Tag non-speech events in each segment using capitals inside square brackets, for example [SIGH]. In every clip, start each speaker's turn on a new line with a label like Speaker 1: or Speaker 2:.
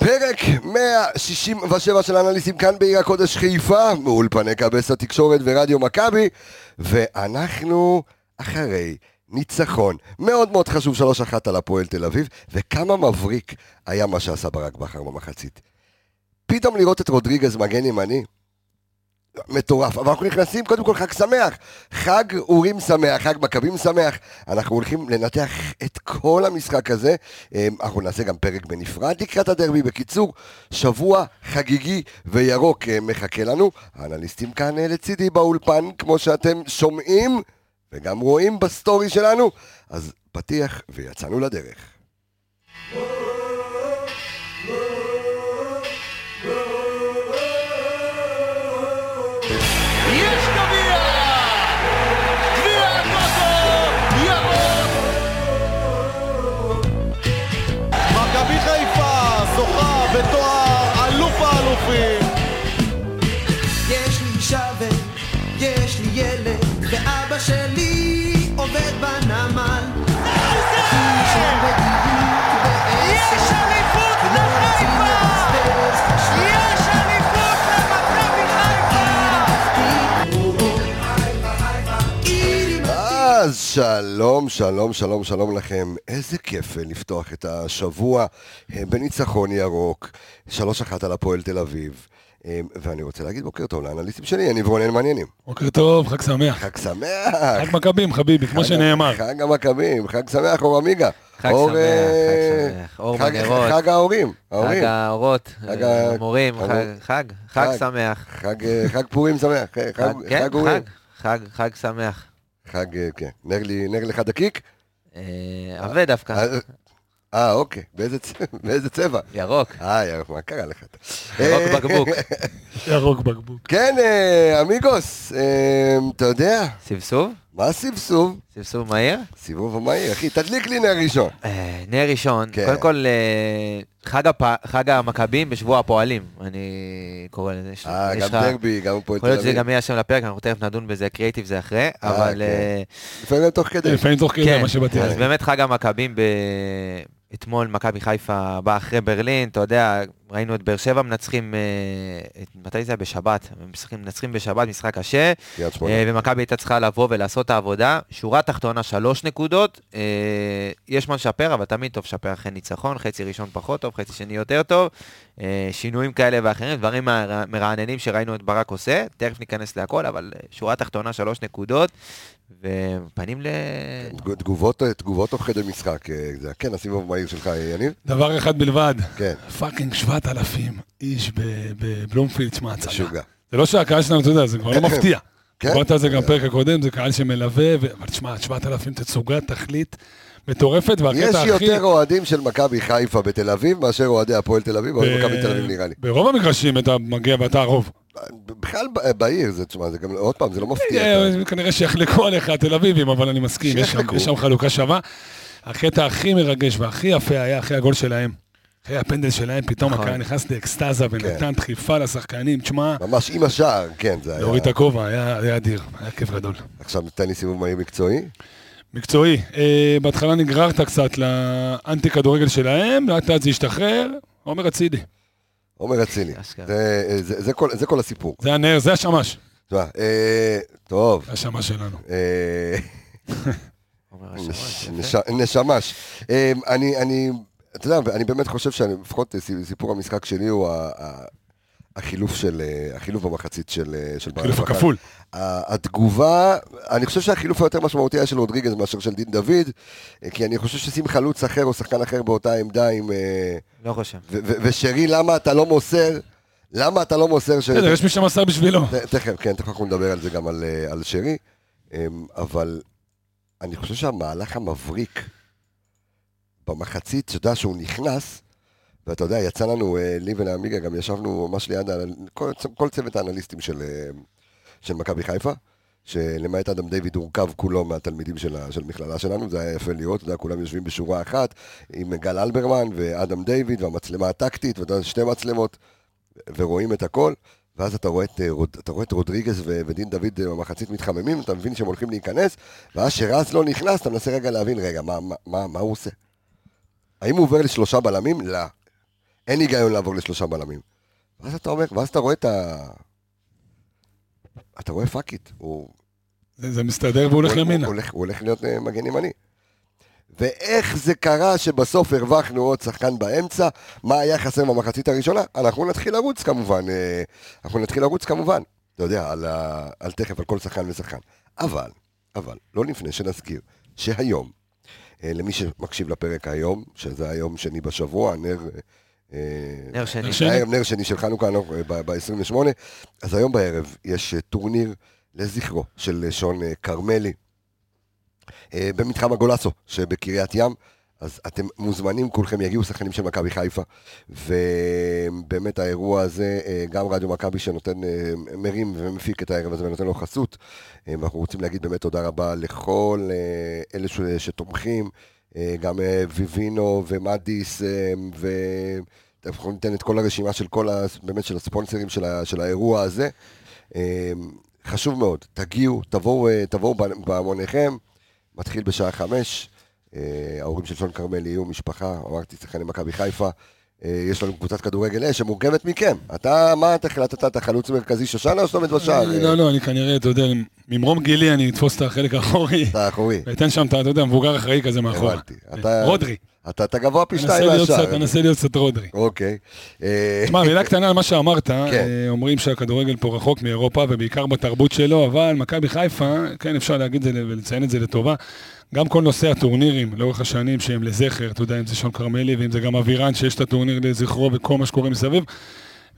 Speaker 1: פרק 167 של אנליסטים כאן בעיר הקודש חיפה, מאולפני קבס התקשורת ורדיו מכבי, ואנחנו אחרי ניצחון מאוד מאוד חשוב, 3-1 על הפועל תל אביב, וכמה מבריק היה מה שעשה ברק בכר במחצית. פתאום לראות את רודריגז מגן ימני, מטורף. אבל אנחנו נכנסים, קודם כל חג שמח. חג אורים שמח, חג מכבים שמח. אנחנו הולכים לנתח את כל המשחק הזה. אה, אנחנו נעשה גם פרק בנפרד לקראת הדרבי. בקיצור, שבוע חגיגי וירוק אה, מחכה לנו. האנליסטים כאן אה, לצידי באולפן, כמו שאתם שומעים וגם רואים בסטורי שלנו. אז פתיח ויצאנו לדרך.
Speaker 2: יש גביע! גביע הטוטו! ירוק! מכבי חיפה זוכה בתואר אלוף האלופים
Speaker 3: יש לי שווה, יש לי ילד, ואבא שלי עובד בנמל.
Speaker 4: יש אליפות לחיפה! יש אליפות למכבי חיפה!
Speaker 1: אז שלום, שלום, שלום, שלום לכם. איזה כיף אה, לפתוח את השבוע אה, בניצחון ירוק, 3-1 על הפועל תל אביב. אה, ואני רוצה להגיד בוקר טוב לאנליסטים שלי, יניב רונן
Speaker 5: [LAUGHS]
Speaker 1: מעניינים.
Speaker 6: בוקר טוב, חג שמח.
Speaker 1: חג שמח!
Speaker 6: חג מכבים, חביבי, כמו שנאמר.
Speaker 1: חג המכבים, חג שמח, אור עמיגה.
Speaker 5: חג
Speaker 1: אור,
Speaker 5: שמח,
Speaker 1: אה,
Speaker 5: חג שמח, אור
Speaker 1: חג-
Speaker 5: מנרות.
Speaker 1: חג ההורים,
Speaker 5: חג
Speaker 1: ההורים.
Speaker 5: האורות,
Speaker 1: חג
Speaker 5: אה,
Speaker 1: ה-
Speaker 5: המורים,
Speaker 1: חג-
Speaker 5: חג- חג, חג
Speaker 1: חג.
Speaker 5: שמח.
Speaker 1: חג, אה, חג פורים שמח, אה, חג
Speaker 5: כן,
Speaker 1: חג הורים.
Speaker 5: חג, חג שמח.
Speaker 1: חג, אה, כן. נר לי- נר לך דקיק?
Speaker 5: אה, עבה דווקא,
Speaker 1: אה, אה, אוקיי. באיזה צבע- [LAUGHS] באיזה צבע?
Speaker 5: ירוק,
Speaker 1: אה, ירוק, מה קרה לך?
Speaker 5: ירוק
Speaker 1: אה,
Speaker 5: בקבוק,
Speaker 6: ירוק בקבוק.
Speaker 1: כן, אה, אמיגוס, אה, אתה יודע,
Speaker 5: סבסוב,
Speaker 1: מה הסבסוב?
Speaker 5: סבסוב מהיר.
Speaker 1: סיבוב המהיר, אחי, תדליק לי נר ראשון.
Speaker 5: אה, נר ראשון,
Speaker 1: כן.
Speaker 5: קודם כל אה, חג הפ- חג המכבים בשבוע הפועלים, אני קורא לזה. יש-
Speaker 1: אה,
Speaker 5: יש
Speaker 1: גם
Speaker 5: לך-
Speaker 1: דרבי, גם הפועל
Speaker 5: יכול
Speaker 1: תל
Speaker 5: להיות שזה
Speaker 1: אביב.
Speaker 5: גם יהיה השם לפרק, אנחנו תכף נדון בזה, קריאיטיב זה אחרי, אבל...
Speaker 1: כן.
Speaker 5: אה,
Speaker 1: לפעמים תוך כדי.
Speaker 6: אה, לפעמים תוך כדי
Speaker 5: כן,
Speaker 6: מה שבאתי.
Speaker 5: אז
Speaker 1: כן.
Speaker 5: באמת חג המכבים ב... אתמול מכבי חיפה באה אחרי ברלין, אתה יודע, ראינו את באר שבע מנצחים, אה, את- מתי זה היה? בשבת. הם משחקים- מנצחים בשבת, משחק קשה,
Speaker 1: קריית
Speaker 6: נכון.
Speaker 1: שמונה.
Speaker 5: אה, ומכבי הייתה צריכה לבוא ולעשות את העבודה. שורה תחתונה, שלוש נקודות. אה, יש מה לשפר, אבל תמיד טוב לשפר אחרי ניצחון, חצי ראשון פחות טוב, חצי שני יותר טוב. אה, שינויים כאלה ואחרים, דברים מר- מרעננים שראינו את ברק עושה, תכף ניכנס להכל, אבל אה, שורה תחתונה, שלוש נקודות, ופנים ל...
Speaker 6: כן.
Speaker 1: תגו- תגובות אה, תגובות תוך כדי משחק. אה, זה- כן, הסיבוב המהיר שלך, אה, יניב?
Speaker 6: דבר אחד בלבד,
Speaker 1: כן,
Speaker 6: פאקינג 7,000 איש ב- בבלומפילד, שמע, הצגה.
Speaker 1: משוגע.
Speaker 6: זה לא שהקהל שלנו, אתה יודע, זה כבר לא מפתיע.
Speaker 1: כן.
Speaker 6: דיברת על זה גם בפרק הקודם, זה קהל שמלווה, ו- אבל תשמע, 7,000 תצוגה, תכלית מטורפת,
Speaker 1: יש
Speaker 6: והקטע הכי...
Speaker 1: יותר אוהדים של מכבי חיפה בתל אביב מאשר אוהדי הפועל תל אביב, אוהדי
Speaker 6: ב-
Speaker 1: מכבי תל אביב נראה לי.
Speaker 6: ברוב המגרשים אתה מגיע ואתה הרוב.
Speaker 1: בכלל ב- בעיר, זה, תשמע, זה גם, עוד פעם, זה לא מפתיע.
Speaker 6: אה, כנראה שיחלקו עליך התל אביבים, אבל אני מסכים, יש שם-
Speaker 1: שיחלקו.
Speaker 6: יש שם חלוקה שווה. הקטע הכי מרגש והכי יפה היה אחרי הגול שלהם. אחרי הפנדל שלהם, פתאום
Speaker 5: נכון.
Speaker 6: הקהל נכנס לאקסטזה
Speaker 1: כן.
Speaker 6: ונתן דחיפה לשחקנים. תשמע,
Speaker 1: ממש עם השער, כן, זה היה.
Speaker 6: להוריד את הכובע, היה היה אדיר, היה כיף גדול.
Speaker 1: עכשיו תן לי סיבוב מהיר מקצועי.
Speaker 6: מקצועי, אה, בהתחלה נגררת קצת לאנטי כדורגל שלהם, לאט לאט זה השתחרר, עומר אצילי.
Speaker 1: עומר אצילי.
Speaker 5: אשכרה.
Speaker 1: זה, זה, זה, כל, זה כל הסיפור.
Speaker 6: זה הנר, זה השמש.
Speaker 1: תשמע, אה, טוב.
Speaker 6: זה השמש שלנו.
Speaker 1: אה,
Speaker 5: אומר השמש, יפה.
Speaker 1: נש- נשמש. אה, אני, אני, אתה יודע, אני באמת חושב שלפחות סיפור המשחק שלי הוא ה- ה- החילוף של, אה, החילוף במחצית של אה, של ברק
Speaker 6: חילוף
Speaker 1: בכר.
Speaker 6: הכפול.
Speaker 1: ה- התגובה, אני חושב שהחילוף היותר משמעותי היה של רודריגז מאשר של דין דוד, אה, כי אני חושב ששים חלוץ אחר או שחקן אחר באותה עמדה עם... אה,
Speaker 5: לא חושב.
Speaker 1: ו- ו- ושרי, למה אתה לא מוסר? למה אתה לא מוסר ש...
Speaker 6: בסדר, יש מי שמסר בשבילו.
Speaker 1: ת- תכף, כן, תכף אנחנו נדבר על זה גם על, אה, על שרי, אמ, אבל אני חושב שהמהלך המבריק במחצית, שאתה יודע שהוא נכנס, ואתה יודע, יצא לנו, אה, לי ולעמיגה, גם ישבנו ממש ליד האנל- כל, כל צוות האנליסטים של, אה, של מכבי חיפה, שלמעט אדם דיוויד הורכב כולו מהתלמידים של, ה- של המכללה שלנו, זה היה יפה לראות, אתה יודע, כולם יושבים בשורה אחת, עם גל אלברמן ואדם דיוויד והמצלמה הטקטית, ואתה יודע, שתי מצלמות, ורואים את הכל. ואז אתה רואה את, אה, רוד, אתה רואה את רודריגז ו- ודין דוד אה, במחצית מתחממים, אתה מבין שהם הולכים להיכנס, ואז שרז לא נכנס, אתה מנסה רגע להבין, רגע, מה, מה, מה, מה הוא עושה? האם הוא עובר לשלושה בלמים? לא. אין היגיון לעבור לשלושה בלמים. ואז אתה אומר, ואז אתה רואה את ה... אתה רואה פאק איט, הוא
Speaker 6: זה זה מסתדר והוא הולך
Speaker 1: הוא-
Speaker 6: ימינה.
Speaker 1: הוא הולך- הוא הולך להיות אה, מגן ימני. ואיך זה קרה שבסוף הרווחנו עוד שחקן באמצע? מה היה חסר במחצית הראשונה? אנחנו נתחיל לרוץ כמובן. אה, אנחנו נתחיל לרוץ כמובן. אתה יודע, על, ה... על תכף, על כל שחקן ושחקן. אבל, אבל, לא לפני שנזכיר שהיום, אה, למי שמקשיב לפרק היום, שזה היום שני בשבוע, נר... אה,
Speaker 5: נר שני.
Speaker 6: ש- שני.
Speaker 1: הערב נר שני של חנוכה, לא, אה, ב-28, אז היום בערב יש אה, טורניר לזכרו של אה, שון אה, כרמלי אה, במתחם הגולסו שבקריית ים. אז אתם מוזמנים, כולכם יגיעו שחקנים של מכבי חיפה, ובאמת האירוע הזה, אה, גם רדיו מכבי שנותן, אה, מרים ומפיק את הערב הזה ונותן לו חסות, אה, ואנחנו רוצים להגיד באמת תודה רבה לכל אה, אלה ש- שתומכים, אה, גם אה, ויבינו ומדיס אה, ו... אנחנו ניתן את כל הרשימה של כל, ה, באמת, של הספונסרים של, ה, של האירוע הזה. אה, חשוב מאוד, תגיעו, תבואו, אה, תבואו בה- בהמוניכם, מתחיל בשעה חמש. אה, ההורים של שון כרמלי יהיו משפחה, אמרתי, שחקני מכבי חיפה. אה, יש לנו קבוצת כדורגל אש שמורכבת מכם. אתה, מה אתה החלטת? אתה חלוץ מרכזי שושנה או שאתה עומד בשער?
Speaker 6: אני- לא, לא, אני כנראה, אתה יודע, ממרום גילי אני אתפוס את החלק האחורי,
Speaker 1: [LAUGHS] אתה אחורי.
Speaker 6: ואתן שם, את ה- אתה יודע, מבוגר אחראי כזה מאחורה.
Speaker 1: הבנתי. אתה-
Speaker 6: נכון. רודרי.
Speaker 1: אתה אתה גבוה פי
Speaker 6: תנסה
Speaker 1: שתיים
Speaker 6: להיות
Speaker 1: מהשער.
Speaker 6: קצת- תנסה להיות קצת רודרי.
Speaker 1: אוקיי. אה,
Speaker 6: תשמע, מילה קטנה על מה שאמרת,
Speaker 1: כן.
Speaker 6: אה, אומרים שהכדורגל פה רחוק מאירופה ובעיקר בתרבות שלו, אבל מכבי חיפה, כן אפשר להגיד את זה ולציין את זה לטובה, גם כל נושא הטורנירים לאורך השנים שהם לזכר, אתה יודע, אם זה שון כרמלי ואם זה גם אבירן שיש את הטורניר לזכרו וכל מה שקורה מסביב,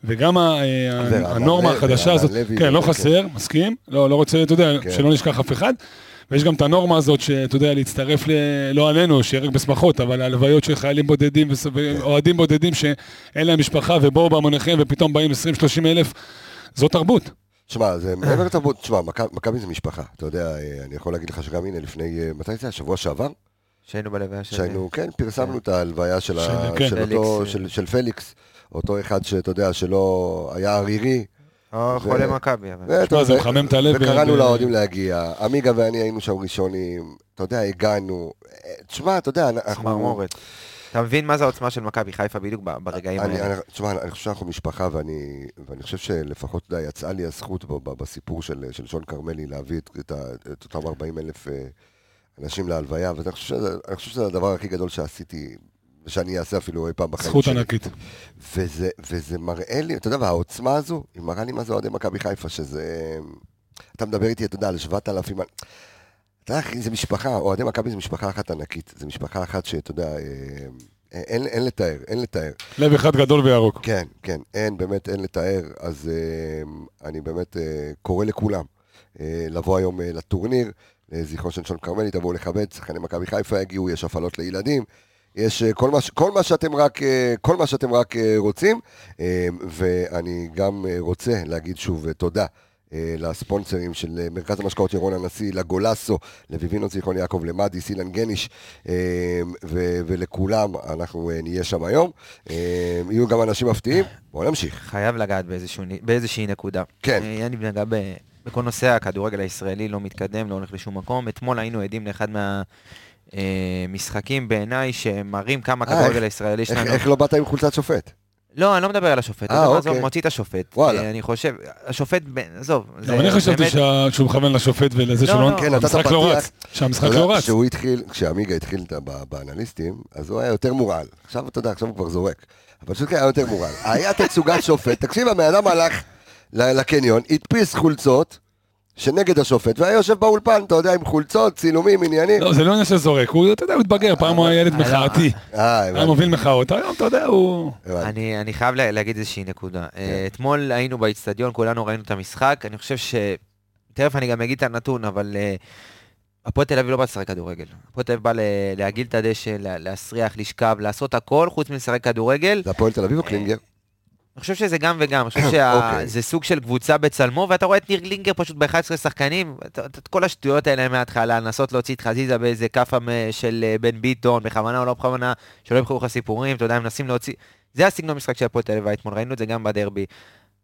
Speaker 6: וגם ה- אה,
Speaker 1: אבירן,
Speaker 6: הנורמה
Speaker 1: אבירן,
Speaker 6: החדשה
Speaker 1: אבירן
Speaker 6: הזאת,
Speaker 1: לוי,
Speaker 6: כן, לא
Speaker 1: כן.
Speaker 6: חסר, מסכים, לא לא רוצה, אתה יודע,
Speaker 1: כן.
Speaker 6: שלא נשכח אף אחד. ויש גם את הנורמה הזאת, שאתה יודע, להצטרף ל... לא עלינו, שיהיה רק בשמחות, אבל הלוויות של חיילים בודדים וס- ואוהדים בודדים שאין להם משפחה ובואו בהמוניכם ופתאום באים 20-30 אלף, זו תרבות.
Speaker 1: שמע, זה מעבר לתרבות, שמע, מכ- מכבי זה משפחה. אתה יודע, אה, אני יכול להגיד לך שגם הנה, לפני, אה, מתי זה היה? שבוע שעבר?
Speaker 5: שהיינו בלוויה של...
Speaker 1: שהיינו, כן, פרסמנו את ההלוויה של ה-
Speaker 6: של- כן.
Speaker 1: של אותו,
Speaker 5: פליקס.
Speaker 1: של- של פליקס, אותו אחד שאתה יודע, שלא היה ערירי.
Speaker 5: או
Speaker 1: זה-
Speaker 5: אה,
Speaker 1: אה,
Speaker 5: חולה מכבי, אבל...
Speaker 1: ואתה
Speaker 6: תשמע, זה
Speaker 1: יודע,
Speaker 6: מחמם את הלב. אה,
Speaker 1: וקראנו
Speaker 6: ב- ב-
Speaker 1: לאוהדים להגיע. עמיגה ואני היינו שם ראשונים, אתה יודע, הגענו. אה, תשמע, אתה יודע, אנחנו...
Speaker 5: צמרמורת. אתה מבין מה זה העוצמה של מכבי חיפה בדיוק ב- ברגעים
Speaker 1: אני-
Speaker 5: האלה?
Speaker 1: אני- תשמע, אני חושב שאנחנו משפחה, ואני ואני חושב שלפחות אתה יודע, יצאה לי הזכות ב- ב- בסיפור של של שון כרמלי להביא את- את ה- את אותם 40 אלף אה, אנשים להלוויה, ואני חושב שזה- אני חושב שזה הדבר הכי גדול שעשיתי, ושאני אעשה אפילו אי פעם בחיים
Speaker 6: זכות
Speaker 1: שלי.
Speaker 6: ענקית.
Speaker 1: וזה, וזה מראה לי, אתה יודע, והעוצמה הזו, היא מראה לי מה זה אוהדי מכבי חיפה, שזה... אתה מדבר איתי, אתה יודע, על 7,000... אתה יודע, אחי, זה משפחה, אוהדי מכבי זה משפחה אחת ענקית, זה משפחה אחת שאתה יודע, אה, אין, אין לתאר, אין לתאר.
Speaker 6: לב אחד גדול וירוק.
Speaker 1: כן, כן, אין, באמת אין לתאר, אז אה, אני באמת אה, קורא לכולם אה, לבוא היום אה, לטורניר, לזכרו של שון כרמלי, תבואו לכבד, שחקני מכבי חיפה יגיעו, יש הפעלות לילדים, יש אה, כל מה, ש- כל מה שאתם רק, אה, כל מה שאתם רק אה, רוצים, אה, ואני גם אה, רוצה להגיד שוב אה, תודה. אה, לספונסרים של אה, מרכז המשקאות ירון הנשיא, לגולסו, לביבינו זיכרון יעקב, למדיס, אילן גניש אה, ו- ולכולם, אנחנו אה, נהיה שם היום. אה, יהיו גם אנשים מפתיעים, בואו נמשיך.
Speaker 5: חייב לגעת באיזשהו נ- באיזושהי נקודה.
Speaker 1: כן.
Speaker 5: אה, אני נגע ב- בכל נושא הכדורגל הישראלי, לא מתקדם, לא הולך לשום מקום. אתמול היינו עדים לאחד מהמשחקים בעיניי שמראים כמה
Speaker 1: אה, איך-
Speaker 5: הכדורגל הישראלי
Speaker 1: איך,
Speaker 5: שלנו...
Speaker 1: איך לא באת עם חולצת שופט?
Speaker 5: לא, אני לא מדבר על השופט.
Speaker 1: אה,
Speaker 5: אתה יודע מה,
Speaker 1: אוקיי.
Speaker 5: עזוב, מוציא את השופט.
Speaker 1: וואלה.
Speaker 5: אה, אני חושב, השופט, ב- עזוב. זה
Speaker 6: גם לא, אני חשבתי
Speaker 5: באמת-
Speaker 6: שה- שהוא מכוון לשופט ולזה
Speaker 5: לא,
Speaker 6: שלא...
Speaker 5: לא.
Speaker 1: כן, נתת
Speaker 6: המשחק לא
Speaker 1: פתיח.
Speaker 6: רץ. שהמשחק
Speaker 1: אתה יודע,
Speaker 6: לא רץ.
Speaker 1: כשהוא התחיל, כשעמיגה התחיל את ה- ב- באנליסטים, אז הוא היה יותר מורעל. עכשיו, אתה יודע, עכשיו הוא כבר זורק. אבל פשוט היה יותר
Speaker 5: [LAUGHS]
Speaker 1: מורעל. היה תצוגת שופט, תקשיב, הבן אדם הלך ל- לקניון, הדפיס חולצות. שנגד השופט, והיה יושב באולפן, אתה יודע, עם חולצות, צילומים, עניינים.
Speaker 6: לא, זה לא עניין שזורק, הוא, אתה יודע, הוא התבגר, פעם הוא היה ילד
Speaker 5: לא-
Speaker 6: מחאתי,
Speaker 1: אה,
Speaker 6: היה
Speaker 1: הבנתי,
Speaker 6: מוביל מחאות, היום אתה יודע, הוא...
Speaker 1: הבנתי.
Speaker 5: אני, אני חייב לה, להגיד איזושהי נקודה. אה, אתמול היינו באיצטדיון, כולנו ראינו את המשחק, אני חושב ש... תכף אני גם אגיד את הנתון, אבל אה, הפועל תל אביב לא בא לשחק כדורגל. הפועל תל אביב בא ל- להגעיל את הדשא, לה- להסריח, לשכב, לעשות הכל חוץ מלשחק כדורגל.
Speaker 1: זה הפועל תל אביב או קלינגר?
Speaker 5: אה, אני חושב שזה גם וגם, אני חושב שזה
Speaker 1: אוקיי.
Speaker 5: סוג של קבוצה בצלמו, ואתה רואה את ניר גלינגר פשוט ב-11 שחקנים, את- את את כל השטויות האלה מההתחלה, לנסות להוציא את חזיזה באיזה כאפה מ- של אה, בן ביטון, בכוונה או לא בכוונה, שלא יבחרו לך סיפורים, אתה יודע, מנסים להוציא... זה הסגנון משחק של הפועל תל אביב אתמול, ראינו את זה גם בדרבי.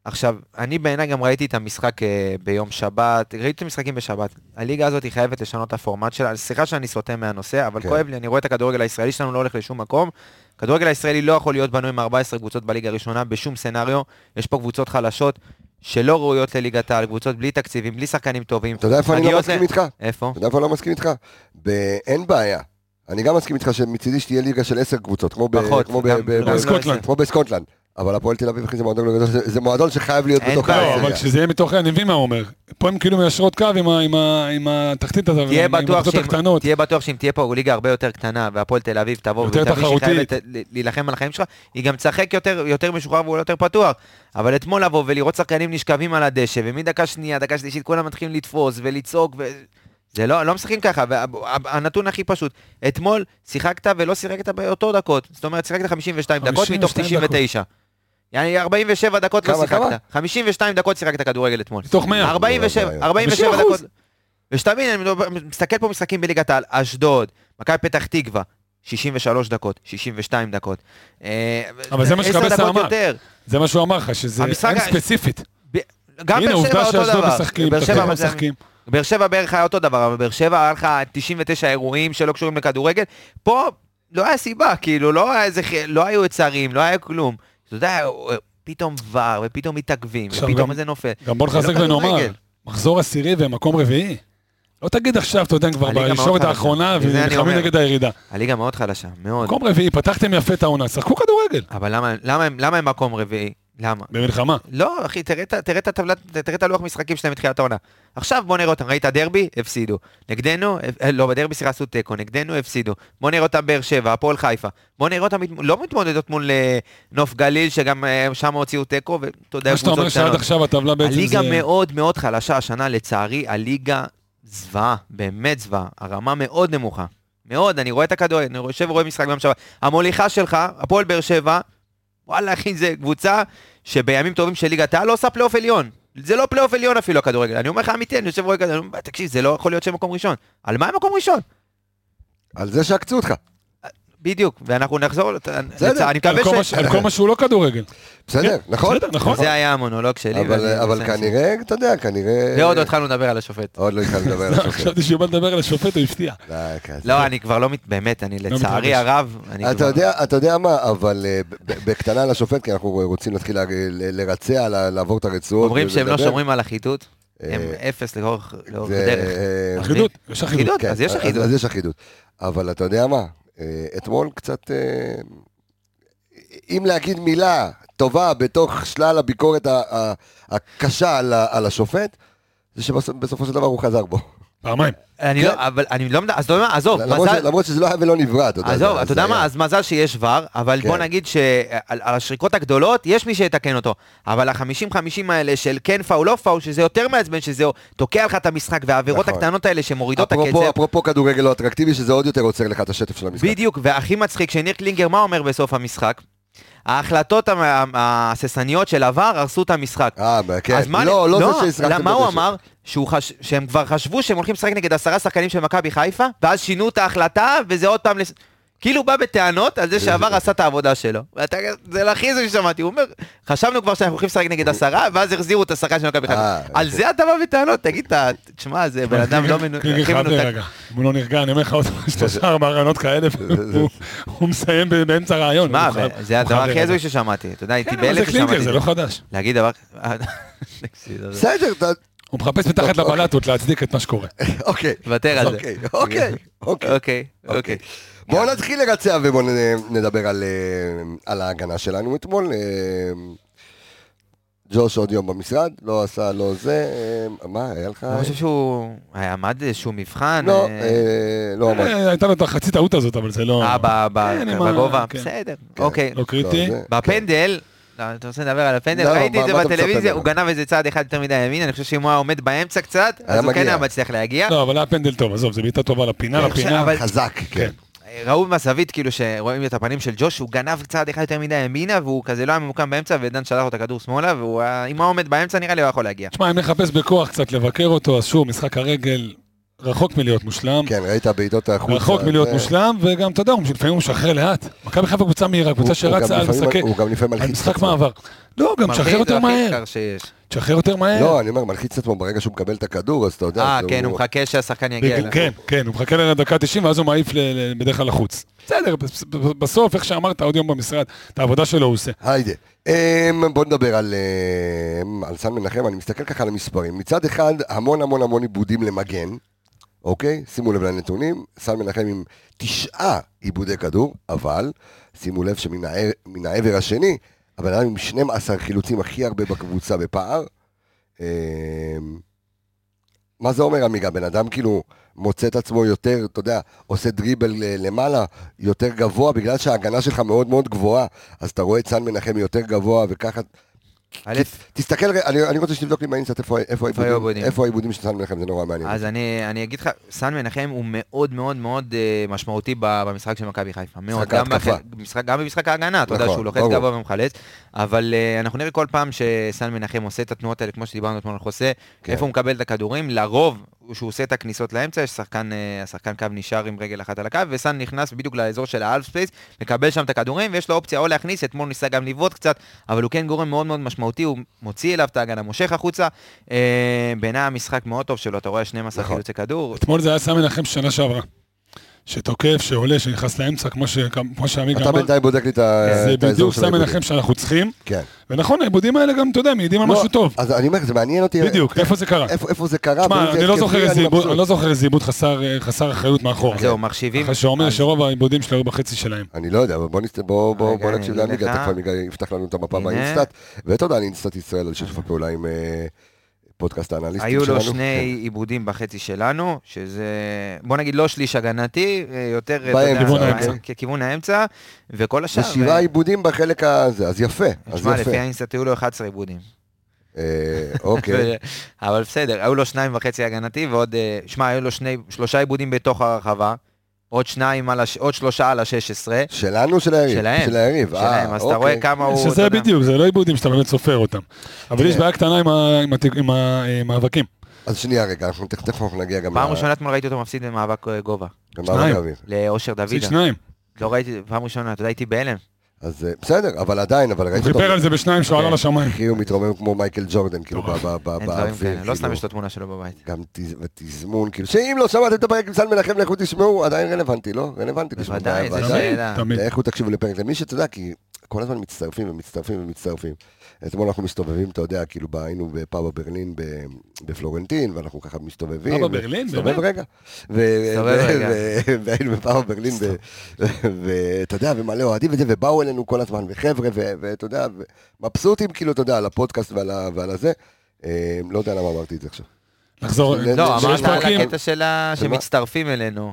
Speaker 5: עכשיו, אני בעיניי גם ראיתי את המשחק אה, ביום שבת, ראיתי את המשחקים בשבת. הליגה הזאת היא חייבת לשנות את הפורמט שלה, סליחה שאני סוטה מהנושא, אבל
Speaker 1: כן.
Speaker 5: כואב לי, אני רואה את הכדורגל הישראלי שלנו לא הולך לשום מקום. הכדורגל הישראלי לא יכול להיות בנוי מ-14 קבוצות בליגה הראשונה בשום סנאריו, יש פה קבוצות חלשות שלא ראויות לליגת העל, קבוצות בלי תקציבים, בלי שחקנים טובים.
Speaker 1: אתה יודע איפה אני לא
Speaker 5: מגיעות
Speaker 1: מסכים
Speaker 5: ל-
Speaker 1: איתך?
Speaker 5: איפה?
Speaker 1: אתה יודע איפה אני לא מסכים איתך? ב- אין בעיה. אני גם מסכים איתך שמצידי שתהיה ליגה של עשר קבוצות, כמו ב-
Speaker 5: פחות,
Speaker 1: כמו ב-
Speaker 5: גם-
Speaker 1: ב-
Speaker 5: גם לא
Speaker 6: בסקוטלנד.
Speaker 5: עשר.
Speaker 1: כמו בסקוטלנד. אבל הפועל תל אביב אחי, זה מועדון לא גדול, זה- זה מועדון שחייב להיות
Speaker 5: אין
Speaker 1: בתוך
Speaker 5: בעיה.
Speaker 6: לא,
Speaker 1: העשירייה.
Speaker 6: אבל כשזה יהיה מתוך, אני מבין מה הוא אומר. פה הם כאילו מיישרות קו עם ה- עם ה- עם התחתית הזאת,
Speaker 5: תהיה
Speaker 6: עם
Speaker 5: בטוח
Speaker 6: הקבוצות
Speaker 5: שאם-
Speaker 6: הקטנות.
Speaker 5: תהיה בטוח שאם תהיה פה ליגה הרבה יותר קטנה, והפועל תל אביב תבוא
Speaker 6: יותר
Speaker 5: ותביא שהיא
Speaker 6: תחרותית.
Speaker 5: חייבת ל- להילחם על החיים שלך, היא גם תשחק יותר, יותר משוחרר ואולי יותר פתוח. אבל אתמול לבוא ולראות שחקנים נשכבים על הדשא, ומדקה שנייה, דקה שלישית, כולם מתחילים לתפוס ולצעוק, ו... זה לא, לא משחקים ככה, והנתון הכי פשוט, אתמול שיחקת ולא שיחקת באותו דקות, זאת אומרת שיחקת 52 דקות מתוך
Speaker 6: 52 דקות.
Speaker 5: 99. יעני 47 דקות לא
Speaker 1: כמה, כמה?
Speaker 5: שיחקת, 52 דקות שיחקת כדורגל אתמול.
Speaker 6: מתוך 100.
Speaker 5: 47,
Speaker 1: אוי, אוי, אוי.
Speaker 5: 47
Speaker 6: 50%.
Speaker 5: דקות. ושתבין, אני מדבר- מסתכל פה משחקים בליגת העל, אשדוד, מכבי פתח תקווה, 63 דקות, 62 דקות. אה,
Speaker 6: אבל זה מה
Speaker 5: עשר
Speaker 6: שקבסה
Speaker 5: דקות
Speaker 6: אמר.
Speaker 5: יותר.
Speaker 6: זה מה שהוא אמר לך, שזה
Speaker 5: המשחק
Speaker 6: אין
Speaker 5: ה-
Speaker 6: ספציפית.
Speaker 5: גם
Speaker 6: הנה,
Speaker 5: באר שבע
Speaker 6: עובדה
Speaker 5: אותו
Speaker 6: שאשדוד
Speaker 5: דבר.
Speaker 6: משחקים,
Speaker 5: באר שבע
Speaker 6: תחתית לא
Speaker 5: אבל זה-
Speaker 6: משחקים.
Speaker 5: באר שבע בערך היה אותו דבר, אבל באר שבע היה לך 99 אירועים שלא קשורים לכדורגל. פה לא היה סיבה, כאילו, לא, היה איזה, ח- לא היו יצרים, לא היה כלום. אתה יודע, פתאום ור, ופתאום מתעכבים,
Speaker 6: עכשיו
Speaker 5: ופתאום
Speaker 6: גם-
Speaker 5: זה נופל.
Speaker 6: גם בוא
Speaker 5: זה לא
Speaker 6: נחזק ונאמר,
Speaker 5: כדורגל.
Speaker 6: מחזור עשירי ומקום רביעי. לא תגיד עכשיו, אתה יודע, הם כבר
Speaker 5: הליגה מאוד
Speaker 6: בישורת
Speaker 5: חלשה.
Speaker 6: האחרונה
Speaker 5: זה אני
Speaker 6: ונלחמים
Speaker 5: אומר.
Speaker 6: נגד הירידה.
Speaker 5: הליגה מאוד חלשה, מאוד.
Speaker 6: מקום רביעי, פתחתם יפה את העונה, שחקו כדורגל.
Speaker 5: אבל למה, למה, הם- למה הם מקום רביעי? למה?
Speaker 6: במלחמה.
Speaker 5: לא, אחי, תראה את ה- תראה את הטבלת, תראה את הלוח משחקים שלהם מתחילת העונה. עכשיו בוא נראה אותם, ראית דרבי? הפסידו. נגדנו, אה, לא, בדרבי סליחה עשו תיקו, נגדנו הפסידו. בוא נראה אותם באר שבע, הפועל חיפה. בוא נראה אותם, מת- לא מתמודדות מול אה, נוף גליל, שגם אה, שם הוציאו תיקו, ואתה יודע,
Speaker 6: מה שאתה אומר שעד עכשיו הטבלה בעצם זה...
Speaker 5: הליגה מאוד מאוד חלשה השנה, לצערי, הליגה זוועה, באמת זוועה. הרמה מאוד נמוכה. מאוד, אני רואה את הכדורגל, אני יושב ורואה משחק ביום שבת. המוליכה שלך, הפועל באר שבע, וואלה אחי, זה קבוצה שבימים טובים של ליגת העל לא עושה פלייאוף עליון. זה לא פלייאוף עליון אפילו הכדורגל. אני אומר לך אמיתי, אני יושב ורואה כדורגל, אני אומר, תקשיב, זה לא יכול להיות שמקום ראשון. על מה הם מקום ראשון?
Speaker 1: על זה שעקצו אותך.
Speaker 5: בדיוק, ואנחנו נחזור, לת- לצע- אני
Speaker 6: על כל
Speaker 5: מקווה
Speaker 6: מה
Speaker 5: ש...
Speaker 6: ש- על כל מה שהוא לא כדורגל.
Speaker 1: בסדר,
Speaker 6: כן,
Speaker 1: נכון?
Speaker 6: בסדר, נכון.
Speaker 5: זה היה המונולוג שלי.
Speaker 1: אבל-
Speaker 5: ואני-
Speaker 1: אבל כנראה, אתה יודע, כנראה...
Speaker 5: ועוד לא התחלנו לדבר על השופט.
Speaker 1: עוד לא התחלנו
Speaker 5: [LAUGHS]
Speaker 1: לדבר על השופט.
Speaker 6: חשבתי שהוא בא לדבר על השופט, הוא הפתיע.
Speaker 1: די, כזה.
Speaker 5: לא, אני כבר לא מת... באמת, אני לצערי
Speaker 6: מתרגש.
Speaker 5: הרב, אני
Speaker 1: אתה
Speaker 5: כבר...
Speaker 1: יודע, אתה יודע מה, אבל אה, ב- ב- בקטנה על השופט, כי אנחנו רוצים להתחיל ל- ל- לרצע, ל- לעבור את הרצועות.
Speaker 5: אומרים שהם לא
Speaker 1: ולדבר.
Speaker 5: שומרים על אחידות, הם
Speaker 1: אה,
Speaker 5: אפס לאורך לאורך
Speaker 1: זה-
Speaker 5: הדרך.
Speaker 1: אה,
Speaker 6: אחידות, יש אחידות.
Speaker 5: אחידות,
Speaker 1: כן,
Speaker 5: לא, אז יש אחידות.
Speaker 1: אז יש אחידות. אבל אתה יודע מה, אה, אתמול קצת... אה, אם להגיד מילה טובה בתוך שלל הביקורת ה- ה- הקשה על ה- על השופט, זה שבסופו של דבר הוא חזר בו.
Speaker 6: פעמיים.
Speaker 5: אני
Speaker 1: כן.
Speaker 5: לא, אבל אני לא, מד- אז אתה יודע מה, עזוב,
Speaker 1: למרות ש-
Speaker 5: מזל,
Speaker 1: למרות שזה לא היה ולא נברא, אתה יודע.
Speaker 5: עזוב,
Speaker 1: זה-
Speaker 5: אתה
Speaker 1: זה
Speaker 5: יודע
Speaker 1: היה.
Speaker 5: מה, אז מזל שיש ור, אבל בוא
Speaker 1: כן.
Speaker 5: נגיד שעל על השריקות הגדולות, יש מי שיתקן אותו, אבל ה-50-50 האלה של כן פאול, לא פאול, שזה יותר מעצבן, שזה תוקע לך את המשחק, והעבירות
Speaker 1: נכון.
Speaker 5: הקטנות האלה שמורידות את
Speaker 1: אפרופו,
Speaker 5: הקצב,
Speaker 1: אפרופו כדורגל לא אטרקטיבי, שזה עוד יותר עוצר לך את השטף של המשחק.
Speaker 5: בדיוק, והכי מצחיק, שניר קלינגר, מה אומר בסוף המשחק? ההחלטות המ- ההססניות של עבר הרסו את המשחק.
Speaker 1: אה, מה, כן.
Speaker 5: אז מה,
Speaker 1: לא, לא זה
Speaker 5: לא,
Speaker 1: שהזרקתם
Speaker 5: מה הוא
Speaker 1: בדשא.
Speaker 5: אמר? שהוא חש... שהם כבר חשבו שהם הולכים לשחק נגד עשרה שחקנים של מכבי חיפה, ואז שינו את ההחלטה, וזה עוד פעם... לס... כאילו הוא בא בטענות על זה שעבר עשה את העבודה שלו. ואתה... זה הכי זה ששמעתי, הוא אומר, חשבנו כבר שאנחנו הולכים לשחק נגד עשרה, ואז החזירו את השחקן של מכבי חיפה.
Speaker 1: אה,
Speaker 5: על זה אתה בא בטענות, תגיד, אתה- תשמע, זה בן אדם לא מנו-
Speaker 6: קלינגר
Speaker 5: הכי
Speaker 6: כן, חייב
Speaker 5: מנותק.
Speaker 6: להירגע. אם הוא לא נרגע, אני אומר לך
Speaker 5: [LAUGHS]
Speaker 6: עוד שלושה ארבעה רעיונות כאלה, והוא- הוא מסיים ב- באמצע רעיון.
Speaker 5: מה,
Speaker 6: הוא חייב-
Speaker 5: זה
Speaker 6: הוא
Speaker 5: הדבר
Speaker 6: חייב
Speaker 5: הכי הזוי
Speaker 6: להירגע.
Speaker 5: ששמעתי, אתה יודע, הייתי
Speaker 6: כן, אבל זה
Speaker 5: באלף
Speaker 6: קלינגר,
Speaker 5: ששמעתי.
Speaker 6: זה לא חדש.
Speaker 5: להגיד [LAUGHS] דבר...
Speaker 1: בסדר, אתה-
Speaker 6: הוא מחפש מתחת
Speaker 1: אוקיי.
Speaker 6: לבלטות להצדיק את
Speaker 5: [LAUGHS]
Speaker 6: מה שקורה.
Speaker 1: אוקיי.
Speaker 5: תוותר על זה.
Speaker 1: אוקיי,
Speaker 5: [LAUGHS]
Speaker 1: אוקיי, אוקיי.
Speaker 5: אוקיי, אוקיי.
Speaker 1: בואו נתחיל לרצע ובואו נ- נדבר על, אה, על ההגנה שלנו אתמול. אה, ג'וש עוד יום במשרד, לא עשה, לא זה. אה, מה, היה לך?
Speaker 5: אני חושב שהוא היה עמד איזשהו מבחן.
Speaker 1: לא,
Speaker 5: אה,
Speaker 1: אה, לא אמרתי.
Speaker 6: אה, הייתה לו את החצי טעות הזאת, אבל זה לא...
Speaker 5: אה, ב- ב-
Speaker 6: כן, עם ה-
Speaker 5: בגובה,
Speaker 6: כן.
Speaker 5: בסדר,
Speaker 1: כן.
Speaker 5: אוקיי.
Speaker 6: לא קריטי.
Speaker 5: בפנדל, לא, אתה רוצה לדבר על הפנדל?
Speaker 1: לא,
Speaker 5: ראיתי
Speaker 1: מה-
Speaker 5: את זה
Speaker 1: מה אתה מצפה
Speaker 5: בטלוויזיה, הוא
Speaker 1: ממנו?
Speaker 5: גנב איזה צעד אחד יותר מדי ימין, אני חושב שאם הוא היה עומד באמצע קצת,
Speaker 1: היה
Speaker 5: אז הוא כן
Speaker 1: מגיע.
Speaker 5: היה מצליח להגיע.
Speaker 6: לא, אבל היה פנדל טוב, עזוב, זו בעיטה טובה לפינה,
Speaker 5: אני חושב,
Speaker 6: לפינה.
Speaker 5: אבל-
Speaker 1: חזק, כן.
Speaker 5: ראו מהזווית, כאילו, שרואים את הפנים של ג'וש, הוא גנב צעד אחד יותר מדי ימינה, והוא כזה לא היה ממוקם באמצע, ודן שלח לו את הכדור שמאלה, והוא היה- אם הוא היה עומד באמצע, נראה לי הוא היה יכול להגיע.
Speaker 6: תשמע, אם נחפש בכוח קצת לבקר אותו, אז שוב, משחק הרגל, רחוק מלהיות מושלם.
Speaker 1: כן, ראית בעיטות החוצה.
Speaker 6: רחוק מלהיות
Speaker 1: זה-
Speaker 6: מושלם, וגם, אתה יודע, הוא- לפעמים הוא משחרר לאט. מכבי חיפה קבוצה מהירה,
Speaker 1: הוא-
Speaker 6: קבוצה
Speaker 1: הוא גם
Speaker 6: שרצה על
Speaker 1: לפעמים-
Speaker 6: משחקי...
Speaker 1: הוא גם לפעמים
Speaker 6: על
Speaker 1: מלחיץ את
Speaker 6: משחק
Speaker 1: עצמו.
Speaker 6: מעבר. לא, גם תשחרר יותר
Speaker 5: מלחיץ זה
Speaker 6: מהר.
Speaker 5: הכי קר שיש.
Speaker 6: תשחרר יותר מהר.
Speaker 1: לא, אני אומר, מלחיץ את עצמו ברגע שהוא מקבל את הכדור, אז אתה יודע.
Speaker 5: אה,
Speaker 1: אז
Speaker 5: כן, הוא מחכה שהשחקן יגיע
Speaker 6: בדיוק,
Speaker 5: אליו.
Speaker 6: כן, כן, הוא מחכה לדקה 90 ואז הוא מעיף ל- ל- בדרך כלל לחוץ. בסדר, בס- בסוף, איך שאמרת, עוד יום במשרד, את העבודה שלו הוא עושה.
Speaker 1: היידה. אמ, בוא נדבר על, אמ, על סן מנחם, אני מסתכל ככה על המספרים. מצד אחד, המון המון המון עיבודים למגן, אוקיי? שימו לב לנתונים, סן מנחם עם תשעה עיבודי כדור, אבל שימו לב שמן הער- מן העבר השני, הבן אדם עם 12 חילוצים הכי הרבה בקבוצה בפער. אמ, מה זה אומר, עמיגה? בן אדם כאילו מוצא את עצמו יותר, אתה יודע, עושה דריבל אה, למעלה, יותר גבוה, בגלל שההגנה שלך מאוד מאוד גבוהה, אז אתה רואה את סן מנחם יותר גבוה, וככה...
Speaker 6: כן.
Speaker 5: א',
Speaker 1: תסתכל, רגע, אני אני רוצה שתבדוק לי באינסטאט איפה איפה
Speaker 5: איפה
Speaker 1: העיבודים-
Speaker 5: העיבודים?
Speaker 1: איפה העיבודים של סן מנחם, זה נורא מעניין.
Speaker 5: אז אני, אני אגיד לך, סן מנחם הוא מאוד מאוד מאוד אה, משמעותי ב- במשחק של מכבי חיפה. מאוד, גם,
Speaker 1: ההתקפה.
Speaker 5: בחלק- משחק, גם במשחק ההגנה, אתה יודע
Speaker 1: נכון,
Speaker 5: שהוא לוחץ
Speaker 1: ברור.
Speaker 5: גבוה ומחלץ, אבל אה, אנחנו נראה כל פעם שסן מנחם עושה את התנועות האלה, כמו שדיברנו אתמול על חוסה,
Speaker 1: כן.
Speaker 5: איפה הוא מקבל את הכדורים, לרוב, שהוא עושה את הכניסות לאמצע, יש שחקן, אה, השחקן קו נשאר עם רגל אחת על הקו, וסן נכנס בדיוק לאזור של האלף ספייס, מקבל שם את הכדורים, ויש לו אופציה או להכניס, אתמול ניסה גם לבעוט קצת, אבל הוא כן גורם מאוד מאוד משמעותי, הוא מוציא אליו את ההגנה, מושך החוצה. אה, בעיניי המשחק מאוד טוב שלו, אתה רואה 12
Speaker 1: נכון.
Speaker 5: חילוצי כדור.
Speaker 6: אתמול זה היה סמי מנחם שנה שעברה. שתוקף, שעולה, שנכנס לאמצע, כמו ש- כמו שעמיגה
Speaker 1: אתה
Speaker 6: אמר.
Speaker 1: בינתיים בודק לי את ה-
Speaker 6: כן. זה
Speaker 1: את האזור
Speaker 6: בדיוק
Speaker 1: של
Speaker 6: סמי
Speaker 1: העיבודים.
Speaker 6: מנחם שאנחנו צריכים.
Speaker 1: כן.
Speaker 6: ונכון, העיבודים האלה גם, אתה יודע, מעידים על
Speaker 1: לא,
Speaker 6: משהו טוב.
Speaker 1: אז אני כן. אומר, זה מעניין אותי.
Speaker 6: בדיוק, איפה זה קרה?
Speaker 1: איפה איפה זה קרה?
Speaker 6: תשמע,
Speaker 1: באיזה
Speaker 6: אני לא
Speaker 1: התקפי,
Speaker 6: זוכר איזה עיבוד-
Speaker 1: מבסוט.
Speaker 6: אני לא זוכר איזה עיבוד חסר אה, חסר אחריות מאחורה.
Speaker 5: אז זהו, מחשיבים.
Speaker 6: ככה שאומר
Speaker 1: אה,
Speaker 5: אז-
Speaker 6: שרוב העיבודים שלו היו בחצי שלהם.
Speaker 1: אני לא יודע, אבל בוא נסת- בוא- בוא-
Speaker 5: רגע,
Speaker 1: בוא
Speaker 5: אני
Speaker 1: נקשיב
Speaker 5: אגיד
Speaker 1: לעמיגה,
Speaker 5: לך.
Speaker 1: תכף עמיגה יפתח לנו את המפה
Speaker 5: הנה.
Speaker 1: באינסטאט. ותודה לאינסטאט ישראל על שיתוף הפעולה עם אה, פודקאסט האנליסטים
Speaker 5: היו
Speaker 1: שלנו. כן.
Speaker 5: לו שני עיבודים בחצי שלנו, שזה, בוא נגיד, לא שליש הגנתי, אה, יותר, אתה יודע,
Speaker 1: באמצע,
Speaker 6: כיוון האמצע.
Speaker 5: אה, ככיוון האמצע, וכל השאר... אה,
Speaker 1: זה שבעה עיבודים בחלק הזה, אז יפה, אז
Speaker 5: תשמע,
Speaker 1: יפה.
Speaker 5: לפי האינסטנט היו לו 11 עיבודים.
Speaker 1: אה, אוקיי,
Speaker 5: [LAUGHS] ו- אבל בסדר, היו לו שניים וחצי הגנתי, ועוד, אה, שמע, היו לו שני, שלושה עיבודים בתוך הרחבה, עוד שניים על הש... עוד שלושה על ה-16,
Speaker 1: שלנו או של היריב?
Speaker 5: שלהם.
Speaker 1: של היריב,
Speaker 5: שלהם,
Speaker 1: אה,
Speaker 5: אז אתה
Speaker 1: אוקיי.
Speaker 5: רואה כמה הוא... אתה
Speaker 6: שזה
Speaker 5: יודע, כן.
Speaker 6: בדיוק, זה לא עיבודים שאתה באמת סופר אותם. אבל יש בעיה קטנה עם ה- עם הת- עם המאבקים.
Speaker 1: אז שנייה רגע, אנחנו תכף תכף אנחנו נגיע גם
Speaker 5: פעם
Speaker 1: ל-
Speaker 5: ראשונה אתמול ראיתי אותו מפסיד במאבק אה, גובה,
Speaker 1: גם
Speaker 6: שניים.
Speaker 1: למאבק האוויר.
Speaker 5: לאושר
Speaker 6: הפסיד
Speaker 5: דוידה.
Speaker 6: שניים.
Speaker 1: אה,
Speaker 5: לא ראיתי, פעם ראשונה, אתה יודע, הייתי בהלם.
Speaker 1: אז אה, בסדר, אבל עדיין, אבל
Speaker 6: הוא
Speaker 1: ראית אותו,
Speaker 6: חיפר על זה בשניים שהוא עלה
Speaker 5: כן.
Speaker 6: לשמיים.
Speaker 1: אחי הוא מתרומם כמו מייקל ג'ורדן, כאילו, ב- ב- ב-
Speaker 5: אין דברים
Speaker 1: באוויר,
Speaker 5: כאלה, לא סתם
Speaker 1: כאילו.
Speaker 5: יש לו תמונה שלו בבית.
Speaker 1: גם תז- ותזמון, כאילו, שאם לא שמעתם את הפרק עם סן מנחם, לכו תשמעו, עדיין רלוונטי, לא? רלוונטי לשמוע.
Speaker 5: בוודאי, זה
Speaker 1: בוודאי.
Speaker 6: תמיד,
Speaker 5: שאלה.
Speaker 6: תמיד.
Speaker 1: לכו תקשיבו לפרק, למי שאתה יודע, כי כל הזמן מצטרפים ומצטרפים ומצטרפים. אתמול אנחנו מסתובבים, אתה יודע, כאילו, ב- היינו בפאבה ברלין ב- בפלורנטין, ואנחנו ככה מסתובבים.
Speaker 6: פאבה ברלין,
Speaker 1: מסתובב
Speaker 6: באמת?
Speaker 1: רגע. ו-
Speaker 5: מסתובב
Speaker 1: ו-
Speaker 5: רגע.
Speaker 1: ו- והיינו בפאבה ברלין, ו- ואתה יודע, ומלא אוהדים וזה, ובאו אלינו כל הזמן, וחבר'ה, ו- ואתה יודע, מבסוטים, כאילו, אתה יודע, על הפודקאסט ועל ה- ועל הזה. אה, לא יודע למה אמרתי את זה עכשיו.
Speaker 6: לחזור,
Speaker 1: לא,
Speaker 5: לא,
Speaker 1: אמרת
Speaker 6: שיש
Speaker 5: אמרת על
Speaker 6: פרקים-
Speaker 5: הקטע שלה שמצטרפים אלינו.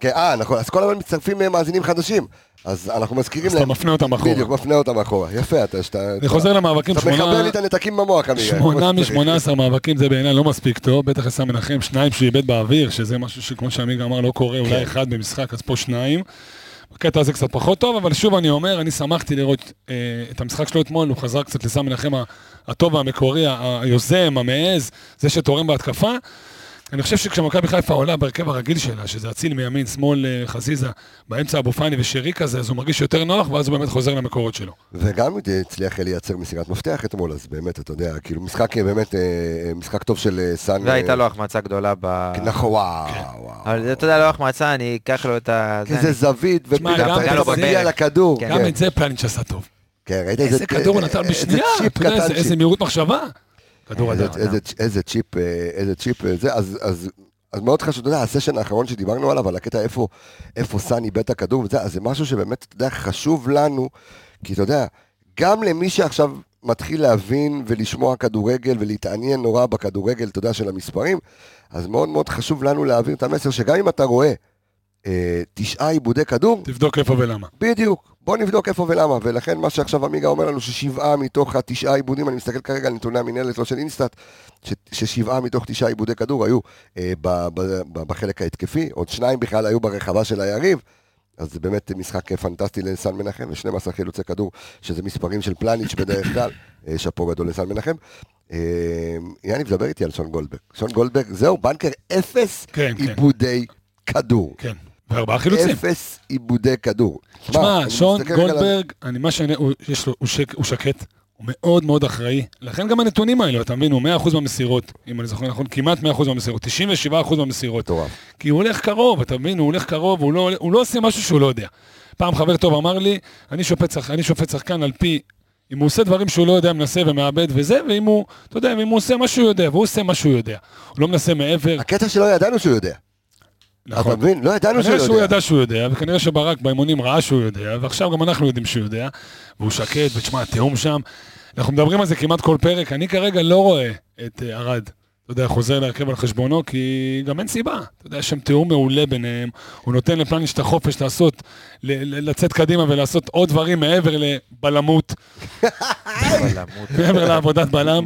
Speaker 1: כן, אה, נכון, אז כל הזמן מצטרפים אה, מאזינים חדשים. אז אנחנו מזכירים
Speaker 6: אז אתה
Speaker 1: להם.
Speaker 6: מפנה אותם אחורה.
Speaker 1: בדיוק, מפנה אותם אחורה. יפה, אתה... שאתה-
Speaker 6: אני חוזר למאבקים,
Speaker 1: אתה
Speaker 6: כן, שמונה-
Speaker 1: מחבר לי את הנתקים במוח, אמיר.
Speaker 6: שמונה משמונה עשר מאבקים זה בעיניי לא מספיק טוב, בטח עשה מנחם שניים שהוא איבד באוויר, שזה משהו שכמו שעמיגה אמר לא קורה, אולי אחד במשחק, אז פה שניים. בקטע הזה קצת פחות טוב, אבל שוב אני אומר, אני שמחתי לראות אה, את המשחק שלו אתמול, הוא חזר קצת לסם מנחם ה- הטוב והמקורי, ה- היוזם, המעז, זה שתורם בהתקפה. אני חושב שכשמכבי חיפה עולה בהרכב הרגיל שלה, שזה אציל מימין, שמאל, אה, חזיזה, באמצע אבו פאני ושרי כזה, אז הוא מרגיש יותר נוח, ואז הוא באמת חוזר למקורות שלו.
Speaker 1: וגם הצליח לייצר מסירת מפתח אתמול, אז באמת, אתה יודע, כאילו משחק אה, באמת, אה, משחק טוב של אה, סאן.
Speaker 5: והייתה
Speaker 1: אה,
Speaker 5: לו החמצה גדולה ב...
Speaker 1: נכון, וואו, וואו.
Speaker 5: אבל זה, אתה יודע, לא החמצה, אני אקח לו את ה... זה,
Speaker 1: איזה
Speaker 5: אני-
Speaker 1: זווית, ופתאום
Speaker 6: גם-
Speaker 1: אתה
Speaker 6: גם
Speaker 1: אתה
Speaker 6: לא
Speaker 1: מגיע
Speaker 5: בברך.
Speaker 1: לכדור.
Speaker 5: כן.
Speaker 1: כן,
Speaker 6: גם את זה פלניץ' עשה טוב.
Speaker 1: כן, ראית
Speaker 6: איזה כדור הוא נתן
Speaker 1: איזה
Speaker 6: בשנייה,
Speaker 1: צ'יפ
Speaker 6: אתה יודע, איזה-
Speaker 1: קטנצ'יק.
Speaker 6: איזה מהירות מחשבה. כדור
Speaker 1: איזה-
Speaker 6: אדם.
Speaker 1: איזה- איזה צ'יפ, אה, איזה צ'יפ, אה, זה, אז, אז, אז מאוד חשוב, אתה יודע, הסשן האחרון שדיברנו עליו, על הקטע איפה, איפה סאן איבד את הכדור וזה, אז זה משהו שבאמת, אתה יודע, חשוב לנו, כי אתה יודע, גם למי שעכשיו מתחיל להבין ולשמוע כדורגל ולהתעניין נורא בכדורגל, אתה יודע, של המספרים, אז מאוד מאוד חשוב לנו להעביר את המסר, שגם אם אתה רואה אה, תשעה עיבודי כדור,
Speaker 6: תבדוק איפה ולמה.
Speaker 1: בדיוק, בוא נבדוק איפה ולמה, ולכן מה שעכשיו עמיגה אומר לנו ששבעה מתוך התשעה עיבודים, אני מסתכל כרגע על נתוני המינהלת, לא של אינסטאט, ש- ששבעה מתוך תשעה עיבודי כדור היו אה, ב- ב- ב- בחלק ההתקפי, עוד שניים בכלל היו ברחבה של היריב, אז זה באמת משחק אה, פנטסטי לסן מנחם, ו-12 חילוצי כדור, שזה מספרים של פלניץ' בדרך כלל, אה, שאפו גדול לסן מנחם. אה, יניב, דבר איתי על שון גולדברג. שון גולדברג, זהו, בנקר אפס
Speaker 6: כן, כן.
Speaker 1: עיבודי כדור.
Speaker 6: כן, וארבעה חילוצים.
Speaker 1: אפס עיבודי כדור. שמע,
Speaker 6: תשמע,
Speaker 1: אני
Speaker 6: שון
Speaker 1: מסתכל רגע על-
Speaker 6: גולדברג, אני מה שאני, הוא- יש לו, הוא שק- הוא שקט, הוא מאוד מאוד אחראי. לכן גם הנתונים האלו, אתה מבין, הוא 100% במסירות, אם אני זוכר נכון, כמעט 100% במסירות, 97% במסירות.
Speaker 1: מטורף.
Speaker 6: כי הוא הולך קרוב, אתה מבין, הוא הולך קרוב, הוא לא, הוא לא עושה משהו שהוא לא יודע. פעם חבר טוב אמר לי, אני שופט, שח, אני שופט שחקן על פי, אם הוא עושה דברים שהוא לא יודע, מנסה ומאבד וזה, ואם הוא, אתה יודע, אם הוא עושה מה שהוא יודע, והוא עושה מה שהוא יודע. הוא לא מנסה מעבר,
Speaker 1: הקטע שלא ידענו שהוא יודע. אתה
Speaker 6: נכון.
Speaker 1: מבין? לא ידענו שהוא
Speaker 6: כנראה שהוא
Speaker 1: יודע.
Speaker 6: ידע שהוא יודע, וכנראה שברק באימונים ראה שהוא יודע, ועכשיו גם אנחנו יודעים שהוא יודע, והוא שקט, ותשמע, התיאום שם. אנחנו מדברים על זה כמעט כל פרק, אני כרגע לא רואה את אה, ארד, אתה יודע, חוזר להרכב על חשבונו, כי גם אין סיבה. אתה יודע, יש שם תיאום מעולה ביניהם, הוא נותן לפלניש את החופש לעשות, ל- ל- לצאת קדימה ולעשות עוד דברים מעבר לבלמות, [LAUGHS]
Speaker 5: בלמות.
Speaker 6: מעבר לעבודת בלם.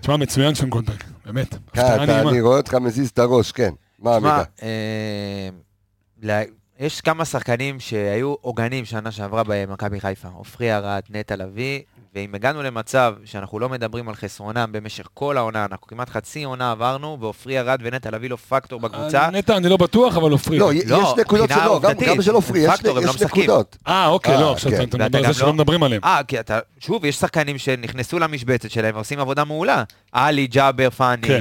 Speaker 6: תשמע, מצוין שם גולדברג, באמת.
Speaker 1: כן,
Speaker 6: הפתעה
Speaker 1: אתה-
Speaker 6: נעימה.
Speaker 1: אני רואה אותך מזיז את הראש, כן. מה
Speaker 5: תשמע,
Speaker 1: המידע?
Speaker 5: אה, לה- יש כמה שחקנים שהיו עוגנים שנה שעברה במכבי חיפה. עופרי ארד, נטע לביא, ואם הגענו למצב שאנחנו לא מדברים על חסרונם במשך כל העונה, אנחנו כמעט חצי עונה עברנו, ועופרי ארד ונטע לביא לא פקטור בקבוצה.
Speaker 6: נטע, אני לא בטוח, אבל עופרי.
Speaker 1: לא, יש
Speaker 5: לא,
Speaker 1: נקודות
Speaker 5: מבחינה
Speaker 1: שלו, גם-
Speaker 5: עובדתית,
Speaker 1: גם של עופרי, יש-
Speaker 5: פקטור, הם לא
Speaker 1: יש
Speaker 5: משחקים.
Speaker 1: נקודות.
Speaker 6: אה, אוקיי,
Speaker 1: אה,
Speaker 6: לא, עכשיו
Speaker 1: כן.
Speaker 6: אתה- אתה מדבר על
Speaker 5: ואתה גם
Speaker 6: זה שלא
Speaker 5: לא-
Speaker 6: מדברים עליהם.
Speaker 5: אה, כי אתה, שוב, יש שחקנים שנכנסו למשבצת שלהם ועושים עבודה מעולה. עלי, ג'אבר, פאני,
Speaker 6: כן.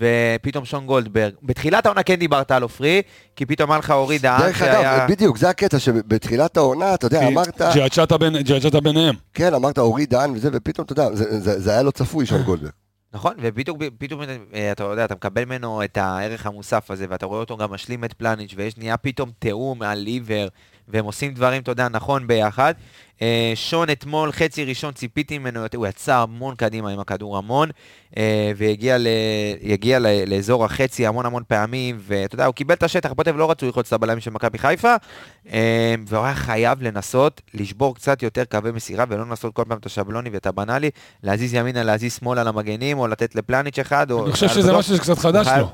Speaker 5: ופתאום שון גולדברג. בתחילת העונה כן דיברת על עופרי, כי פתאום היה לך אורי דהן
Speaker 1: דרך אגב, בדיוק, זה הקטע שבתחילת העונה, אתה יודע, אמרת,
Speaker 6: ג'עג'עתה בין- ג'עג'עתה ביניהם.
Speaker 1: כן, אמרת אורי דהן וזה, ופתאום, אתה יודע, זה- זה זה היה לא צפוי, שון גולדברג.
Speaker 5: נכון, ובדיוק, פתאום, אה, אתה יודע, אתה מקבל ממנו את הערך המוסף הזה, ואתה רואה אותו גם משלים את פלניץ', ויש נהיה פתאום תיאום על עיוור, והם עושים דברים, אתה יודע, נכון ביחד. אה, שון אתמול, חצי ראשון, ציפיתי ממנו, יותר, הוא יצא המון קדימה עם הכדור המון, אה, והגיע ל, יגיע ל, לאזור החצי המון המון פעמים, ואתה יודע, הוא קיבל את השטח, בוטב לא רצו ללחוץ את הבלמים של מכבי חיפה, אה, והוא היה חייב לנסות לשבור קצת יותר קווי מסירה, ולא לנסות כל פעם את השבלוני ואת הבנאלי, להזיז ימינה, להזיז שמאלה למגנים, או לתת לפלניץ' אחד, או...
Speaker 6: אני חושב
Speaker 5: על
Speaker 6: שזה
Speaker 5: בטוח.
Speaker 6: משהו שקצת חדש
Speaker 5: חייב-
Speaker 6: לו.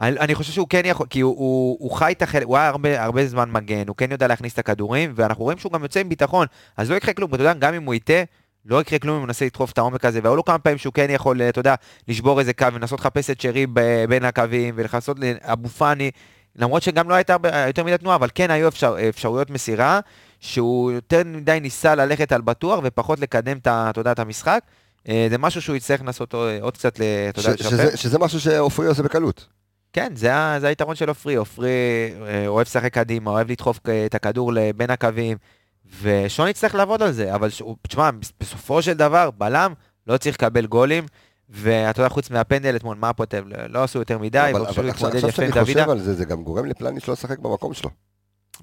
Speaker 5: אני, אני חושב שהוא כן יכול, כי הוא, הוא, הוא חי את החלק, הוא היה הרבה, הרבה זמן מגן, הוא כן יודע להכניס את הכדורים, ואנחנו רואים שהוא גם יוצא עם ביטחון, אז לא יקרה כלום, אתה יודע, גם אם הוא יטעה, לא יקרה כלום אם הוא מנסה לדחוף את העומק הזה, והיו לו כמה פעמים שהוא כן יכול, אתה יודע, לשבור איזה קו, לנסות לחפש את שרי ב- בין הקווים, ולכנסות לאבו פאני, למרות שגם לא הייתה הרבה- יותר מדי תנועה, אבל כן היו אפשר, אפשרויות מסירה, שהוא יותר מדי ניסה ללכת על בטוח, ופחות לקדם את, ה- אתה יודע, את המשחק. אה, זה משהו שהוא יצטרך לנסות אה, עוד קצת, ל- אתה יודע,
Speaker 1: ש- שזה- שזה משהו שעופרי עושה בקלות.
Speaker 5: כן, זה, ה- זה היתרון של עופרי. עופרי אה, אוהב לשחק קדימה, אוהב לדחוף כ- את הכדור בין הקווים, ושון יצטרך לעבוד על זה, אבל ש- הוא- תשמע, בס- בסופו של דבר, בלם לא צריך לקבל גולים, ואתה יודע, חוץ מהפנדל אתמול, מה הפוטב? לא לא עשו יותר מדי,
Speaker 1: אבל
Speaker 5: והוא פשוט
Speaker 1: אבל עכשיו
Speaker 5: התמודד
Speaker 1: עכשיו
Speaker 5: יפה עם
Speaker 1: שאני
Speaker 5: דוידה.
Speaker 1: חושב על זה, זה גם גורם לפלניץ' לא לשחק במקום שלו.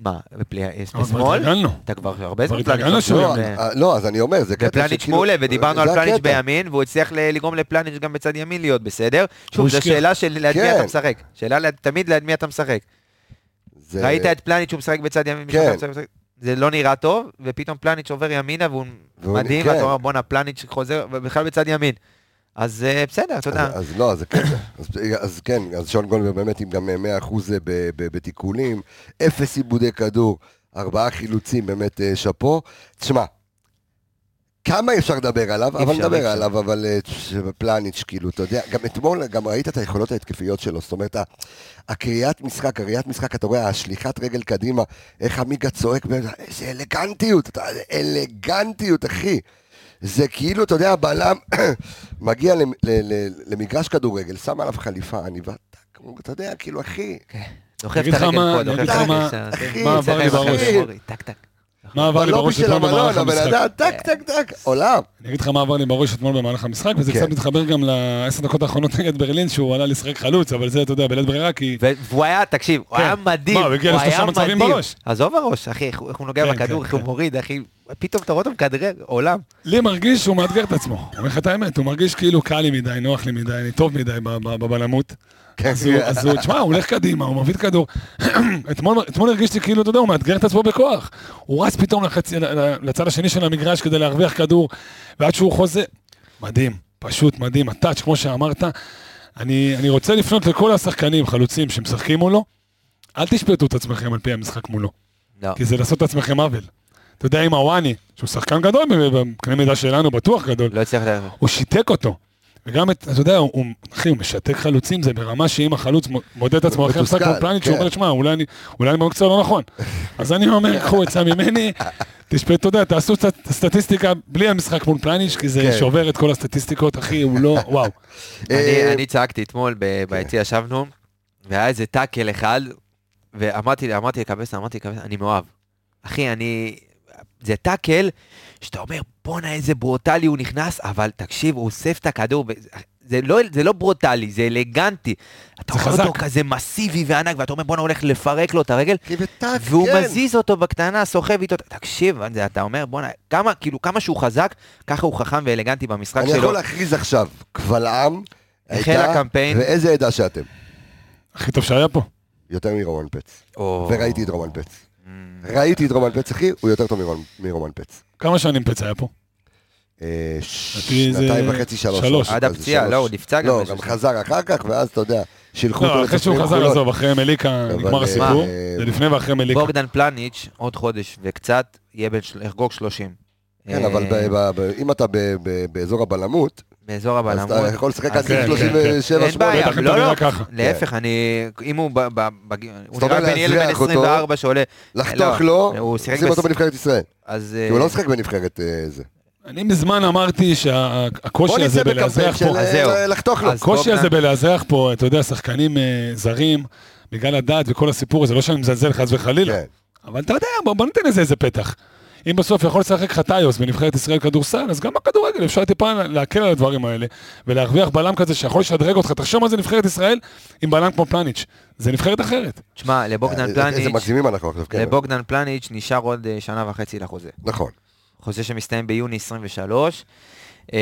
Speaker 5: מה, בפלי-
Speaker 6: אבל כבר
Speaker 5: בשמאל?
Speaker 6: התרגלנו.
Speaker 5: אתה כבר הרבה
Speaker 6: כבר
Speaker 5: זמן
Speaker 6: התרגלנו
Speaker 5: פלניץ'
Speaker 6: שהוא
Speaker 5: לא
Speaker 1: לא,
Speaker 6: שוב,
Speaker 5: שחק.
Speaker 1: אה, לא, אז אני אומר, זה קטע
Speaker 5: ופלניץ'
Speaker 1: שכאילו-
Speaker 5: מעולה, ודיברנו
Speaker 1: זה
Speaker 5: על פלניץ'
Speaker 1: הקטע.
Speaker 5: בימין, והוא הצליח ל- לגרום לפלניץ' גם בצד ימין להיות בסדר.
Speaker 6: הוא
Speaker 5: שוב, זו
Speaker 6: השקיע.
Speaker 5: שאלה של ליד מי
Speaker 1: כן.
Speaker 5: אתה משחק. שאלה ליד- תמיד ליד מי אתה משחק.
Speaker 1: זה-
Speaker 5: ראית את פלניץ' שהוא משחק בצד ימין? מישהו
Speaker 1: כן.
Speaker 5: אחר משחק- זה לא נראה טוב, ופתאום פלניץ' עובר ימינה והוא
Speaker 1: והוא-
Speaker 5: מדהים,
Speaker 1: כן.
Speaker 5: ואתה אומר בואנה פלניץ' חוזר, ובכלל בצד ימין. אז אה, בסדר, אתה יודע.
Speaker 1: אז, אז לא, אז זה קטע. אז, אז כן, אז שון גולדברג באמת עם גם 100% ב- ב- בתיקולים, אפס עיבודי כדור, ארבעה חילוצים, באמת אה, שאפו. תשמע, כמה אפשר לדבר עליו,
Speaker 5: אי
Speaker 1: אבל
Speaker 5: אפשר,
Speaker 1: נדבר
Speaker 5: אי אפשר.
Speaker 1: עליו, אבל אה, ש- פלניץ', כאילו, אתה יודע, גם אתמול, גם ראית את היכולות ההתקפיות שלו, זאת אומרת, ה- הקריאת משחק, הראיית משחק, אתה רואה, השליחת רגל קדימה, איך עמיגה צועק, באמצע, איזה אלגנטיות, אתה, אלגנטיות, אחי. זה כאילו, אתה יודע, הבלם [COUGHS] מגיע למ- ל- ל- למגרש כדורגל, שם עליו חליפה, אני ואתה, כמו, אתה יודע, כאילו, אחי,
Speaker 5: דוחף
Speaker 6: אגיד
Speaker 5: את
Speaker 6: לך
Speaker 5: הרגל
Speaker 6: מה-
Speaker 5: פה,
Speaker 6: אני
Speaker 5: דוחף את
Speaker 6: אגיד לך
Speaker 5: הרגל.
Speaker 6: מה-
Speaker 5: שם,
Speaker 6: מה
Speaker 5: יוצא
Speaker 6: עבר לי
Speaker 5: לך עם
Speaker 6: בראש?
Speaker 5: החבר'ה, אורי, טק, טק.
Speaker 6: מה עבר לי
Speaker 1: בלובי
Speaker 6: בראש
Speaker 1: של
Speaker 6: אתמול במהלך
Speaker 1: לא המלון, הבן
Speaker 6: המשחק?
Speaker 1: אדם, טק, טק, טק, עולם.
Speaker 6: אני אגיד לך מה עבר לי בראש אתמול במהלך המשחק, וזה
Speaker 1: כן.
Speaker 6: קצת מתחבר גם לעשר דקות האחרונות נגד ברלין, שהוא עלה לשחק חלוץ, אבל זה, אתה יודע, בלית ברירה, כי...
Speaker 5: ו- והוא היה, תקשיב, הוא
Speaker 6: כן.
Speaker 5: היה מדהים.
Speaker 6: מה, הוא הגיע לשלושה
Speaker 5: היה
Speaker 6: מצבים
Speaker 5: מדהים.
Speaker 6: בראש.
Speaker 5: עזוב הראש, אחי, איך הוא איך הוא נוגע
Speaker 6: כן,
Speaker 5: בכדור,
Speaker 6: כן,
Speaker 5: איך הוא
Speaker 6: כן.
Speaker 5: מוריד, אחי. פתאום אתה רואה אותו מכדרר, עולם.
Speaker 6: לי מרגיש שהוא מאתגר את עצמו. אני אומר לך את האמת, הוא מרגיש כאילו קל לי מדי, נוח לי מדי, אני טוב מדי ב- ב- בבלמות. אז הוא- אז הוא, תשמע, הוא הולך קדימה, הוא מביא את הכדור. [CLEARS THROAT] אתמול אתמול הרגישתי כאילו, אתה יודע, הוא מאתגר את עצמו בכוח. הוא רץ פתאום לחצי- ל- ל- לצד השני של המגרש כדי להרוויח כדור, ועד שהוא חוזה... מדהים, פשוט מדהים. הטאץ', כמו שאמרת, אני אני רוצה לפנות לכל השחקנים, חלוצים, שמשחקים מולו, אל תשפטו את עצמכם על פי המשחק מולו.
Speaker 5: לא.
Speaker 6: כי זה לעשות את עצמכם עוול. אתה יודע, עם הוואני, שהוא שחקן גדול, בקנה מידה שלנו בטוח גדול,
Speaker 5: לא הצליח... ל-
Speaker 6: הוא שיתק אותו. וגם, את, אתה יודע, הוא- הוא, אחי, הוא משתק חלוצים, זה ברמה שאם החלוץ מ- מודד את עצמו אחרי
Speaker 1: מתוסכל,
Speaker 6: המשחק כמו פלניץ', הוא
Speaker 1: כן.
Speaker 6: אומר, שמע, אולי אני אולי אני במקצוע לא נכון. אז אני אומר, קחו עצה ממני, תשפט, אתה יודע, תעשו סט- סטטיסטיקה בלי המשחק מול פלניץ', כי זה
Speaker 1: כן.
Speaker 6: שובר את כל הסטטיסטיקות, אחי, הוא לא, וואו.
Speaker 5: אני-
Speaker 1: אה, אוקיי.
Speaker 5: אני צעקתי אתמול, ב- ביציע ישבנו, והיה איזה טאקל אחד, ואמרתי אמרתי לקבסה, אמרתי לקבסה, אני מאוהב. אחי, אני... זה טאקל שאתה אומר, בואנה איזה ברוטלי הוא נכנס, אבל תקשיב, הוא אוסף את הכדור. ב- זה לא, זה לא ברוטלי, זה אלגנטי. אתה
Speaker 6: זה
Speaker 5: רואה אותו
Speaker 6: חזק.
Speaker 5: כזה מסיבי וענק, ואתה אומר, בואנה, הוא הולך לפרק לו את הרגל,
Speaker 1: כי בטאק,
Speaker 5: והוא
Speaker 1: כן.
Speaker 5: מזיז אותו בקטנה, סוחב איתו. תקשיב, זה- אתה אומר, בואנה, כמה, כאילו, כמה שהוא חזק, ככה הוא חכם ואלגנטי במשחק
Speaker 1: אני
Speaker 5: שלו.
Speaker 1: יכול להכריז עכשיו, קבל עם,
Speaker 5: החל
Speaker 1: הייתה,
Speaker 5: הקמפיין.
Speaker 1: ואיזה עדה שאתם.
Speaker 6: הכי טוב שהיה פה.
Speaker 1: יותר מרומן פץ.
Speaker 5: או. Mm.
Speaker 1: וראיתי את רומן פץ. ראיתי את רומן פץ, אחי, הוא יותר טוב מרומן- מרומן פץ.
Speaker 6: כמה שנים פצע היה פה?
Speaker 1: אה,
Speaker 6: לפי איזה-
Speaker 1: שנתיים וחצי, שלוש.
Speaker 6: שלוש.
Speaker 1: משהו
Speaker 5: עד
Speaker 1: כזה,
Speaker 5: הפציעה,
Speaker 1: שלוש.
Speaker 5: לא, הוא נפצע גם
Speaker 1: לא,
Speaker 5: משהו
Speaker 1: גם
Speaker 5: שם.
Speaker 1: חזר אחר כך, ואז אתה יודע, שילחו
Speaker 6: לא, אחרי שהוא
Speaker 1: לתוכניות
Speaker 6: חזר,
Speaker 1: גבולות.
Speaker 6: עזוב, אחרי מליקה
Speaker 1: אבל,
Speaker 6: נגמר
Speaker 1: אה,
Speaker 6: הסיפור.
Speaker 1: מה?
Speaker 6: זה לפני ואחרי מליקה.
Speaker 5: בוגדן פלניץ', עוד חודש וקצת, יהיה בן, של- יחגוג 30.
Speaker 1: כן,
Speaker 5: אה,
Speaker 1: אבל ב- ב- ב- אם אתה ב- ב- באזור הבלמות,
Speaker 5: באזור
Speaker 1: אז
Speaker 5: הבלמות.
Speaker 1: אתה יכול לשחק עד
Speaker 5: אז-
Speaker 6: כן,
Speaker 1: גיל
Speaker 6: כן,
Speaker 1: 37
Speaker 5: אין בעיה,
Speaker 6: בטח אם
Speaker 5: לא,
Speaker 6: אתה
Speaker 5: לא,
Speaker 6: נראה ככה.
Speaker 5: להפך, אני, אם הוא, ב, ב, בג... הוא
Speaker 1: אתה אומר
Speaker 5: נראה בן ילד
Speaker 1: להזריח
Speaker 5: בן
Speaker 1: אותו,
Speaker 5: 24 שעולה,
Speaker 1: לחתוך
Speaker 5: לא,
Speaker 1: לו,
Speaker 5: הוא שיחק
Speaker 1: שים אותו
Speaker 5: בס-
Speaker 1: בנבחרת ישראל.
Speaker 5: אז...
Speaker 1: כי הוא
Speaker 5: אה,
Speaker 1: לא משחק בנבחרת אה, זה.
Speaker 6: אני מזמן אמרתי
Speaker 1: בוא
Speaker 6: שהקושי
Speaker 1: נצא
Speaker 6: הזה
Speaker 1: בקמפיין
Speaker 6: בלאזרח
Speaker 1: של
Speaker 6: פה,
Speaker 1: אה,
Speaker 5: זהו.
Speaker 1: ל- לחתוך לו.
Speaker 5: אז
Speaker 6: הקושי
Speaker 5: בוגדן-
Speaker 6: הזה בלאזרח פה, אתה יודע, שחקנים אה, זרים, בגלל הדת וכל הסיפור הזה, לא שאני מזלזל חס וחלילה,
Speaker 1: כן.
Speaker 6: אבל אתה יודע, בוא, בוא ניתן לזה איזה פתח. אם בסוף יכול לשחק חטאיוס בנבחרת ישראל כדורסל, אז גם בכדורגל אפשר טיפה לה- להקל על הדברים האלה, ולהרוויח בלם כזה שיכול לשדרג אותך. תחשוב מה זה נבחרת ישראל עם בלם כמו פלניץ'. זה נבחרת אחרת.
Speaker 5: תשמע,
Speaker 1: אה,
Speaker 5: לבוגדן
Speaker 1: איזה- איזה
Speaker 5: פלניץ',
Speaker 1: מגזימים אנחנו עכשיו, כן.
Speaker 5: לבוגדן פלניץ' נשאר עוד אה, שנה וחצי לחוזה.
Speaker 1: נכון.
Speaker 5: חוזה שמסתיים ביוני 23. אה,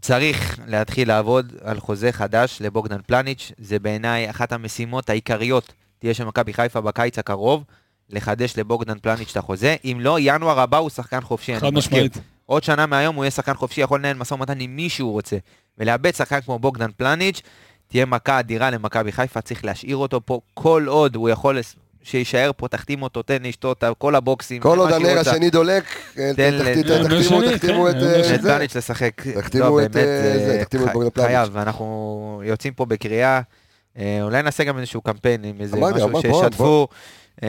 Speaker 5: צריך להתחיל לעבוד על חוזה חדש לבוגדן פלניץ', זה בעיניי אחת המשימות העיקריות תהיה של מכבי חיפה בקיץ הקרוב, לחדש לבוגדן פלניץ' את החוזה, אם לא, ינואר הבא הוא שחקן חופשי, אני
Speaker 6: חד
Speaker 5: מזכיר.
Speaker 6: משמעית.
Speaker 5: עוד שנה מהיום הוא יהיה שחקן חופשי, יכול לנהל משא ומתן עם מי שהוא רוצה, ולאבד שחקן כמו בוגדן פלניץ', תהיה מכה אדירה למכבי חיפה, צריך להשאיר אותו פה כל עוד הוא יכול... לס- שיישאר פה, תחתים אותו, תן לשתות, כל הבוקסים.
Speaker 1: כל
Speaker 5: מה
Speaker 1: עוד
Speaker 5: שהוא
Speaker 1: הנר
Speaker 5: רוצה.
Speaker 1: השני דולק, אה,
Speaker 5: תן ל-
Speaker 1: תחתית-
Speaker 6: אה,
Speaker 1: תחתימו
Speaker 6: השני,
Speaker 1: תחתימו
Speaker 6: כן,
Speaker 1: את
Speaker 6: אה,
Speaker 1: אה,
Speaker 5: נתן
Speaker 1: זה.
Speaker 5: פלניץ' לשחק.
Speaker 1: תחתימו
Speaker 5: לא,
Speaker 1: את, אה,
Speaker 5: באמת,
Speaker 1: זה,
Speaker 5: אה,
Speaker 1: תחתימו את
Speaker 5: חי-
Speaker 1: בוגדן פלניץ'.
Speaker 5: חייב, אנחנו יוצאים פה בקריאה, אה, אולי נעשה גם איזשהו קמפיין עם איזה
Speaker 1: אמרתי,
Speaker 5: משהו
Speaker 1: אמרתי, בוא,
Speaker 5: שישתפו, אה,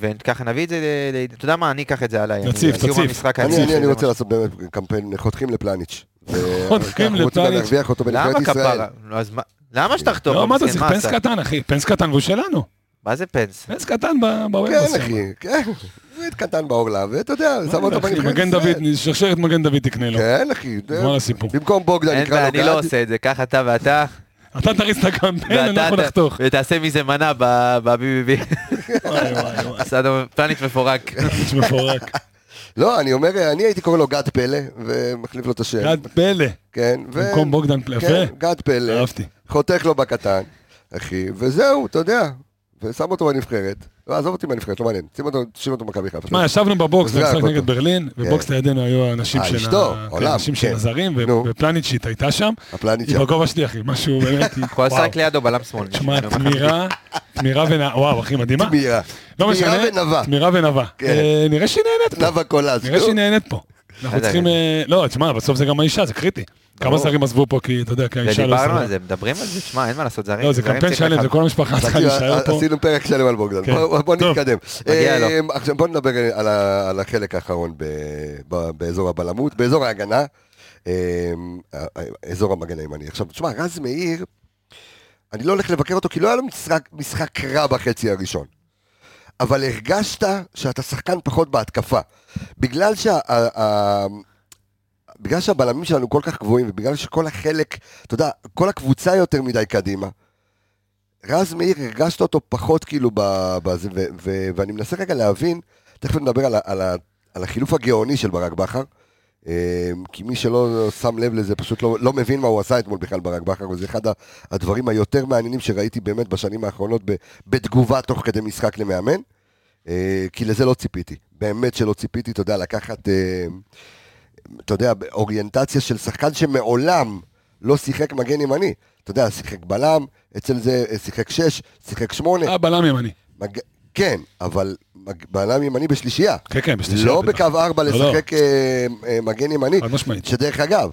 Speaker 5: וככה נביא את זה, ל- ל- אתה יודע מה, אני אקח את זה עליי.
Speaker 6: תציף,
Speaker 5: אני- סיום
Speaker 6: תציף.
Speaker 5: המשחק,
Speaker 1: אני-
Speaker 5: אעשה
Speaker 1: אני- אני
Speaker 5: איזה
Speaker 1: רוצה
Speaker 5: משהו.
Speaker 1: לעשות באמת קמפיין, חותכים לפלניץ'.
Speaker 6: חותכים
Speaker 1: אנחנו רוצים גם
Speaker 6: לפלניץ'.
Speaker 1: להרוויח אותו
Speaker 5: למה
Speaker 1: בנבחרת ישראל.
Speaker 5: כפרה? לא, אז מה- למה שתחתום?
Speaker 6: לא, מה זה,
Speaker 5: מסכן,
Speaker 6: צריך פנס
Speaker 5: עשה?
Speaker 6: קטן, אחי. פנס קטן והוא שלנו.
Speaker 5: מה זה פנס?
Speaker 6: פנס קטן ב- בוובוס.
Speaker 1: כן, אחי, כן. הוא התקטן בעורלה, ואתה יודע, שם אותו
Speaker 6: אחי,
Speaker 1: בנבחרת
Speaker 6: מגן
Speaker 1: ישראל.
Speaker 6: דוד, שרשרת מגן דוד תקנה לו.
Speaker 1: כן, אחי. זה-
Speaker 6: נגמר הסיפור.
Speaker 1: במקום בוגדן
Speaker 5: אין
Speaker 1: נקרא
Speaker 5: בעיה,
Speaker 1: לו
Speaker 5: אני לא
Speaker 1: גד.
Speaker 5: עושה את זה, קח אתה ואתה,
Speaker 6: אתה תריץ את הקמפיין, אנחנו
Speaker 5: ואתה-
Speaker 6: נחתוך.
Speaker 5: ותעשה מזה מנה ב- ב-BBB.
Speaker 6: וואי וואי
Speaker 5: [LAUGHS]
Speaker 1: [LAUGHS]
Speaker 6: וואי,
Speaker 5: סדום, פלניץ' מפורק.
Speaker 6: איש מפורק.
Speaker 1: לא, אני אומר, אני הייתי קורא לו גד פלא, ומחליף לו את השם.
Speaker 6: גד פלא.
Speaker 1: כן, ו...
Speaker 6: במקום בוגדן פלא.
Speaker 1: כן,
Speaker 6: יפה.
Speaker 1: גד פלא.
Speaker 6: אהבתי.
Speaker 1: חותך לו בקטן, אחי, וזהו, אתה יודע. ושם אותו בנבחרת. לא, עזוב אותי מהנבחרת, לא מעניין. שים אותו, שים אותו במכבי חיפה.
Speaker 6: שמע, ישבנו בבוקס
Speaker 1: זרק
Speaker 6: במשחק
Speaker 1: אותו.
Speaker 6: נגד ברלין, ובוקס לידינו היו האנשים
Speaker 1: כן. אה,
Speaker 6: של
Speaker 1: אשתו,
Speaker 6: ה- כן,
Speaker 1: עולם,
Speaker 6: אנשים של
Speaker 1: כן.
Speaker 6: הזרים, ו-
Speaker 1: נו.
Speaker 6: ופלניצ'יט הייתה שם.
Speaker 1: הפלניץ'
Speaker 6: היא בגובה שלי, אחי,
Speaker 1: [LAUGHS]
Speaker 6: משהו באמת, היא-
Speaker 5: הוא
Speaker 6: וואו.
Speaker 5: עשה רק לידו בלם שמאל.
Speaker 6: שמע, תמירה, תמירה ונ... וואו, אחי, מדהימה.
Speaker 1: תמירה.
Speaker 6: לא משנה.
Speaker 1: תמירה ונבה.
Speaker 6: תמירה ונבה.
Speaker 1: כן.
Speaker 6: אה, נראה שהיא נהנית פה.
Speaker 1: נאוה קולז.
Speaker 6: נראה שהיא נהנית פה. אנחנו
Speaker 5: בסדר.
Speaker 6: צריכים... אה, לא, תשמע, בסוף זה גם האישה, זה קריטי. כמה זרים עזבו פה, כי אתה יודע, כי האישה לא...
Speaker 5: ודיברנו
Speaker 6: עזבה.
Speaker 5: על זה, מדברים על זה, שמע, אין מה לעשות, זרים.
Speaker 6: לא, זה
Speaker 5: זרים
Speaker 6: קמפיין
Speaker 5: צריך
Speaker 6: שלם,
Speaker 5: לך-
Speaker 6: זה כל המשפחה צריכה
Speaker 1: תקשיב,
Speaker 6: להישאר פה.
Speaker 1: עשינו פרק שלם על בוגדן,
Speaker 6: כן.
Speaker 1: בוא- בוא
Speaker 6: טוב.
Speaker 1: נתקדם.
Speaker 5: מגיע
Speaker 1: אה, עכשיו בוא נדבר על ה- על החלק האחרון ב- ב- באזור הבלמות, באזור ההגנה, אה, אה, אזור המגן הימני. עכשיו, תשמע, רז מאיר, אני לא הולך לבקר אותו כי לא היה לו משחק- משחק רע בחצי הראשון. אבל הרגשת שאתה שחקן פחות בהתקפה. בגלל שה... ה- ה- בגלל שהבלמים שלנו כל כך גבוהים, ובגלל שכל החלק, אתה יודע, כל הקבוצה יותר מדי קדימה, רז מאיר, הרגשת אותו פחות כאילו ב- בזה, ו- ו- ואני מנסה רגע להבין, תכף נדבר על, ה- על, ה- על החילוף הגאוני של ברק בכר, אה, כי מי שלא שם לב לזה פשוט לא, לא מבין מה הוא עשה אתמול בכלל ברק בכר, וזה אחד ה- הדברים היותר מעניינים שראיתי באמת בשנים האחרונות ב- בתגובה תוך כדי משחק למאמן, אה, כי לזה לא ציפיתי, באמת שלא ציפיתי, אתה יודע, לקחת, אה, אתה יודע, אוריינטציה של שחקן שמעולם לא שיחק מגן ימני. אתה יודע, שיחק בלם, אצל זה שיחק אה, שש, שיחק שמונה.
Speaker 6: אה, בלם ימני.
Speaker 1: מג... כן, אבל מג- בלם ימני בשלישייה.
Speaker 6: כן, כן, בשלישה.
Speaker 1: לא בקו ארבע
Speaker 6: לא, לא.
Speaker 1: לשחק אה, אה, מגן ימני.
Speaker 6: חד משמעית.
Speaker 1: שדרך אגב,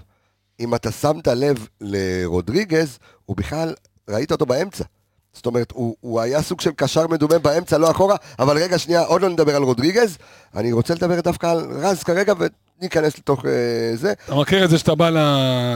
Speaker 1: אם אתה שמת לב לרודריגז, הוא בכלל, ראית אותו באמצע. זאת אומרת, הוא, הוא היה סוג של קשר מדומה באמצע, לא אחורה, אבל רגע, שנייה, עוד לא נדבר על רודריגז. אני רוצה לדבר דווקא על רז כרגע, וניכנס לתוך אה, זה.
Speaker 6: אתה מכיר את זה שאתה בא ל-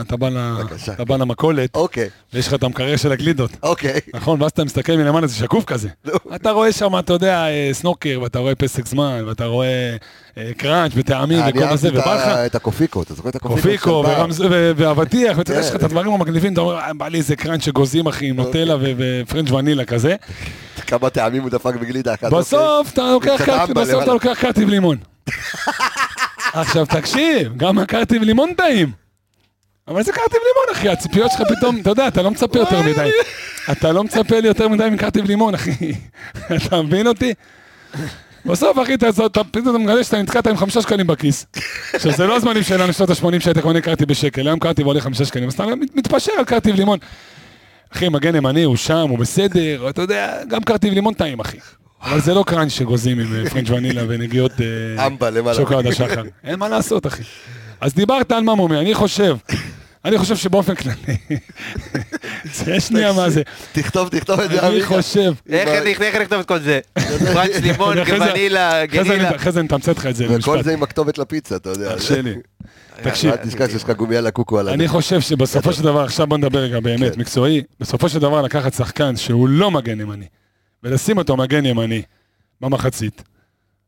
Speaker 6: אתה בא ל-
Speaker 1: בבקשה. כן.
Speaker 6: אתה בא למכולת,
Speaker 1: אוקיי,
Speaker 6: ויש לך את המקרר של הגלידות.
Speaker 1: אוקיי.
Speaker 6: נכון, ואז אתה מסתכל מלמעלה, זה שקוף כזה.
Speaker 1: לא.
Speaker 6: אתה רואה שם, אתה יודע, אה, סנוקר, ואתה רואה פסק זמן, ואתה רואה אה, קראנץ' וטעמים
Speaker 1: אני
Speaker 6: וכל
Speaker 1: אהבתי
Speaker 6: זה,
Speaker 1: את
Speaker 6: ובא לך
Speaker 1: ה- את הקופיקו, אתה זוכר את הקופיקו?
Speaker 6: קופיקו
Speaker 1: של פעם?
Speaker 6: ורמז- ו- ואבטיח, ואתה
Speaker 1: כן. אוקיי.
Speaker 6: יודע, יש לך את הדברים המגניבים, אתה אומר, "אה, בא לי איזה קראנץ' שגוזים, אחי, עם נוטלה ו- ופרנץ' ונילה כזה.
Speaker 1: כמה טעמים הוא דפק בגלידה אחת. אוקיי?
Speaker 6: בסוף אתה לוקח
Speaker 1: מצדה
Speaker 6: קרטיב- בסוף אתה
Speaker 1: למעלה.
Speaker 6: לוקח קרטיב לימון. עכשיו תקשיב, גם הקרטיב לימון טעים. אבל זה קרטיב לימון אחי, הציפיות שלך פתאום, אתה יודע, אתה לא מצפה יותר מדי. אתה לא מצפה לי יותר מדי מקרטיב לימון אחי. [LAUGHS] אתה מבין אותי? בסוף אחי, אתה אתה- פתאום אתה מגלה שאתה נתקעת עם חמישה שקלים בכיס. עכשיו זה לא הזמנים שלנו, שנות ה-80 שהיית קונה קרטיב בשקל, היום קרטיב עולה חמישה שקלים, אז אתה מת- מתפשר על קרטיב לימון. אחי, מגן ימני, הוא שם, הוא בסדר, אתה יודע, גם קרטיב לימון טעים, אחי. אבל זה לא קראנץ' שגוזים עם אה, פרינג' ונילה ונגיעות אה,
Speaker 1: אמבה למעלה.
Speaker 6: שוקולד השחר. אין מה לעשות, אחי. אז דיברת על ממומי, אני חושב, אני חושב שבאופן כללי, זה שנייה מה זה,
Speaker 1: תכתוב, תכתוב את זה.
Speaker 6: אני
Speaker 1: עמיקה.
Speaker 6: חושב,
Speaker 5: איך איך- איך נכתוב את כל
Speaker 6: [LAUGHS]
Speaker 5: זה? פרנץ' לימון,
Speaker 6: אחרי זה-
Speaker 5: גוונילה,
Speaker 6: אחרי זה אני-
Speaker 5: גנילה.
Speaker 6: אחרי זה אני מתמצת לך את זה
Speaker 1: וכל
Speaker 6: במשפט,
Speaker 1: זה עם הכתובת לפיצה, אתה יודע.
Speaker 6: תרשה לי. תקשיב,
Speaker 1: אל תשכח שיש לך גומייה לקוקו על
Speaker 6: אני
Speaker 1: הדרך.
Speaker 6: חושב שבסופו של דבר, עכשיו בוא נדבר רגע באמת,
Speaker 1: כן.
Speaker 6: מקצועי, בסופו של דבר לקחת שחקן שהוא לא מגן ימני, ולשים אותו מגן ימני במחצית.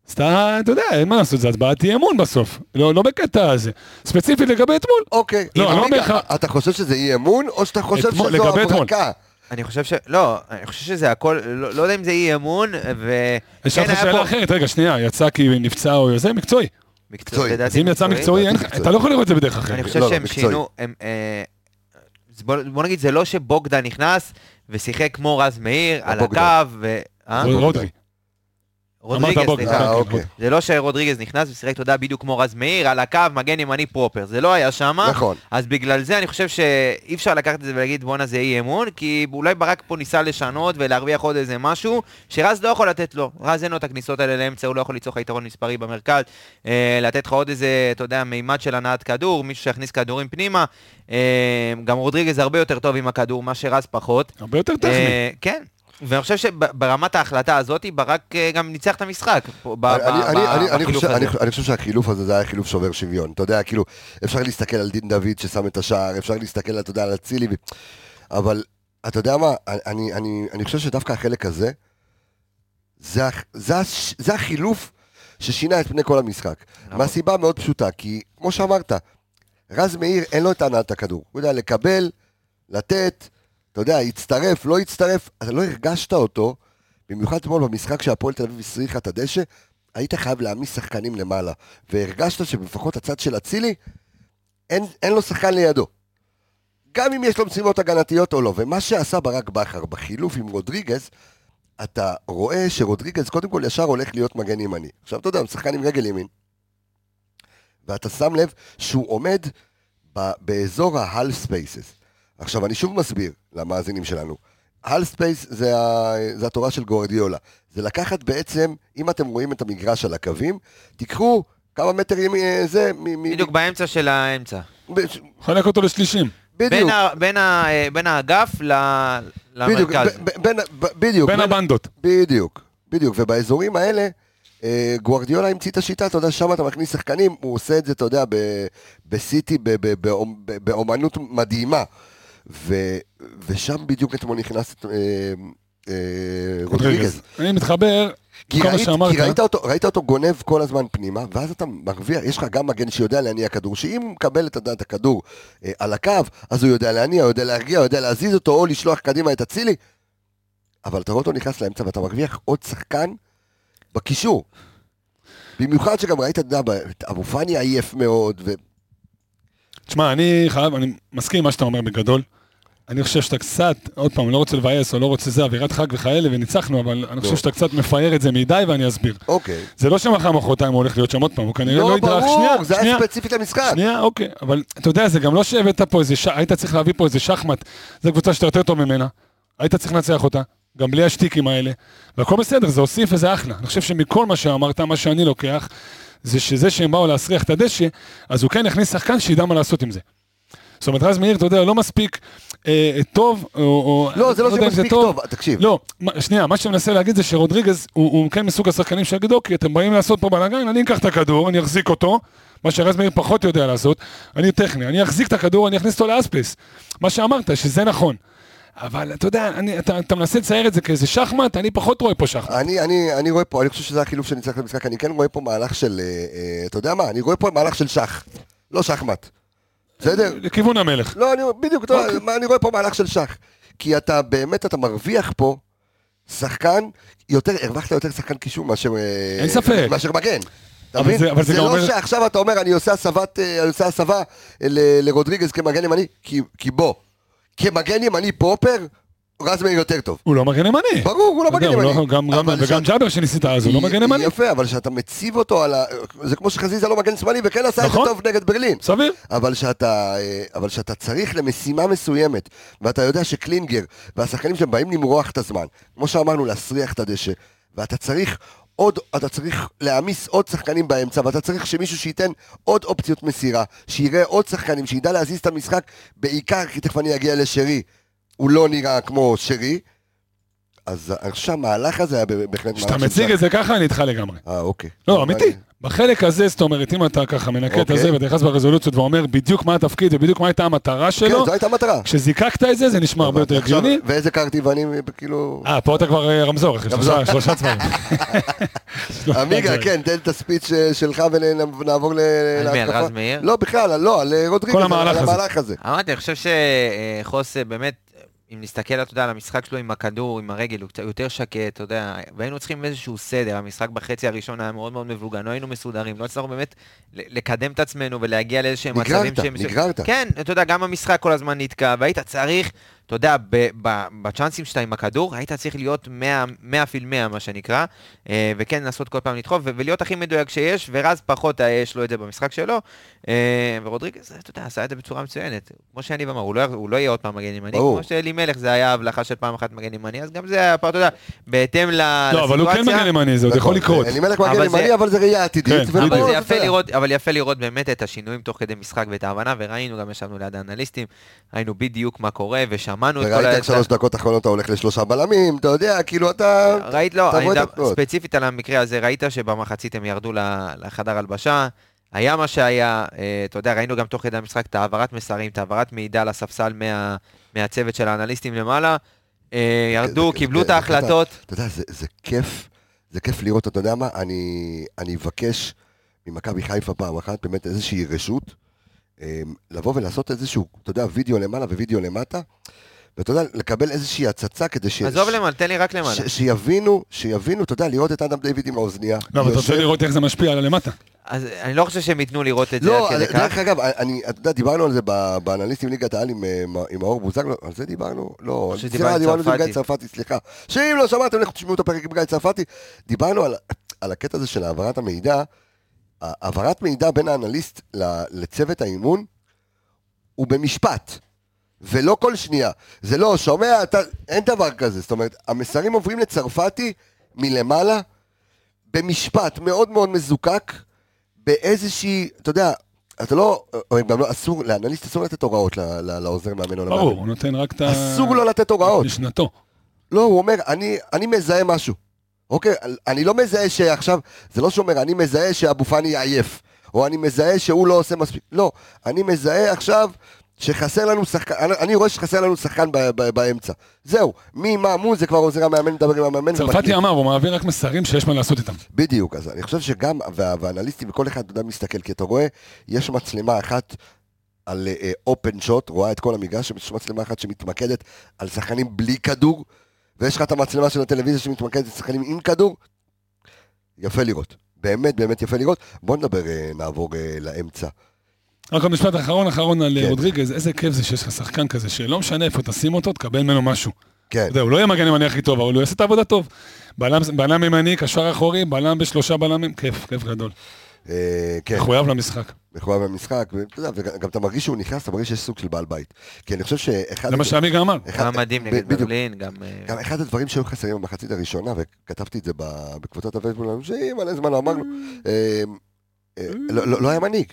Speaker 6: אז אתה, אתה יודע, אין מה לעשות, זה הצבעת אי אמון בסוף. לא, לא בקטע הזה. ספציפית לגבי אתמול.
Speaker 1: אוקיי.
Speaker 6: לא,
Speaker 1: עמיקה,
Speaker 6: לא בהכרח.
Speaker 1: אתה חושב שזה אי אמון, או שאתה חושב
Speaker 6: אתמול-
Speaker 1: שזו
Speaker 6: לגבי אתמול.
Speaker 1: הברקה?
Speaker 5: אני חושב ש... לא, אני חושב שזה הכל, לא לא יודע אם זה אי אמון, ו...
Speaker 6: יש לך
Speaker 5: כן, היה
Speaker 6: שאלה
Speaker 5: פה-
Speaker 6: אחרת, רגע, שנייה, יצא כי נפצע או זה, מקצועי.
Speaker 5: מקצועי,
Speaker 1: מקצועי.
Speaker 5: לדעתי
Speaker 6: אז אם יצא מקצועי, אין-
Speaker 1: מקצועי.
Speaker 6: אתה לא יכול לראות את זה בדרך אחרת.
Speaker 5: אני חושב
Speaker 1: לא, לא,
Speaker 5: שהם
Speaker 1: מקצועי.
Speaker 5: שינו, הם... אה, אז בוא בוא נגיד, זה לא שבוגדן נכנס ושיחק כמו רז מאיר על
Speaker 1: בוגדן.
Speaker 5: הקו, ו... אה?
Speaker 6: רוד- רודרי. אמרת
Speaker 5: רודריגז,
Speaker 6: בוגדן.
Speaker 5: סליחה.
Speaker 1: אה,
Speaker 6: כן,
Speaker 1: אוקיי.
Speaker 5: זה לא שרודריגז נכנס ושיחק, אתה יודע, בדיוק כמו רז מאיר, על הקו, מגן ימני פרופר. זה לא היה שם.
Speaker 1: נכון.
Speaker 5: אז בגלל זה אני חושב שאי אפשר לקחת את זה ולהגיד בואנה זה אי אמון, כי אולי ברק פה ניסה לשנות ולהרוויח עוד איזה משהו שרז לא יכול לתת לו. רז אין לו את הכניסות האלה לאמצע, הוא לא יכול ליצור לך יתרון מספרי במרכז, אה, לתת לך עוד איזה, אתה יודע, מימד של הנעת כדור, מישהו שיכניס כדורים פנימה. אה, גם רודריגז הרבה יותר טוב עם הכדור, מה שרז פחות.
Speaker 6: הרבה יותר טכני.
Speaker 5: אה, כן. ואני חושב שברמת ההחלטה הזאת, ברק אה, גם ניצח את המשחק. פה, ב-
Speaker 1: אני-
Speaker 5: ב-
Speaker 1: אני-
Speaker 5: ב-
Speaker 1: אני- אני
Speaker 5: בחילוף
Speaker 1: חושב-
Speaker 5: הזה.
Speaker 1: אני חושב- אני חושב שהחילוף הזה זה היה חילוף שובר שוויון. אתה יודע, כאילו, אפשר להסתכל על דין דוד ששם את השער, אפשר להסתכל, אתה יודע, על אצילי, ו- אבל אתה יודע מה, אני- אני- אני- אני חושב שדווקא החלק הזה, זה הח- זה הש- זה החילוף ששינה את פני כל המשחק.
Speaker 5: נכון.
Speaker 1: מהסיבה מאוד פשוטה, כי כמו שאמרת, רז מאיר אין לו את הנעת הכדור. הוא יודע לקבל, לתת, אתה יודע, הצטרף, לא הצטרף, אתה לא הרגשת אותו, במיוחד אתמול במשחק שהפועל תל אביב הסריחה את הדשא, היית חייב להעמיס שחקנים למעלה, והרגשת שבפחות הצד של אצילי, אין, אין לו שחקן לידו. גם אם יש לו משימות הגנתיות או לא, ומה שעשה ברק בכר בחילוף עם רודריגז, אתה רואה שרודריגז קודם כל ישר הולך להיות מגן ימני. עכשיו אתה יודע, הוא שחקן עם רגל ימין, ואתה שם לב שהוא עומד ב- באזור ה-half spaces. עכשיו, אני שוב מסביר למאזינים שלנו. הל ספייס זה, ה... זה התורה של גורדיולה. זה לקחת בעצם, אם אתם רואים את המגרש על הקווים, תיקחו כמה מטר ימי... אה, זה... מ... מ-
Speaker 5: בדיוק באמצע של האמצע.
Speaker 1: ב- ש-
Speaker 6: חלק אותו לשלישים.
Speaker 1: בדיוק.
Speaker 5: בין, ה, בין, ה, אה, בין האגף ל,
Speaker 1: בדיוק,
Speaker 5: למרכז.
Speaker 1: ב- ב- בין ה- ב- בדיוק,
Speaker 6: בין הבנדות.
Speaker 1: בדיוק, בדיוק, ובאזורים האלה, אה, גוארדיולה המציא את השיטה, אתה יודע, שם אתה מכניס שחקנים, הוא עושה את זה, אתה יודע, ב- בסיטי, ב- ב- באומ- ב- באומנות מדהימה. ו- ושם בדיוק אתמול נכנס אה, אה, רודריגז.
Speaker 6: אני מתחבר,
Speaker 1: כי,
Speaker 6: כל מה
Speaker 1: ראית,
Speaker 6: שאמרת. אה?
Speaker 1: כי ראית, אותו, ראית אותו גונב כל הזמן פנימה, ואז אתה מרוויח, יש לך גם מגן שיודע להניע כדור, שאם הוא מקבל את הדעת הכדור אה, על הקו, אז הוא יודע להניע, הוא יודע להרגיע, הוא יודע להזיז אותו, או לשלוח קדימה את אצילי, אבל אתה רואה אותו נכנס לאמצע ואתה מרוויח עוד שחקן בקישור. במיוחד שגם ראית, אתה יודע, את אבו פאני עייף מאוד, ו...
Speaker 6: תשמע, אני חייב, אני מסכים עם מה שאתה אומר בגדול. אני חושב שאתה קצת, עוד פעם, לא רוצה לבאס או לא רוצה זה, אווירת חג וכאלה, וניצחנו, אבל אני
Speaker 1: לא.
Speaker 6: חושב שאתה קצת מפאר את זה מדי, ואני אסביר.
Speaker 1: אוקיי.
Speaker 6: זה לא שמחר מחרתיים הוא הולך להיות שם עוד פעם, הוא כנראה
Speaker 1: לא,
Speaker 6: לא ידרך.
Speaker 1: ברור,
Speaker 6: שנייה,
Speaker 1: זה היה
Speaker 6: שנייה,
Speaker 1: ספציפית למשחק.
Speaker 6: שנייה, אוקיי, אבל אתה יודע, זה גם לא שהבאת פה איזה, ש... היית צריך להביא פה איזה שחמט, זו קבוצה שאתה יותר טוב ממנה, היית צריך לנצח אותה, גם בלי השטיקים האלה, והכל בסדר, זה הוסיף וזה אחלה. אני חושב שמכל מה שאמרת, מה שאני לוקח, זה שזה שהם באו להסריח את הדשא, אז הוא כן הכניס שחקן שידע מה לעשות עם זה. זאת אומרת, רז מאיר, אתה יודע, לא מספיק אה, טוב, או... או
Speaker 1: לא, זה לא
Speaker 6: יודע אם
Speaker 1: שמספיק טוב, תקשיב.
Speaker 6: לא, מה- שנייה, מה שאני מנסה להגיד זה שרודריגז הוא, הוא כן מסוג השחקנים שיגידו, אוקיי, אתם באים לעשות פה בלאגן, אני אקח את הכדור, אני אחזיק אותו, מה שרז מאיר פחות יודע לעשות, אני טכני, אני אחזיק את הכדור, אני אכניס אותו לאספס. מה שאמרת, שזה נכון. אבל אתה יודע, אני, אתה, אתה מנסה לצייר את זה כאיזה שחמט, אני פחות רואה פה שחמט.
Speaker 1: אני, אני, אני רואה פה, אני חושב שזה החילוף שניצח את המשחק, אני כן רואה פה מהלך של, אה, אה, אתה יודע מה, אני רואה פה מהלך של שח, לא שחמט. בסדר?
Speaker 6: לכיוון המלך.
Speaker 1: לא, אני, בדיוק, אתה, יודע,
Speaker 6: אוקיי.
Speaker 1: מה, אני רואה פה מהלך של שח. כי אתה באמת, אתה מרוויח פה שחקן, יותר, הרווחת יותר שחקן קישור מאשר... אה,
Speaker 6: אין ספק.
Speaker 1: מאשר מגן. אתה
Speaker 6: אבל
Speaker 1: מבין?
Speaker 6: זה- אבל זה
Speaker 1: זה
Speaker 6: גם
Speaker 1: לא
Speaker 6: אומר-
Speaker 1: שעכשיו אתה אומר, אני עושה הסבת, אה, אני עושה הסבה ל- לרודריגז כמגן ימני, כי, כי בוא, כמגן ימני פרופר, רז מאיר יותר טוב.
Speaker 6: הוא לא מגן ימני.
Speaker 1: ברור, הוא לא
Speaker 6: אתה יודע,
Speaker 1: מגן
Speaker 6: הוא
Speaker 1: ימני.
Speaker 6: גם, גם,
Speaker 1: אבל
Speaker 6: וגם
Speaker 1: שאתה-
Speaker 6: ג'אבר שניסית אז, הוא לא מגן ימני.
Speaker 1: יפה, אבל שאתה מציב אותו על ה... זה כמו שחזיזה לא מגן שמאלי, וכן עשה את זה
Speaker 6: נכון.
Speaker 1: טוב נגד ברלין.
Speaker 6: סביר.
Speaker 1: אבל שאתה, אה, אבל שאתה צריך למשימה מסוימת, ואתה יודע שקלינגר והשחקנים שהם באים למרוח את הזמן, כמו שאמרנו, להסריח את הדשא, ואתה צריך עוד, אתה צריך להעמיס עוד שחקנים באמצע, ואתה צריך שמישהו שייתן עוד אופציות מסירה, שיראה עוד שחקנים, שידע להזיז את המשחק, בעיקר, כי תכף אני אגיע לשרי, הוא לא נראה כמו שרי, אז אני חושב שהמהלך הזה היה בהחלט
Speaker 6: כשאתה
Speaker 1: מהלך של
Speaker 6: מציג
Speaker 1: שחק.
Speaker 6: את זה ככה, אני איתך לגמרי.
Speaker 1: אה, אוקיי.
Speaker 6: לא, אמיתי. בחלק הזה, זאת אומרת, אם אתה ככה מנקה את
Speaker 1: אוקיי.
Speaker 6: הזה ואתה נכנס ברזולוציות ואומר בדיוק מה התפקיד ובדיוק מה הייתה המטרה
Speaker 1: כן,
Speaker 6: שלו,
Speaker 1: זו הייתה המטרה.
Speaker 6: כשזיקקת את זה, זה נשמע לא- הרבה יותר
Speaker 1: עכשיו,
Speaker 6: הגיוני.
Speaker 1: ואיזה קרטיבנים, כאילו...
Speaker 6: אה, פה אתה כבר אה, רמזור, אחי,
Speaker 1: רמזור.
Speaker 6: שלושה- שלושה צבעים.
Speaker 5: אה,
Speaker 6: שלושה
Speaker 1: [LAUGHS] עמיגה,
Speaker 6: צבעים.
Speaker 1: כן, תן את הספיץ ש- שלך ונעבור ל-
Speaker 5: אוקיי. על מי, על
Speaker 1: להתקפה.
Speaker 5: רז אה, מאיר?
Speaker 1: לא, בכלל, לא, על אה, רודריגז,
Speaker 6: כל
Speaker 1: על
Speaker 6: המהלך
Speaker 1: על
Speaker 6: הזה.
Speaker 1: המהלך הזה.
Speaker 5: אמרתי, אני חושב שחוס באמת, אם נסתכל, אתה יודע, על המשחק שלו עם הכדור, עם הרגל, הוא קצת יותר שקט, אתה יודע, והיינו צריכים איזשהו סדר, המשחק בחצי הראשון היה מאוד מאוד מבולגן, לא היינו מסודרים, לא הצלחנו באמת ל- לקדם את עצמנו ולהגיע לאיזשהם
Speaker 1: נגררת,
Speaker 5: מצבים שהם...
Speaker 1: נגררת.
Speaker 5: כן, אתה יודע, גם המשחק כל הזמן נתקע, והיית צריך, אתה יודע, ב- ב- בצ'אנסים שאתה עם הכדור, היית צריך להיות 100 100 פיל 100, מה שנקרא, אה, וכן לנסות כל פעם לדחוף, ו- ולהיות הכי מדויק שיש, ורז פחות אה, יש לו את זה במשחק שלו, אה, ורודריגז, אתה יודע, עשה את זה בצורה מצוינת. כמו שיניב אמר, הוא לא- הוא לא יהיה עוד פעם מגן ימני,
Speaker 1: ברור.
Speaker 5: כמו שאלימלך זה היה הבלחה של פעם אחת מגן ימני, אז גם זה היה, פה, אתה יודע, בהתאם ל-
Speaker 6: לא, אבל הוא כן מגן
Speaker 5: לסיטואציה.
Speaker 6: ימני, זה עוד יכול
Speaker 1: נכון,
Speaker 6: לקרות.
Speaker 1: אני מלך
Speaker 5: אבל
Speaker 1: מגן
Speaker 5: זה-
Speaker 1: ימני, אבל זה ראייה עתידית.
Speaker 6: כן,
Speaker 1: ופה
Speaker 5: אבל זה
Speaker 1: אתה
Speaker 5: יפה
Speaker 1: יודע.
Speaker 5: לראות, אבל יפה לראות באמת את השינויים תוך כדי משחק ואת ההבנה, וראינו, גם ישבנו ליד האנליסטים, ראינו בדיוק מה קורה, ושמענו את כל
Speaker 1: וראית את שלוש דקות האחרונות אתה הולך לשלושה בלמים, אתה יודע, כאילו אתה...
Speaker 5: ראית, לא,
Speaker 1: אתה
Speaker 5: אני
Speaker 1: רואה את
Speaker 5: יודע,
Speaker 1: התנועות.
Speaker 5: ספציפית על המקרה הזה, ראית שבמחצית הם ירדו ל- לחדר הלבשה, היה מה שהיה, אה, אתה יודע, ראינו גם תוך כדי המשחק את העברת מסרים, את העברת מידע לספסל מה- מהצוות של האנליסטים למעלה, אה, ירדו,
Speaker 1: זה-
Speaker 5: קיבלו
Speaker 1: זה-
Speaker 5: את
Speaker 1: זה-
Speaker 5: ההחלטות.
Speaker 1: אתה יודע, זה- זה כיף, זה כיף לראות, אתה יודע מה, אני אני אבקש ממכבי חיפה פעם אחת, באמת איזושהי רשות, אמ, לבוא ולעשות איזשהו, אתה יודע, וידאו למעלה ווידאו למטה, ואתה יודע, לקבל איזושהי הצצה כדי ש...
Speaker 5: עזוב
Speaker 1: ש-
Speaker 5: למעלה, תן לי רק למעלה.
Speaker 1: ש- שיבינו, שיבינו, אתה יודע, לראות את אדם דיוויד עם האוזנייה.
Speaker 6: לא, אבל אתה
Speaker 1: יושב-
Speaker 6: רוצה לראות איך זה משפיע על הלמטה.
Speaker 5: אז אני לא חושב שהם ייתנו לראות את זה
Speaker 1: לא,
Speaker 5: עד כדי
Speaker 1: אז- דרך
Speaker 5: כך.
Speaker 1: אגב, אני, אתה יודע, דיברנו על זה ב- באנליסטים ליגת העל עם, אה, עם מאור בוזגלו, על זה דיברנו? לא,
Speaker 5: חושב
Speaker 1: סליחה,
Speaker 5: שדיברנו עם
Speaker 1: דיברנו על זה עם גיא
Speaker 5: צרפתי.
Speaker 1: צרפתי, סליחה. שאם לא שמעתם, לכו תשמעו את הפרק עם גיא צרפתי. דיברנו על, על הקטע הזה של העברת המידע. העברת מידע בין האנליסט ל- לצוות האימון הוא במשפט, ולא כל שנייה. זה לא, שומע, אתה, אין דבר כזה. זאת אומרת, המסרים עוברים לצרפתי מלמעלה, במשפט מאוד מאוד מזוקק, באיזושהי, אתה יודע, אתה לא, או גם לא, אסור, לאנליסט אסור לתת הוראות ל- ל- לעוזר מאמן או למאמן.
Speaker 6: ברור, הוא נותן רק את ה...
Speaker 1: אסור לו לתת הוראות.
Speaker 6: משנתו.
Speaker 1: לא, הוא אומר, אני, אני מזהה משהו. אוקיי, אני לא מזהה שעכשיו, זה לא שאומר, אני מזהה שאבו פאני עייף, או אני מזהה שהוא לא עושה מספיק. לא, אני מזהה עכשיו שחסר לנו שחקן, אני, אני רואה שחסר לנו שחקן ב, ב, באמצע. זהו, מי, מה, מו, זה כבר עוזר המאמן, מדבר עם המאמן.
Speaker 6: צרפתי
Speaker 1: ומקליט.
Speaker 6: אמר, הוא מעביר רק מסרים שיש מה לעשות איתם.
Speaker 1: בדיוק, אז אני חושב שגם, וה- והאנליסטים, וכל אחד, אתה יודע, מסתכל, כי אתה רואה, יש מצלמה אחת על אופן שוט, רואה את כל המגרש, יש מצלמה אחת שמתמקדת על שחקנים בלי כדור, ויש לך את המצלמה של הטלוויזיה שמתמקדת על שחקנים עם כדור. יפה לראות, באמת באמת יפה לראות. בוא נדבר, אה, נעבור אה, לאמצע.
Speaker 6: רק עוד משפט אחרון אחרון על
Speaker 1: כן.
Speaker 6: אה, רודריגז, איזה כיף זה שיש לך שחקן כזה, שלא משנה איפה תשים אותו, תקבל ממנו משהו.
Speaker 1: כן,
Speaker 6: אתה יודע, הוא לא יהיה מגן ימני הכי טוב, אבל הוא יעשה את העבודה טוב. בלם- בלם ימני, קשר אחורי, בלם בשלושה בלמים, כיף, כיף גדול.
Speaker 1: אה, כן,
Speaker 6: מחויב למשחק.
Speaker 1: מחויב במשחק, ואתה יודע, וגם אתה מרגיש שהוא נכנס, אתה מרגיש שיש סוג של בעל בית. כי אני חושב שאחד...
Speaker 6: זה מה שעמיגה אמר.
Speaker 1: אחד-
Speaker 5: גם מדהים
Speaker 1: ב-
Speaker 5: נגד
Speaker 1: אה, בדיוק.
Speaker 5: ברלין, גם... אה,
Speaker 1: גם אחד הדברים שהיו חסרים במחצית הראשונה, וכתבתי את זה ב- בקבוצת הפייסבוק, שלנו, שמלא זמן לא אמרנו,
Speaker 5: Mm.
Speaker 1: אה, אה, לא- לא לא היה מנהיג.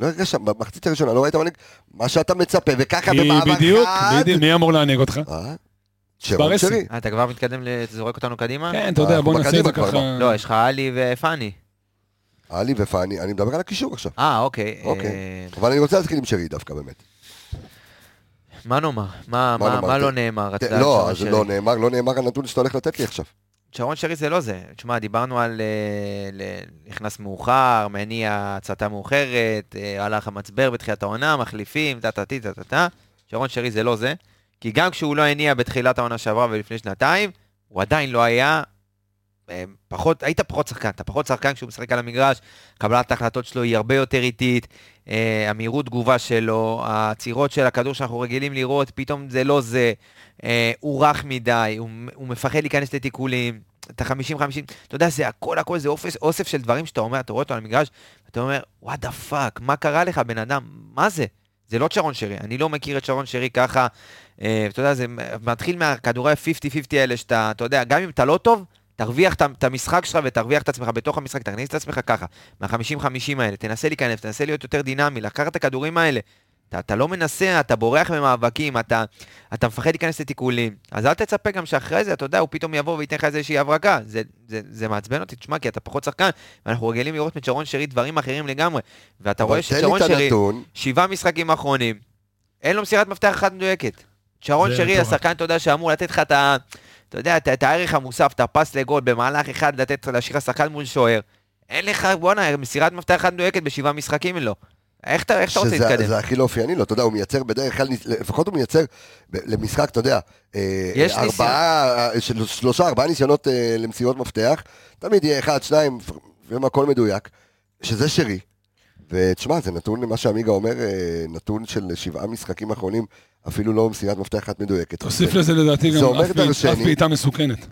Speaker 1: לא הרגשת, במחצית הראשונה לא ראית מנהיג, מה שאתה מצפה, וככה
Speaker 6: כי
Speaker 1: במעבר חד.
Speaker 6: בדיוק, בדיוק, מי אמור להנהיג אותך?
Speaker 1: אה?
Speaker 6: כבר
Speaker 1: שרון
Speaker 6: עשר.
Speaker 1: שרי.
Speaker 5: אה, אתה כבר מתקדם, ל- זורק אותנו קדימה?
Speaker 6: כן, אתה יודע,
Speaker 1: אנחנו
Speaker 6: בוא נעשה את זה
Speaker 1: בקדימה כבר,
Speaker 6: ככה.
Speaker 5: לא, יש לך עלי ופאני.
Speaker 1: עלי ופאני, אני מדבר על הקישור עכשיו.
Speaker 5: אה, אוקיי.
Speaker 1: אוקיי.
Speaker 5: אה,
Speaker 1: אבל אני רוצה להתחיל עם שרי דווקא באמת.
Speaker 5: מה נאמר? מה-
Speaker 1: מה
Speaker 5: מה
Speaker 1: נאמר?
Speaker 5: מה לא נאמר? אתה יודע,
Speaker 1: לא,
Speaker 5: שרון
Speaker 1: אז
Speaker 5: שרי.
Speaker 1: לא נאמר, לא נאמר הנתון שאתה הולך לתת לי עכשיו.
Speaker 5: שרון שרי זה לא זה. תשמע, דיברנו על... אה, ל- נכנס מאוחר, מניע הצתה מאוחרת, אה, הלך המצבר בתחילת העונה, מחליפים, טה-טה-טי, טה-טה-טה. שרון שרי זה לא זה. כי גם כשהוא לא הניע בתחילת העונה שעברה ולפני שנתיים, הוא עדיין לא היה... אה, פחות, היית פחות שחקן, אתה פחות שחקן כשהוא משחק על המגרש, קבלת ההחלטות שלו היא הרבה יותר איטית, אה, המהירות תגובה שלו, העצירות של הכדור שאנחנו רגילים לראות, פתאום זה לא זה, אה, הוא רך מדי, הוא, הוא מפחד להיכנס לתיקולים, אתה 50-50, אתה יודע, זה הכל הכל, זה אופס, אוסף של דברים שאתה אומר, אתה רואה אותו על המגרש, אתה אומר, וואט דה פאק, מה קרה לך, בן אדם, מה זה? זה לא שרון שרי, אני לא מכיר את שרון שרי ככה, אה, אתה יודע, זה מתחיל מהכדורי ה-50-50 האלה שאתה, אתה יודע, גם אם אתה לא טוב, תרוויח את- את המשחק שלך ותרוויח את עצמך בתוך המשחק, תכניס את עצמך ככה, מה-50-50 האלה, תנסה להיכנס, תנסה להיות יותר דינמי, לקחת את הכדורים האלה. אתה, אתה לא מנסה, אתה בורח ממאבקים, אתה, אתה מפחד להיכנס לתיקולים. אז אל תצפה גם שאחרי זה, אתה יודע, הוא פתאום יבוא וייתן לך איזושהי הברקה. זה, זה, זה מעצבן אותי, תשמע, כי אתה פחות שחקן, ואנחנו רגילים לראות משרון שרי דברים אחרים לגמרי. ואתה רואה
Speaker 1: אבל תן לי
Speaker 5: ששרון
Speaker 1: את
Speaker 5: שרי...
Speaker 1: הנתון.
Speaker 5: שבעה משחקים אחרונים, אין לו מסירת מפתח אחת מדויקת. שרון
Speaker 6: זה
Speaker 5: שרי,
Speaker 6: מטורף.
Speaker 5: השחקן, אתה יודע, שאמור לתת לך את ה... אתה יודע, את, את הערך המוסף, את הפס לגול, במהלך אחד לתת, להשאיר לך שחקן מול שוער. אין לך, בואנה, מסירת מפתח אחת מדויקת בשבעה משחקים אין לו. איך אתה, איך אתה רוצה
Speaker 1: שזה-
Speaker 5: להתקדם?
Speaker 1: זה הכי לא אופייני לו, אתה יודע, הוא מייצר בדרך כלל, ניס- לפחות הוא מייצר ב- למשחק, אתה יודע, אה,
Speaker 5: יש
Speaker 1: אה, ארבעה, אה, של- שלושה, ארבעה ניסיונות אה, למסירות מפתח, תמיד יהיה אחד, שניים, ואם הכל מדויק, שזה שרי. ותשמע, זה נתון למה שעמיגה אומר, אה, נתון של שבעה משחקים אחרונים, אפילו לא מסירת מפתח אחת מדויקת.
Speaker 6: תוסיף
Speaker 1: זה-
Speaker 6: לזה לדעתי
Speaker 1: זה
Speaker 6: גם
Speaker 1: אומר
Speaker 6: אף בעיט-
Speaker 1: דרשני.
Speaker 6: אף בעיטה מסוכנת.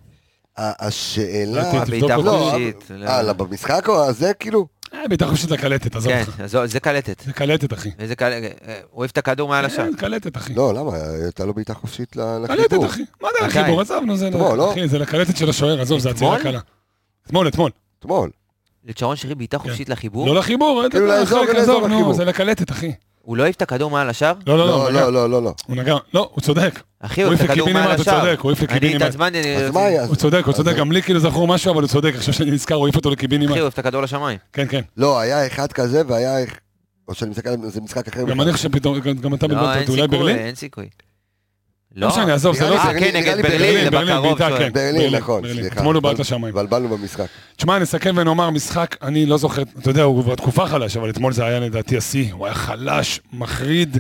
Speaker 1: ה- השאלה...
Speaker 6: אה, תבדוק
Speaker 5: בעיטה
Speaker 6: אותו.
Speaker 5: חופשית. לא.
Speaker 1: אה, לא, במשחק או זה כאילו?
Speaker 6: אה, בעיטה חופשית זה קלטת, עזוב
Speaker 5: כן,
Speaker 6: אותך.
Speaker 5: אז זו- זה קלטת.
Speaker 6: זה קלטת, אחי.
Speaker 5: וזה קל... אה, הוא העיף את הכדור מעל השער.
Speaker 6: כן, קלטת, אחי.
Speaker 1: לא, למה? הייתה לו בעיטה חופשית ל-
Speaker 6: קלטת,
Speaker 1: לחיבור.
Speaker 6: אחי. מה זה
Speaker 5: מתי?
Speaker 6: לחיבור? עזוב, נו, זה...
Speaker 1: אתמול, לא?
Speaker 6: אחי, זה לקלטת של השוער, עזוב, זה עצירה
Speaker 5: אתמול?
Speaker 6: קלה. אתמול, אתמול.
Speaker 1: אתמול.
Speaker 5: לשרון שרי בעיטה חופשית לחיבור?
Speaker 6: לא לחיבור, אין
Speaker 1: כאילו
Speaker 6: דבר
Speaker 1: לאזור,
Speaker 6: אחר,
Speaker 1: לאזור
Speaker 6: עזוב,
Speaker 1: לחיבור.
Speaker 6: נו, זה לקלטת, אחי.
Speaker 5: הוא לא העיף את הכדור מעל השער?
Speaker 6: לא, לא, לא, הוא
Speaker 1: לא,
Speaker 6: נגע.
Speaker 1: לא, לא, לא, לא.
Speaker 6: הוא נגע, לא, הוא צודק.
Speaker 5: אחי,
Speaker 6: הוא
Speaker 5: הוא העיף את
Speaker 6: העיף
Speaker 5: הכדור
Speaker 6: לקיבינימט,
Speaker 5: מעל
Speaker 6: אתה
Speaker 5: השער.
Speaker 6: צודק, הוא העיף
Speaker 5: אני
Speaker 6: לקיבינימט.
Speaker 5: התעצבנתי, אני-
Speaker 1: אז מה היה?
Speaker 6: הוא צודק, הוא
Speaker 1: אז
Speaker 6: צודק, גם לי כאילו זכור משהו, אבל הוא צודק, עכשיו שאני נזכר, הוא העיף אותו לקיבינימט.
Speaker 5: אחי, הוא העיף את הכדור לשמיים.
Speaker 6: כן, כן.
Speaker 1: לא, היה אחד כזה והיה... איך- או שאני מסתכל על זה משחק אחר.
Speaker 6: גם אני חושב פתאום, גם- גם אתה
Speaker 5: לא,
Speaker 6: בלבלת
Speaker 5: אין
Speaker 6: אותי, אולי
Speaker 5: סיכוי,
Speaker 6: ברלין?
Speaker 5: אין סיכוי.
Speaker 6: לא משנה, עזוב, זה
Speaker 1: נראה
Speaker 6: לא
Speaker 1: לי
Speaker 6: זה.
Speaker 5: אה, כן,
Speaker 1: נראה לי
Speaker 5: נגד ברלין,
Speaker 1: ברלין,
Speaker 5: זה
Speaker 6: ברלין,
Speaker 5: בקרוב.
Speaker 6: בעיטה,
Speaker 5: שואל.
Speaker 6: כן.
Speaker 1: ברלין,
Speaker 6: ברלין,
Speaker 1: נכון,
Speaker 6: ברלין.
Speaker 1: סליחה.
Speaker 6: אתמול הוא בעט
Speaker 1: התבל-
Speaker 6: לשמיים.
Speaker 1: התבלבלנו במשחק.
Speaker 6: תשמע, נסכם ונאמר משחק, אני לא זוכר, אתה יודע, הוא כבר תקופה חלש, אבל אתמול זה היה לדעתי השיא, הוא היה חלש, מחריד.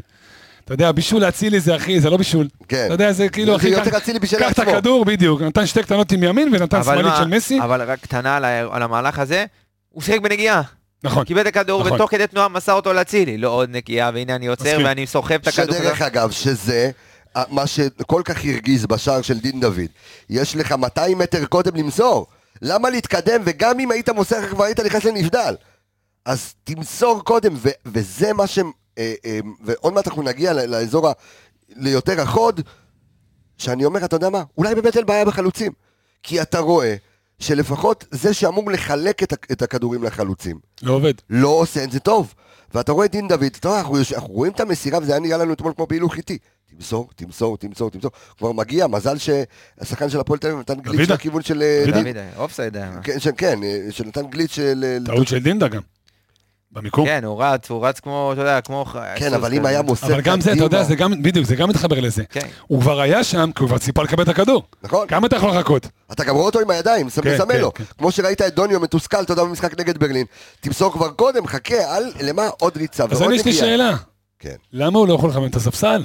Speaker 6: אתה יודע, בישול אצילי זה אחי, זה לא בישול.
Speaker 1: כן.
Speaker 6: אתה יודע, זה כאילו,
Speaker 1: זה
Speaker 6: אחי,
Speaker 1: יותר
Speaker 6: קח-
Speaker 1: אצילי בשל
Speaker 6: קח את
Speaker 1: עצמו.
Speaker 6: הכדור, בדיוק, נתן שתי קטנות עם ימין ונתן
Speaker 5: אבל
Speaker 6: שמאלית
Speaker 5: מה-
Speaker 6: של מסי.
Speaker 5: אבל רק קטנה על ה- על המהלך הזה, הוא שיחק בנגיעה.
Speaker 6: נכון.
Speaker 5: קיבל את הכדור,
Speaker 6: נכון.
Speaker 5: ותוך כדי תנועה מסר אותו לאצילי. לא עוד נגיעה, והנה אני עוצר,
Speaker 6: מסכים.
Speaker 5: ואני סוחב את הכדור. לא,
Speaker 1: שדרך אגב, שזה אה, מה שכל כך הרגיז בשער של דין דוד. יש לך 200 מטר קודם למסור. למה להתקדם, וגם אם היית מוסר כבר היית נכנס לנבדל. אז תמסור קודם, ו- וזה מה ש... אה, אה, ועוד מעט אנחנו נגיע ל- לאזור ה... ליותר החוד, שאני אומר, אתה יודע מה, אולי באמת אין בעיה בחלוצים. כי אתה רואה שלפחות זה שאמור לחלק את, ה- את הכדורים לחלוצים,
Speaker 6: לא עובד.
Speaker 1: לא עושה את זה טוב. ואתה רואה את דין דוד, אתה יודע, אנחנו, יוש- אנחנו רואים את המסירה, וזה היה נראה לנו אתמול כמו בהילוך איטי. תמסור, תמסור, תמסור, תמסור. כבר מגיע, מזל שהשחקן של הפועל תל אביב נתן גליץ'
Speaker 6: דוידה.
Speaker 1: לכיוון של... אה,
Speaker 6: דוידה.
Speaker 5: דוד, אופסייד היה.
Speaker 1: כן, של- כן, אה, שנתן גליץ' של...
Speaker 6: טעות של דינדה גם. במיקום.
Speaker 5: כן, הוא רץ, הוא רץ כמו, אתה יודע, כמו...
Speaker 1: כן, אבל אם היה מוסר
Speaker 6: אבל גם זה, אתה יודע, זה גם, בדיוק, זה גם מתחבר לזה.
Speaker 5: כן.
Speaker 6: הוא כבר היה שם, כי הוא כבר ציפה לקבל את הכדור.
Speaker 1: נכון.
Speaker 6: כמה אתה יכול לחכות?
Speaker 1: אתה גם רואה אותו עם הידיים,
Speaker 6: כן,
Speaker 1: מסמן
Speaker 6: כן,
Speaker 1: לו.
Speaker 6: כן.
Speaker 1: כמו שראית את דוניו מתוסכל, אתה יודע, במשחק נגד ברלין. תמסור כבר קודם, חכה, אל... למה עוד ריצה ועוד
Speaker 6: אז אני, יש לי שאלה.
Speaker 1: כן.
Speaker 6: למה הוא לא יכול לחמם את הספסל?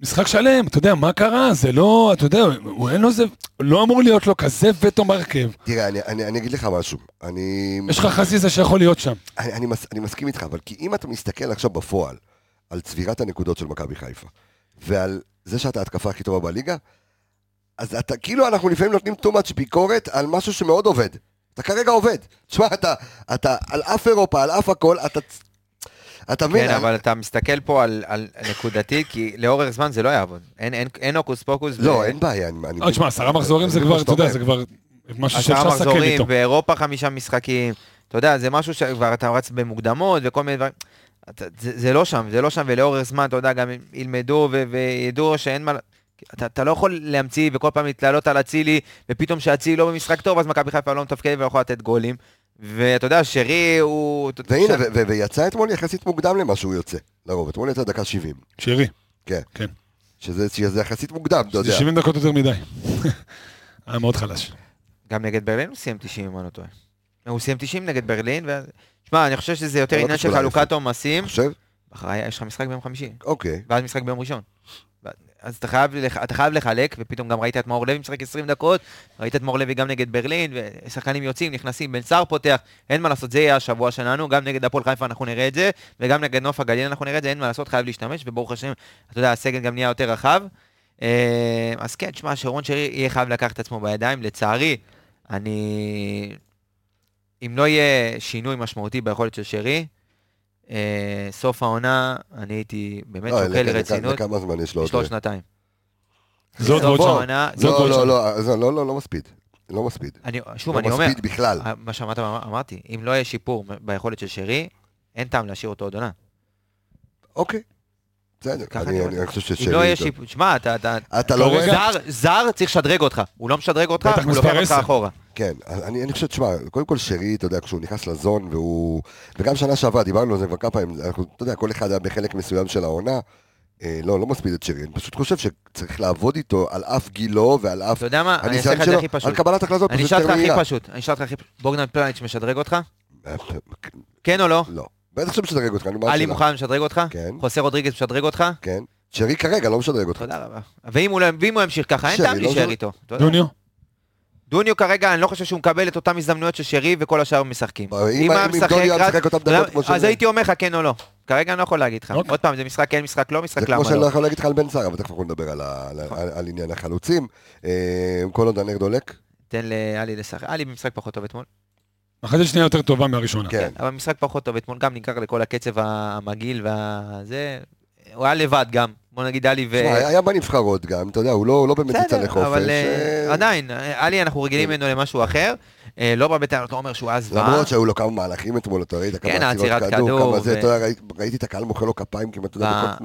Speaker 6: משחק שלם, אתה יודע, מה קרה? זה לא, אתה יודע, הוא אין לו זה, לא אמור להיות לו כזה וטו בהרכב.
Speaker 1: תראה, אני, אני, אני אגיד לך משהו. אני...
Speaker 6: יש לך חזיזה שיכול להיות שם.
Speaker 1: אני, אני, מס, אני מסכים איתך, אבל כי אם אתה מסתכל עכשיו בפועל על צבירת הנקודות של מכבי חיפה, ועל זה שאתה ההתקפה הכי טובה בליגה, אז אתה, כאילו אנחנו לפעמים נותנים too much ביקורת על משהו שמאוד עובד. אתה כרגע עובד. תשמע, אתה, אתה על אף אירופה, על אף הכל, אתה... אתה מבין? אה?
Speaker 5: כן, אבל אתה מסתכל פה על, על נקודתי, כי לאורך זמן זה לא יעבוד. אין, אין, אין הוקוס פוקוס.
Speaker 1: לא, אין בעיה. אני- אני-
Speaker 6: לא, תשמע, עשרה מחזורים זה
Speaker 1: אני
Speaker 6: כבר,
Speaker 1: מבין
Speaker 6: אתה
Speaker 1: מה
Speaker 6: יודע,
Speaker 1: שאתה
Speaker 6: זה כבר משהו
Speaker 5: עשרה
Speaker 6: שאפשר לסכם
Speaker 5: מחזורים,
Speaker 6: איתו.
Speaker 5: באירופה חמישה משחקים. אתה יודע, זה משהו שכבר אתה רץ במוקדמות וכל מיני דברים. אתה, זה, זה לא שם, זה לא שם, ולאורך זמן, אתה יודע, גם ילמדו ו- וידעו שאין מה... ל- אתה, אתה לא יכול להמציא וכל פעם להתלהלות על אצילי, ופתאום שאצילי לא במשחק טוב, אז מכבי חיפה לא מתפקדת ולא יכולה לתת גולים. ואתה יודע, שרי הוא...
Speaker 1: והנה, ו- ו- ויצא אתמול יחסית מוקדם למה שהוא יוצא, לרוב. אתמול יצא דקה 70,
Speaker 6: שירי,
Speaker 1: כן.
Speaker 6: כן.
Speaker 1: שזה, שזה יחסית מוקדם, אתה
Speaker 6: זה
Speaker 1: יודע.
Speaker 6: 70 דקות יותר מדי. [LAUGHS] היה מאוד חלש.
Speaker 5: גם נגד ברלין הוא סיים 90, אם אני לא טועה. הוא סיים 90 נגד ברלין, ואז... שמע, אני חושב שזה יותר
Speaker 1: לא
Speaker 5: עניין של
Speaker 1: קשור
Speaker 5: חלוקת עומסים.
Speaker 1: אני חושב?
Speaker 5: אחרי, יש לך משחק ביום חמישי,
Speaker 1: אוקיי.
Speaker 5: ואז משחק ביום ראשון. ו- אז אתה חייב, לח- אתה חייב לחלק, ופתאום גם ראית את מאור לוי משחק 20 דקות, ראית את מאור לוי גם נגד ברלין, ושחקנים יוצאים, נכנסים, בן סער פותח, אין מה לעשות, זה יהיה השבוע שלנו, גם נגד הפועל חיפה אנחנו נראה את זה, וגם נגד נוף הגליל אנחנו נראה את זה, אין מה לעשות, חייב להשתמש, וברוך השם, אתה יודע, הסגל גם נהיה יותר רחב. אה, אז כן, תשמע, שרון שרי יהיה חייב לקחת את עצמו בידיים, לצערי, אני... אם לא יהיה שינוי משמעותי ביכולת של שרי, אה, סוף העונה, אני הייתי באמת
Speaker 1: לא,
Speaker 5: שוקל
Speaker 1: לכ-
Speaker 5: רצינות,
Speaker 1: לכמה זמן יש לו?
Speaker 5: יש לו
Speaker 1: עוד? אה?
Speaker 5: שנתיים.
Speaker 6: זה עוד
Speaker 5: סוף
Speaker 6: ועוד שנה.
Speaker 5: העונה-
Speaker 6: זה עוד
Speaker 1: לא,
Speaker 6: ועוד
Speaker 1: לא,
Speaker 6: שנה.
Speaker 1: לא, אז לא, לא, לא, לא מספיד. לא מספיד.
Speaker 5: אני- שוב,
Speaker 1: לא
Speaker 5: אני אומר,
Speaker 1: מספיד בכלל.
Speaker 5: אה, מה שאמרת, אמר- אמרתי, אם לא יהיה שיפור ביכולת של שרי, אין טעם להשאיר אותו עוד עונה.
Speaker 1: אוקיי. בסדר,
Speaker 5: ככה
Speaker 1: אני-
Speaker 5: אני
Speaker 1: אני
Speaker 5: אומר.
Speaker 1: אני חושב
Speaker 5: אם לא יהיה
Speaker 1: ששרי...
Speaker 5: שיפור, שמע, אתה... אתה-
Speaker 1: אתה לא רואה?
Speaker 6: כרגע-
Speaker 5: זר, זר צריך לשדרג אותך, הוא לא משדרג אותך,
Speaker 6: בטח
Speaker 5: הוא
Speaker 6: מספר
Speaker 5: לוקח אותך
Speaker 6: עשר.
Speaker 5: אחורה.
Speaker 1: כן, אני, אני חושב, תשמע, קודם כל שרי, אתה יודע, כשהוא נכנס לזון, והוא... וגם שנה שעברה, דיברנו על זה כבר כמה פעמים, אנחנו, אתה יודע, כל אחד היה בחלק מסוים של העונה. אה, לא, לא מספיד את שרי, אני פשוט חושב שצריך לעבוד איתו על אף גילו ועל אף
Speaker 5: אתה יודע מה, אני אעשה לך
Speaker 1: הניסיון
Speaker 5: את זה
Speaker 1: שלו,
Speaker 5: הכי פשוט.
Speaker 1: על קבלת החלטות
Speaker 5: אני
Speaker 1: פשוט
Speaker 5: אשאל
Speaker 1: יותר
Speaker 5: אותך הכי
Speaker 1: מהירה.
Speaker 5: פשוט, אני אשאל אותך הכי פשוט, בוגדן פלניץ' משדרג אותך? כן או לא?
Speaker 1: אה, לא, בטח שמשדרג אותך, נו, מה
Speaker 5: עלי
Speaker 1: השאלה?
Speaker 5: מוחמד משדרג אותך?
Speaker 1: לא כן.
Speaker 5: חוסה רודריגז משדרג אותך?
Speaker 1: כן, שרי כרגע לא משדרג אותך.
Speaker 5: תודה רבה. ואם הוא לא- ואם הוא ימשיך ככה, אין
Speaker 1: שרי,
Speaker 5: טעם
Speaker 1: לא
Speaker 5: להישאר
Speaker 1: זו-
Speaker 5: איתו. אתה יודע.
Speaker 6: דוניו,
Speaker 5: דוניו כרגע, אני לא חושב שהוא מקבל את אותן הזדמנויות ששרי וכל השאר משחקים.
Speaker 1: אם- אם דוניו היה משחק אותם דקות כמו
Speaker 5: לא, אז
Speaker 1: שזה-
Speaker 5: הייתי אומר לך כן או לא. כרגע אני לא יכול להגיד לך.
Speaker 6: אוקיי.
Speaker 5: עוד פעם, זה משחק כן, משחק לא,
Speaker 1: זה
Speaker 5: משחק
Speaker 1: כמו
Speaker 5: למה
Speaker 1: שאני לא
Speaker 5: לא. נכון.
Speaker 1: יכול להגיד לך על בן סער, אבל תכף אנחנו נדבר על ה- על ה- על- על עניין החלוצים. אה, כל עוד הנר דולק,
Speaker 5: תן לאלי לשחק. אלי במשחק פחות טוב אתמול.
Speaker 6: מחצית שנייה יותר טובה מהראשונה.
Speaker 1: כן.
Speaker 5: אבל משחק פחות טוב אתמול גם נמכר לכל הקצב המגעיל והזה. הוא היה לבד גם. בוא נגיד אלי ו...
Speaker 1: תשמע, היה בנבחרות גם, אתה יודע, הוא לא לא באמת יצא לחופש.
Speaker 5: אבל
Speaker 1: אה, כן.
Speaker 5: אה, עדיין, אה, עלי אנחנו רגילים ממנו למשהו אחר. אה, לא בא בטענות, אתה אומר שהוא היה זוועה.
Speaker 1: למרות שהיו לו כמה מהלכים אתמול, אתה ראית
Speaker 5: כן,
Speaker 1: כמה עצירות
Speaker 5: העצירת
Speaker 1: כדור,
Speaker 5: כדור,
Speaker 1: כמה זה,
Speaker 5: ו-
Speaker 1: אתה יודע, ראיתי- ראיתי את הקהל מוחא לו כפיים כמעט, אתה יודע, בכל-
Speaker 5: ב-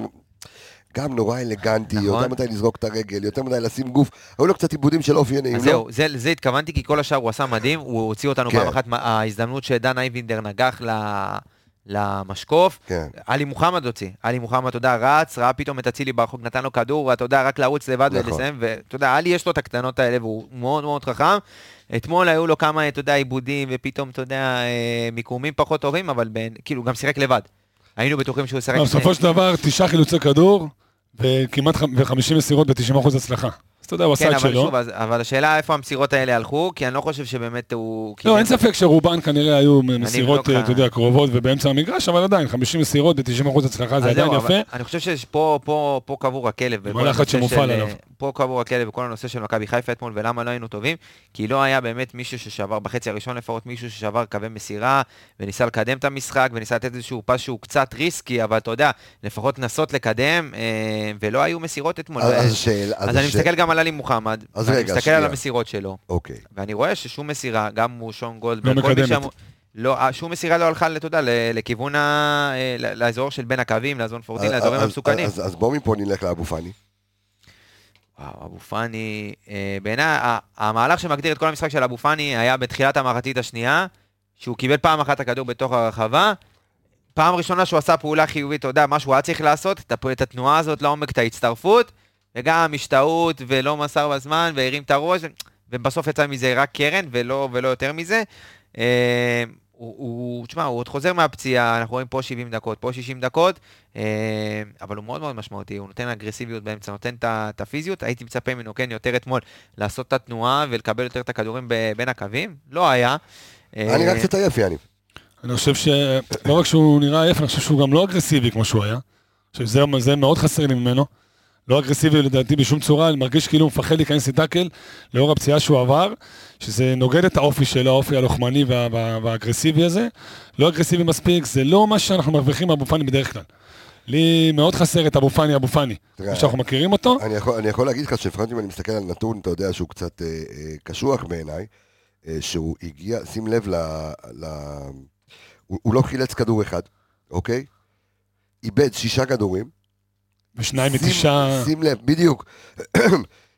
Speaker 1: גם נורא אלגנטי,
Speaker 5: נכון.
Speaker 1: יותר מדי לזרוק את הרגל, יותר מדי לשים גוף, היו לו קצת עיבודים של אופי נעים,
Speaker 5: אז
Speaker 1: לא?
Speaker 5: זהו, זה, לזה התכוונתי, כי כל השאר הוא עשה מדהים, הוא הוציא אותנו
Speaker 1: כן.
Speaker 5: פעם אחת, מה- ההזדמנות שדן אייבינדר נגח ל- למשקוף.
Speaker 1: כן.
Speaker 5: עלי מוחמד הוציא, עלי מוחמד, אתה יודע, רץ, ראה פתאום את אצילי ברחוק, נתן לו כדור, אתה יודע, רק לרוץ לבד
Speaker 1: נכון.
Speaker 5: ולסיים, ואתה יודע, עלי יש לו את הקטנות האלה, והוא מאוד מאוד חכם. אתמול היו לו כמה, אתה יודע, עיבודים, ופתאום, אתה יודע, אה, מיקומים פחות טובים, אבל בין, כאילו, גם שיחק לבד. היינו בטוחים שהוא שיחק...
Speaker 6: אבל לא, בסופו של דבר, תשעה חילוצי כדור, וכמעט ח- ו-50 מסירות ב-90% הצלחה. אז אתה יודע, הוא עשה
Speaker 5: כן,
Speaker 6: את
Speaker 5: אבל
Speaker 6: שלו.
Speaker 5: שוב, אז- אבל השאלה איפה המסירות האלה הלכו, כי אני לא חושב שבאמת הוא...
Speaker 6: לא,
Speaker 5: קיבל-
Speaker 6: אין ספק שרובן כנראה היו
Speaker 5: לא
Speaker 6: מסירות,
Speaker 5: אבדוק לך.
Speaker 6: אתה יודע, קרובות ובאמצע המגרש, אבל עדיין, 50 מסירות ב-90% הצלחה, זה
Speaker 5: אז
Speaker 6: עדיין
Speaker 5: זהו, אבל
Speaker 6: יפה.
Speaker 5: אני חושב שפה פה, פה קבור הכלב. בכל
Speaker 6: מהלחץ
Speaker 5: הנושא
Speaker 6: שמופעל
Speaker 5: של- אה,
Speaker 6: עליו.
Speaker 5: פה קבור הכלב בכל הנושא של מכבי חיפה אתמול, ולמה לא היינו טובים? כי לא היה באמת מישהו ששבר, בחצי הראשון לפחות, מישהו ששבר קווי מסירה, וניסה לקדם את המשחק, וניסה לתת איזשהו פס שהוא קצת ריסקי, אבל אתה יודע, לפחות לנסות לקדם, אה, ולא היו מסירות אתמול.
Speaker 1: אז
Speaker 5: אה,
Speaker 1: אז השאלה,
Speaker 5: אז
Speaker 1: אז
Speaker 5: אני
Speaker 1: הש-
Speaker 5: מסתכל גם על עלי מוחמד,
Speaker 1: אז
Speaker 5: ואני
Speaker 1: רגע,
Speaker 5: מסתכל
Speaker 1: שנייה.
Speaker 5: על המסירות שלו,
Speaker 1: אוקיי.
Speaker 5: ואני רואה ששום מסירה, גם הוא שון גולדברג,
Speaker 6: לא
Speaker 5: כל מי
Speaker 6: מקדמת.
Speaker 5: שאמור- לא, אה, שום מסירה לא הלכה, אתה יודע, ל- לכיוון ה... אה, ל- לאזור של בין הקווים, לאזון פורטין,
Speaker 1: אז-
Speaker 5: לאזורים
Speaker 1: אז-
Speaker 5: המסוכנים.
Speaker 1: אה, אז- אז בואו מפה נלך לאבו פאני.
Speaker 5: וואו, אבו פאני, אה, בעיניי, ה- המהלך שמגדיר את כל המשחק של אבו פאני היה בתחילת המחצית השנייה, שהוא קיבל פעם אחת את הכדור בתוך הרחבה, פעם ראשונה שהוא עשה פעולה חיובית, אתה יודע, מה שהוא היה צריך לעשות, את הפ- את התנועה הזאת לעומק, את ההצטרפות, וגם השתאות ולא מסר בזמן, והרים את הראש, ובסוף יצא מזה רק קרן ולא, ולא יותר מזה. אה, הוא, הוא, תשמע, הוא עוד חוזר מהפציעה, אנחנו רואים פה 70 דקות, פה 60 דקות, אה, אבל הוא מאוד מאוד משמעותי, הוא נותן אגרסיביות באמצע, נותן את ה- את הפיזיות, הייתי מצפה ממנו, כן, יותר אתמול, לעשות את התנועה ולקבל יותר את הכדורים ב- בין הקווים, לא היה. אה,
Speaker 1: אני רק קצת עייף, יעני.
Speaker 6: אני חושב שלא לא רק שהוא נראה עייף, אני חושב שהוא גם לא אגרסיבי כמו שהוא היה. אני חושב שזה- זה מאוד חסר לי ממנו. לא אגרסיבי לדעתי בשום צורה, אני מרגיש כאילו הוא מפחד להיכנס לטאקל לאור הפציעה שהוא עבר, שזה נוגד את האופי שלו, האופי הלוחמני וה- וה- והאגרסיבי הזה. לא אגרסיבי מספיק, זה לא מה שאנחנו מרוויחים מאבו פאני בדרך כלל. לי מאוד חסר את אבו פאני אבו פאני,
Speaker 1: תראה,
Speaker 6: כמו שאנחנו מכירים אותו.
Speaker 1: אני יכול, אני יכול להגיד לך שלפחות אם אני מסתכל על נתון, אתה יודע שהוא קצת אה, אה, קשוח בעיניי, אה, שהוא הגיע, שים לב ל... ל... הוא, הוא לא חילץ כדור אחד, אוקיי? איבד שישה כדורים.
Speaker 6: ושניים
Speaker 1: שים-
Speaker 6: מתשעה,
Speaker 1: שים לב, בדיוק. [CLEARS THROAT]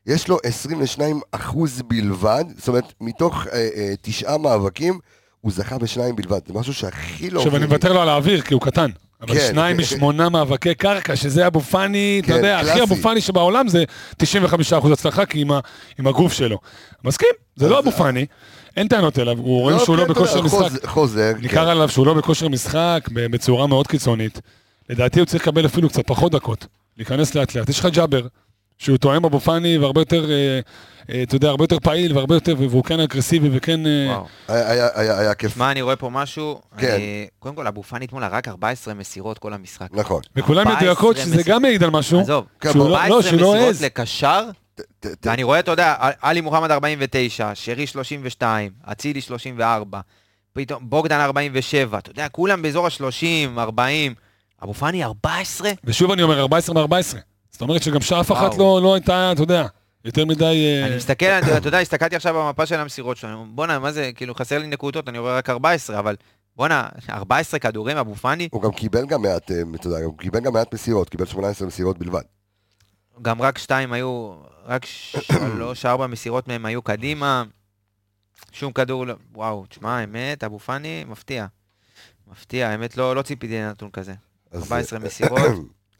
Speaker 1: יש לו 22 אחוז בלבד, זאת אומרת, מתוך אה, אה, תשעה מאבקים, הוא זכה בשניים בלבד. זה משהו שהכי לא...
Speaker 6: עכשיו אני
Speaker 1: הגיוני.
Speaker 6: מוותר לו על האוויר כי הוא קטן. אבל
Speaker 1: כן.
Speaker 6: שניים משמונה מאבקי קרקע, שזה אבו פאני, אתה
Speaker 1: כן,
Speaker 6: יודע, הכי
Speaker 1: קלאסי.
Speaker 6: אבו פאני שבעולם זה 95% הצלחה, כי עם ה- עם הגוף שלו. מסכים, זה לא אבו פאני, אין טענות אליו, הוא רואה שהוא לא
Speaker 1: כן, אתה יודע,
Speaker 6: בכושר משחק.
Speaker 1: חוז- חוזר,
Speaker 6: ניכר
Speaker 1: כן.
Speaker 6: עליו שהוא לא בכושר משחק ב- בצורה מאוד קיצונית. לדעתי הוא צריך לקבל אפילו קצת פחות דקות, להיכנס לאט לאט. יש לך ג'אבר, שהוא תואם אבו פאני והרבה יותר, אה, אה, אתה יודע, הרבה יותר פעיל והרבה יותר, והוא כן אגרסיבי וכן... אה,
Speaker 5: וואו.
Speaker 1: היה- היה- היה היה כיף,
Speaker 5: תשמע, אני רואה פה משהו.
Speaker 1: כן.
Speaker 5: אני- קודם כל, אבו פאני אתמול הרג 14 מסירות כל המשחק.
Speaker 1: נכון.
Speaker 6: וכולם
Speaker 5: 14
Speaker 6: מדויקות שזה
Speaker 5: מסירות.
Speaker 6: גם מעיד על משהו.
Speaker 5: עזוב, כן,
Speaker 6: שהוא לא- לא,
Speaker 5: 14
Speaker 6: שהוא לא
Speaker 5: מסירות
Speaker 6: העז.
Speaker 5: לקשר,
Speaker 1: ת- ת-
Speaker 5: ואני רואה, אתה יודע, עלי מוחמד 49, שרי 32, אצילי 34, פתאום בוגדן 47, אתה יודע, כולם באזור ה-30, 40, אבו פאני 14?
Speaker 6: ושוב אני אומר, 14 מ-14. זאת אומרת שגם שאף אחת
Speaker 5: וואו.
Speaker 6: לא לא הייתה, אתה יודע, יותר מדי... אה,
Speaker 5: אני מסתכל, אני- אתה יודע, הסתכלתי עכשיו במפה של המסירות שלו, אני אומר, בואנה, מה זה, כאילו, חסר לי נקודות, אני רואה רק 14, אבל בואנה, 14 כדורים, אבו פאני,
Speaker 1: הוא גם קיבל גם מעט, אה, אתה יודע, הוא קיבל גם מעט מסירות, קיבל 18 מסירות בלבד.
Speaker 5: גם רק שתיים היו, רק
Speaker 1: [COUGHS]
Speaker 5: שלוש, ארבע מסירות מהם היו קדימה. שום כדור לא... וואו, תשמע, האמת, אבו פאני, מפתיע. מפתיע, האמת, לא, לא ציפיתי לנתון כזה.
Speaker 1: אז-
Speaker 5: 14 מסירות,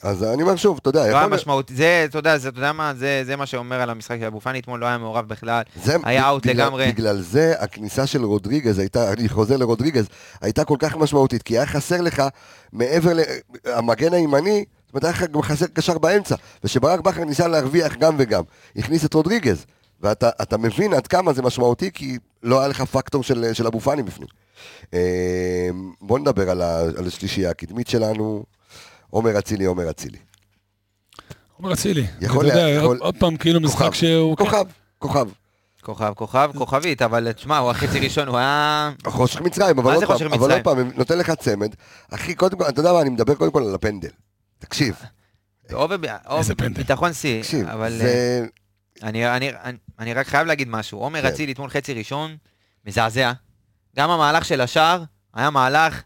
Speaker 1: אז אני אומר שוב, אתה יודע,
Speaker 5: לא
Speaker 1: יכול
Speaker 5: היה
Speaker 1: להיות-
Speaker 5: משמעותי. זה, אתה יודע, זה, אתה יודע מה, זה, זה מה שאומר על המשחק של אבו פאני, אתמול לא היה מעורב בכלל.
Speaker 1: זה-
Speaker 5: היה
Speaker 1: ב-
Speaker 5: out
Speaker 1: בגלל-
Speaker 5: לגמרי.
Speaker 1: בגלל זה הכניסה של רודריגז הייתה, אני חוזר לרודריגז, הייתה כל כך משמעותית, כי היה חסר לך, מעבר למגן הימני, זאת אומרת, היה לך גם חסר קשר באמצע, ושברק בכר ניסה להרוויח גם וגם, הכניס את רודריגז, ואתה אתה מבין עד כמה זה משמעותי, כי לא היה לך פקטור של, של אבו פאני בפנים. אה, בוא נדבר על, ה, על השלישייה הקדמית שלנו, עומר אצילי, עומר אצילי.
Speaker 6: עומר אצילי.
Speaker 1: יכול
Speaker 6: אתה יודע,
Speaker 1: לה- יכול-
Speaker 6: עוד- עוד פעם, כאילו משחק שהוא...
Speaker 1: כוכב, כוכב,
Speaker 5: כוכב, כוכב, כוכבית, אבל תשמע, הוא החצי ראשון, הוא היה...
Speaker 1: חושך מצרים, אבל
Speaker 5: מה
Speaker 1: עוד
Speaker 5: זה
Speaker 1: פעם,
Speaker 5: חושך
Speaker 1: אבל עוד
Speaker 5: מצרים?
Speaker 1: פעם, נותן לך צמד. אחי, קודם כל, אתה יודע מה, אני מדבר קודם כל על הפנדל. תקשיב,
Speaker 5: אובר, אובר,
Speaker 6: איזה פנדל.
Speaker 5: ביטחון שיא,
Speaker 1: אה, תקשיב,
Speaker 5: אה, אבל... אה,
Speaker 1: זה...
Speaker 5: אני, אני, אני, אני רק חייב להגיד משהו.
Speaker 1: כן.
Speaker 5: עומר אצילי אתמול חצי ראשון, מזעזע. גם המהלך של השער היה מהלך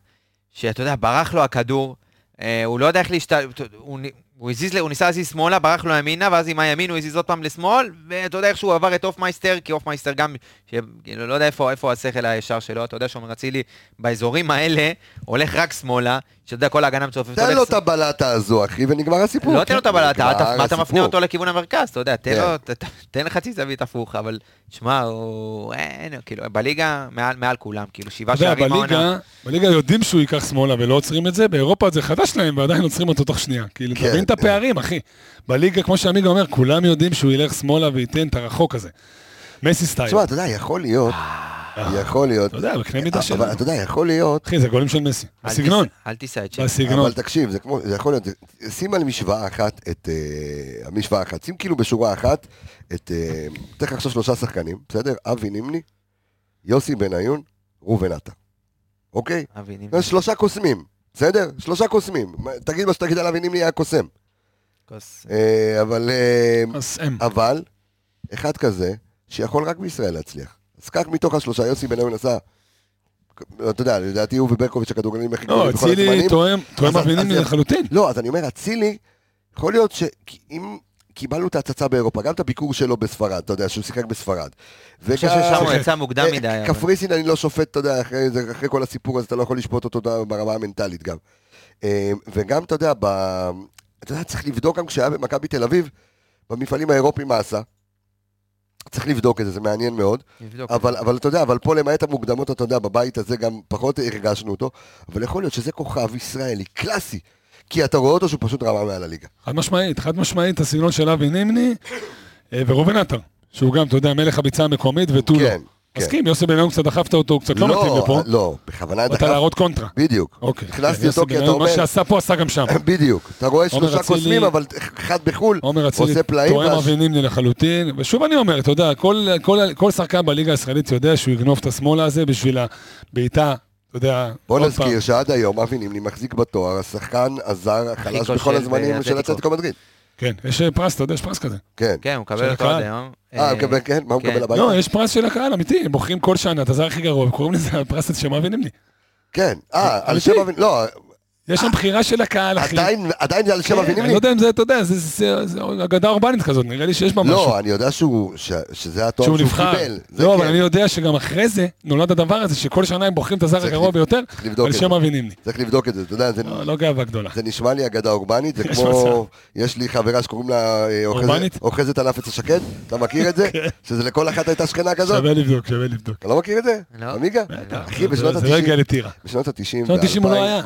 Speaker 5: שאתה יודע, ברח לו הכדור, אה, הוא לא יודע איך להשתל... הוא, נ- הוא, הזיז, ל- הוא ניסה להזיז שמאלה, ברח לו ימינה, ואז עם הימין הוא הזיז עוד פעם לשמאל, ואתה יודע איך שהוא עבר את אופמייסטר, כי אופמייסטר גם, ש... כאילו, לא יודע איפה, איפה השכל הישר שלו, אתה יודע שעומר אצילי באזורים האלה הולך רק שמאלה, שאתה יודע, כל ההגנה מצופפת.
Speaker 1: תן
Speaker 5: הולך
Speaker 1: לו
Speaker 5: ש-
Speaker 1: לא את הבלטה הזו, אחי, ונגמר הסיפור. כן?
Speaker 5: לא תן לו את הבלטה,
Speaker 1: נגמר
Speaker 5: אתה- מה אתה מפנה
Speaker 1: הסיפור.
Speaker 5: אותו לכיוון המרכז, אתה יודע, תן
Speaker 1: כן.
Speaker 5: לו, ת- ת- תן חצי זווית הפוך, אבל שמע, הוא, אין, כאילו, בליגה מעל- מעל כולם, כאילו, שבעה
Speaker 6: אתה יודע,
Speaker 5: שערים העונה.
Speaker 6: בליגה, בליגה יודעים שהוא ייקח שמאלה ולא עוצרים את זה, באירופה זה חדש להם ועדיין עוצרים אותו תוך שנייה. כאילו,
Speaker 1: כן.
Speaker 6: אתה מבין את הפערים, אחי. בליגה, כמו שעמיגה אומר, כולם יודעים שהוא ילך שמאלה וייתן את הרחוק הזה. מסי סטייל.
Speaker 1: תשמע, אתה יודע, יכול להיות,
Speaker 5: אה.
Speaker 1: יכול להיות.
Speaker 6: אתה יודע, בקנה מידה שלו.
Speaker 1: אבל אתה יודע, יכול להיות,
Speaker 6: אחי, זה גולים של מסי.
Speaker 5: אל
Speaker 6: בסגנון,
Speaker 5: תיסע- אל תיסע את שלו.
Speaker 6: בסגנון.
Speaker 1: אבל תקשיב, זה כמו, זה יכול להיות, זה- שים על משוואה אחת את... אה, המשוואה אחת, שים כאילו בשורה אחת את... אה, תן לך עכשיו שלושה שחקנים, בסדר? אבי נימני, יוסי בניון, ראובן עטר. אוקיי?
Speaker 5: אבי, נימני,
Speaker 1: יש שלושה קוסמים, בסדר? שלושה קוסמים. מה- תגיד מה שתגיד עליו, אם לי היה קוסם.
Speaker 5: כוס.
Speaker 1: אה, אבל... אה,
Speaker 6: אז הם.
Speaker 1: אבל, אחד כזה, שיכול רק בישראל להצליח. אז קח מתוך השלושה, יוסי בניון עשה... אתה יודע, לדעתי הוא וברקוביץ' הכדורגלנים הכי
Speaker 6: לא,
Speaker 1: גדולים בכל
Speaker 6: אצילי
Speaker 1: הזמנים.
Speaker 6: תואם,
Speaker 1: אז-
Speaker 6: תואם אבינים
Speaker 1: אז-
Speaker 6: לחלוטין.
Speaker 1: לא, אז אני אומר, אצילי, יכול להיות שאם... קיבלנו את ההצצה באירופה, גם את הביקור שלו בספרד, אתה יודע, שהוא שיחק בספרד.
Speaker 5: אני חושב ששם הוא
Speaker 1: כן.
Speaker 6: שיחק.
Speaker 5: יצא מוקדם
Speaker 1: אה,
Speaker 5: מדי. אבל-
Speaker 1: קפריסין אני לא שופט, אתה יודע, אחרי, זה, אחרי כל הסיפור הזה, אתה לא יכול לשפוט אותו אתה יודע, ברמה המנטלית גם. אה, וגם, אתה יודע, ב... אתה יודע, צריך לבדוק גם כשהיה במכבי תל אביב, במפעלים האירופיים מה עשה. צריך לבדוק את זה, זה מעניין מאוד.
Speaker 5: נבדוק.
Speaker 1: אבל, אבל אתה יודע, אבל פה למעט המוקדמות, אתה יודע, בבית הזה גם פחות הרגשנו אותו, אבל יכול להיות שזה כוכב ישראלי, קלאסי. כי אתה רואה אותו שהוא פשוט רמה מעל הליגה.
Speaker 6: חד משמעית, חד משמעית, הסגנון של אבי נימני אה, וראובן עטר, שהוא גם, אתה יודע, מלך הביצה המקומית ותו לא.
Speaker 1: כן,
Speaker 6: מסכים, יוסי בניון קצת דחפת אותו, קצת לא מתאים לפה.
Speaker 1: לא, לא, בכוונה
Speaker 6: באת להראות קונטרה.
Speaker 1: בדיוק.
Speaker 6: אוקיי.
Speaker 1: הכנסתי
Speaker 6: כן, יוסי
Speaker 1: אותו כי אתה
Speaker 6: בניון,
Speaker 1: אומר...
Speaker 6: מה שעשה פה עשה
Speaker 1: [LAUGHS]
Speaker 6: גם שם.
Speaker 1: בדיוק. אתה רואה
Speaker 6: עומר
Speaker 1: שלושה
Speaker 6: אצילי-
Speaker 1: קוסמים, אבל אחד בחו"ל
Speaker 6: עומר אצילי
Speaker 1: עושה פלאים.
Speaker 6: תואם
Speaker 1: והש-
Speaker 6: אבי נימני לחלוטין, ושוב אני אומר, אתה יודע, כל, כל, כל שחקן בליגה הישראלית יודע שהוא יגנוב את השמאלה הזה בשביל הבעיטה, אתה יודע,
Speaker 1: בוא
Speaker 6: עוד
Speaker 1: נזכיר שעד היום אבי נימני מחזיק בתואר, השחקן הזר החלש
Speaker 5: הכי
Speaker 1: בכל
Speaker 5: כושל
Speaker 1: הזמנים של
Speaker 5: באתלטיקו.
Speaker 1: אתלטיקו מדריד.
Speaker 6: פעם. כן, יש אה, פרס, אתה יודע, יש פרס כזה.
Speaker 1: כן.
Speaker 5: כן, הוא
Speaker 6: של
Speaker 5: מקבל אותו עד
Speaker 6: הקהל.
Speaker 5: היום.
Speaker 1: אה, הוא מקבל, כן? מה הוא
Speaker 5: כן.
Speaker 1: מקבל הביתה?
Speaker 6: לא, יש פרס של הקהל, אמיתי, הם בוחרים כל שנה, אתה זר הכי גרוע, קוראים לזה הפרס על שם אבי נימני.
Speaker 1: כן. אה, על
Speaker 6: אמיתי.
Speaker 1: שם אבי... לא,
Speaker 6: יש שם בחירה של הקהל, אחי.
Speaker 1: עדיין- עדיין זה על שם אבי
Speaker 6: כן, אני לא
Speaker 1: נימני?
Speaker 6: יודע אם זה, אתה יודע, זה- זה זה אגדה אורבנית כזאת, נראה לי שיש בה משהו.
Speaker 1: לא, אני יודע שהוא- ש- שזה התואר
Speaker 6: שהוא
Speaker 1: שהוא
Speaker 6: נבחר.
Speaker 1: קיבל. זה
Speaker 6: לא, אבל
Speaker 1: כן.
Speaker 6: אני יודע שגם אחרי זה נולד הדבר הזה, שכל שנה הם בוחרים את הזר
Speaker 1: צריך
Speaker 6: הגרוע
Speaker 1: לב-
Speaker 6: ביותר,
Speaker 1: צריך לבדוק
Speaker 6: על
Speaker 1: את
Speaker 6: שם
Speaker 1: זה.
Speaker 6: אבי נימני.
Speaker 1: צריך לבדוק את זה, אתה יודע, זה-
Speaker 6: לא לא גאווה גדולה.
Speaker 1: זה נשמע לי אגדה אורבנית, זה
Speaker 6: יש
Speaker 1: כמו,
Speaker 6: מצב.
Speaker 1: יש לי חברה שקוראים לה אה, אוחזת-
Speaker 6: אורבנית? כן.
Speaker 1: אוחזת על אפץ השקד, אתה מכיר את זה? שזה לכל אחת הייתה שכנה כזאת?
Speaker 6: שווה לבדוק, שווה לבדוק.
Speaker 1: אתה לא מכיר את זה?
Speaker 5: לא.
Speaker 1: עמיגה?
Speaker 5: בטח.
Speaker 1: לא אחי,
Speaker 6: זה-
Speaker 1: בשנות
Speaker 6: זה לא הגיע
Speaker 1: ה-90,
Speaker 6: לטירה.
Speaker 1: בשנות ה-90 וה-2000...
Speaker 6: בשנות ה-90 הוא לא היה.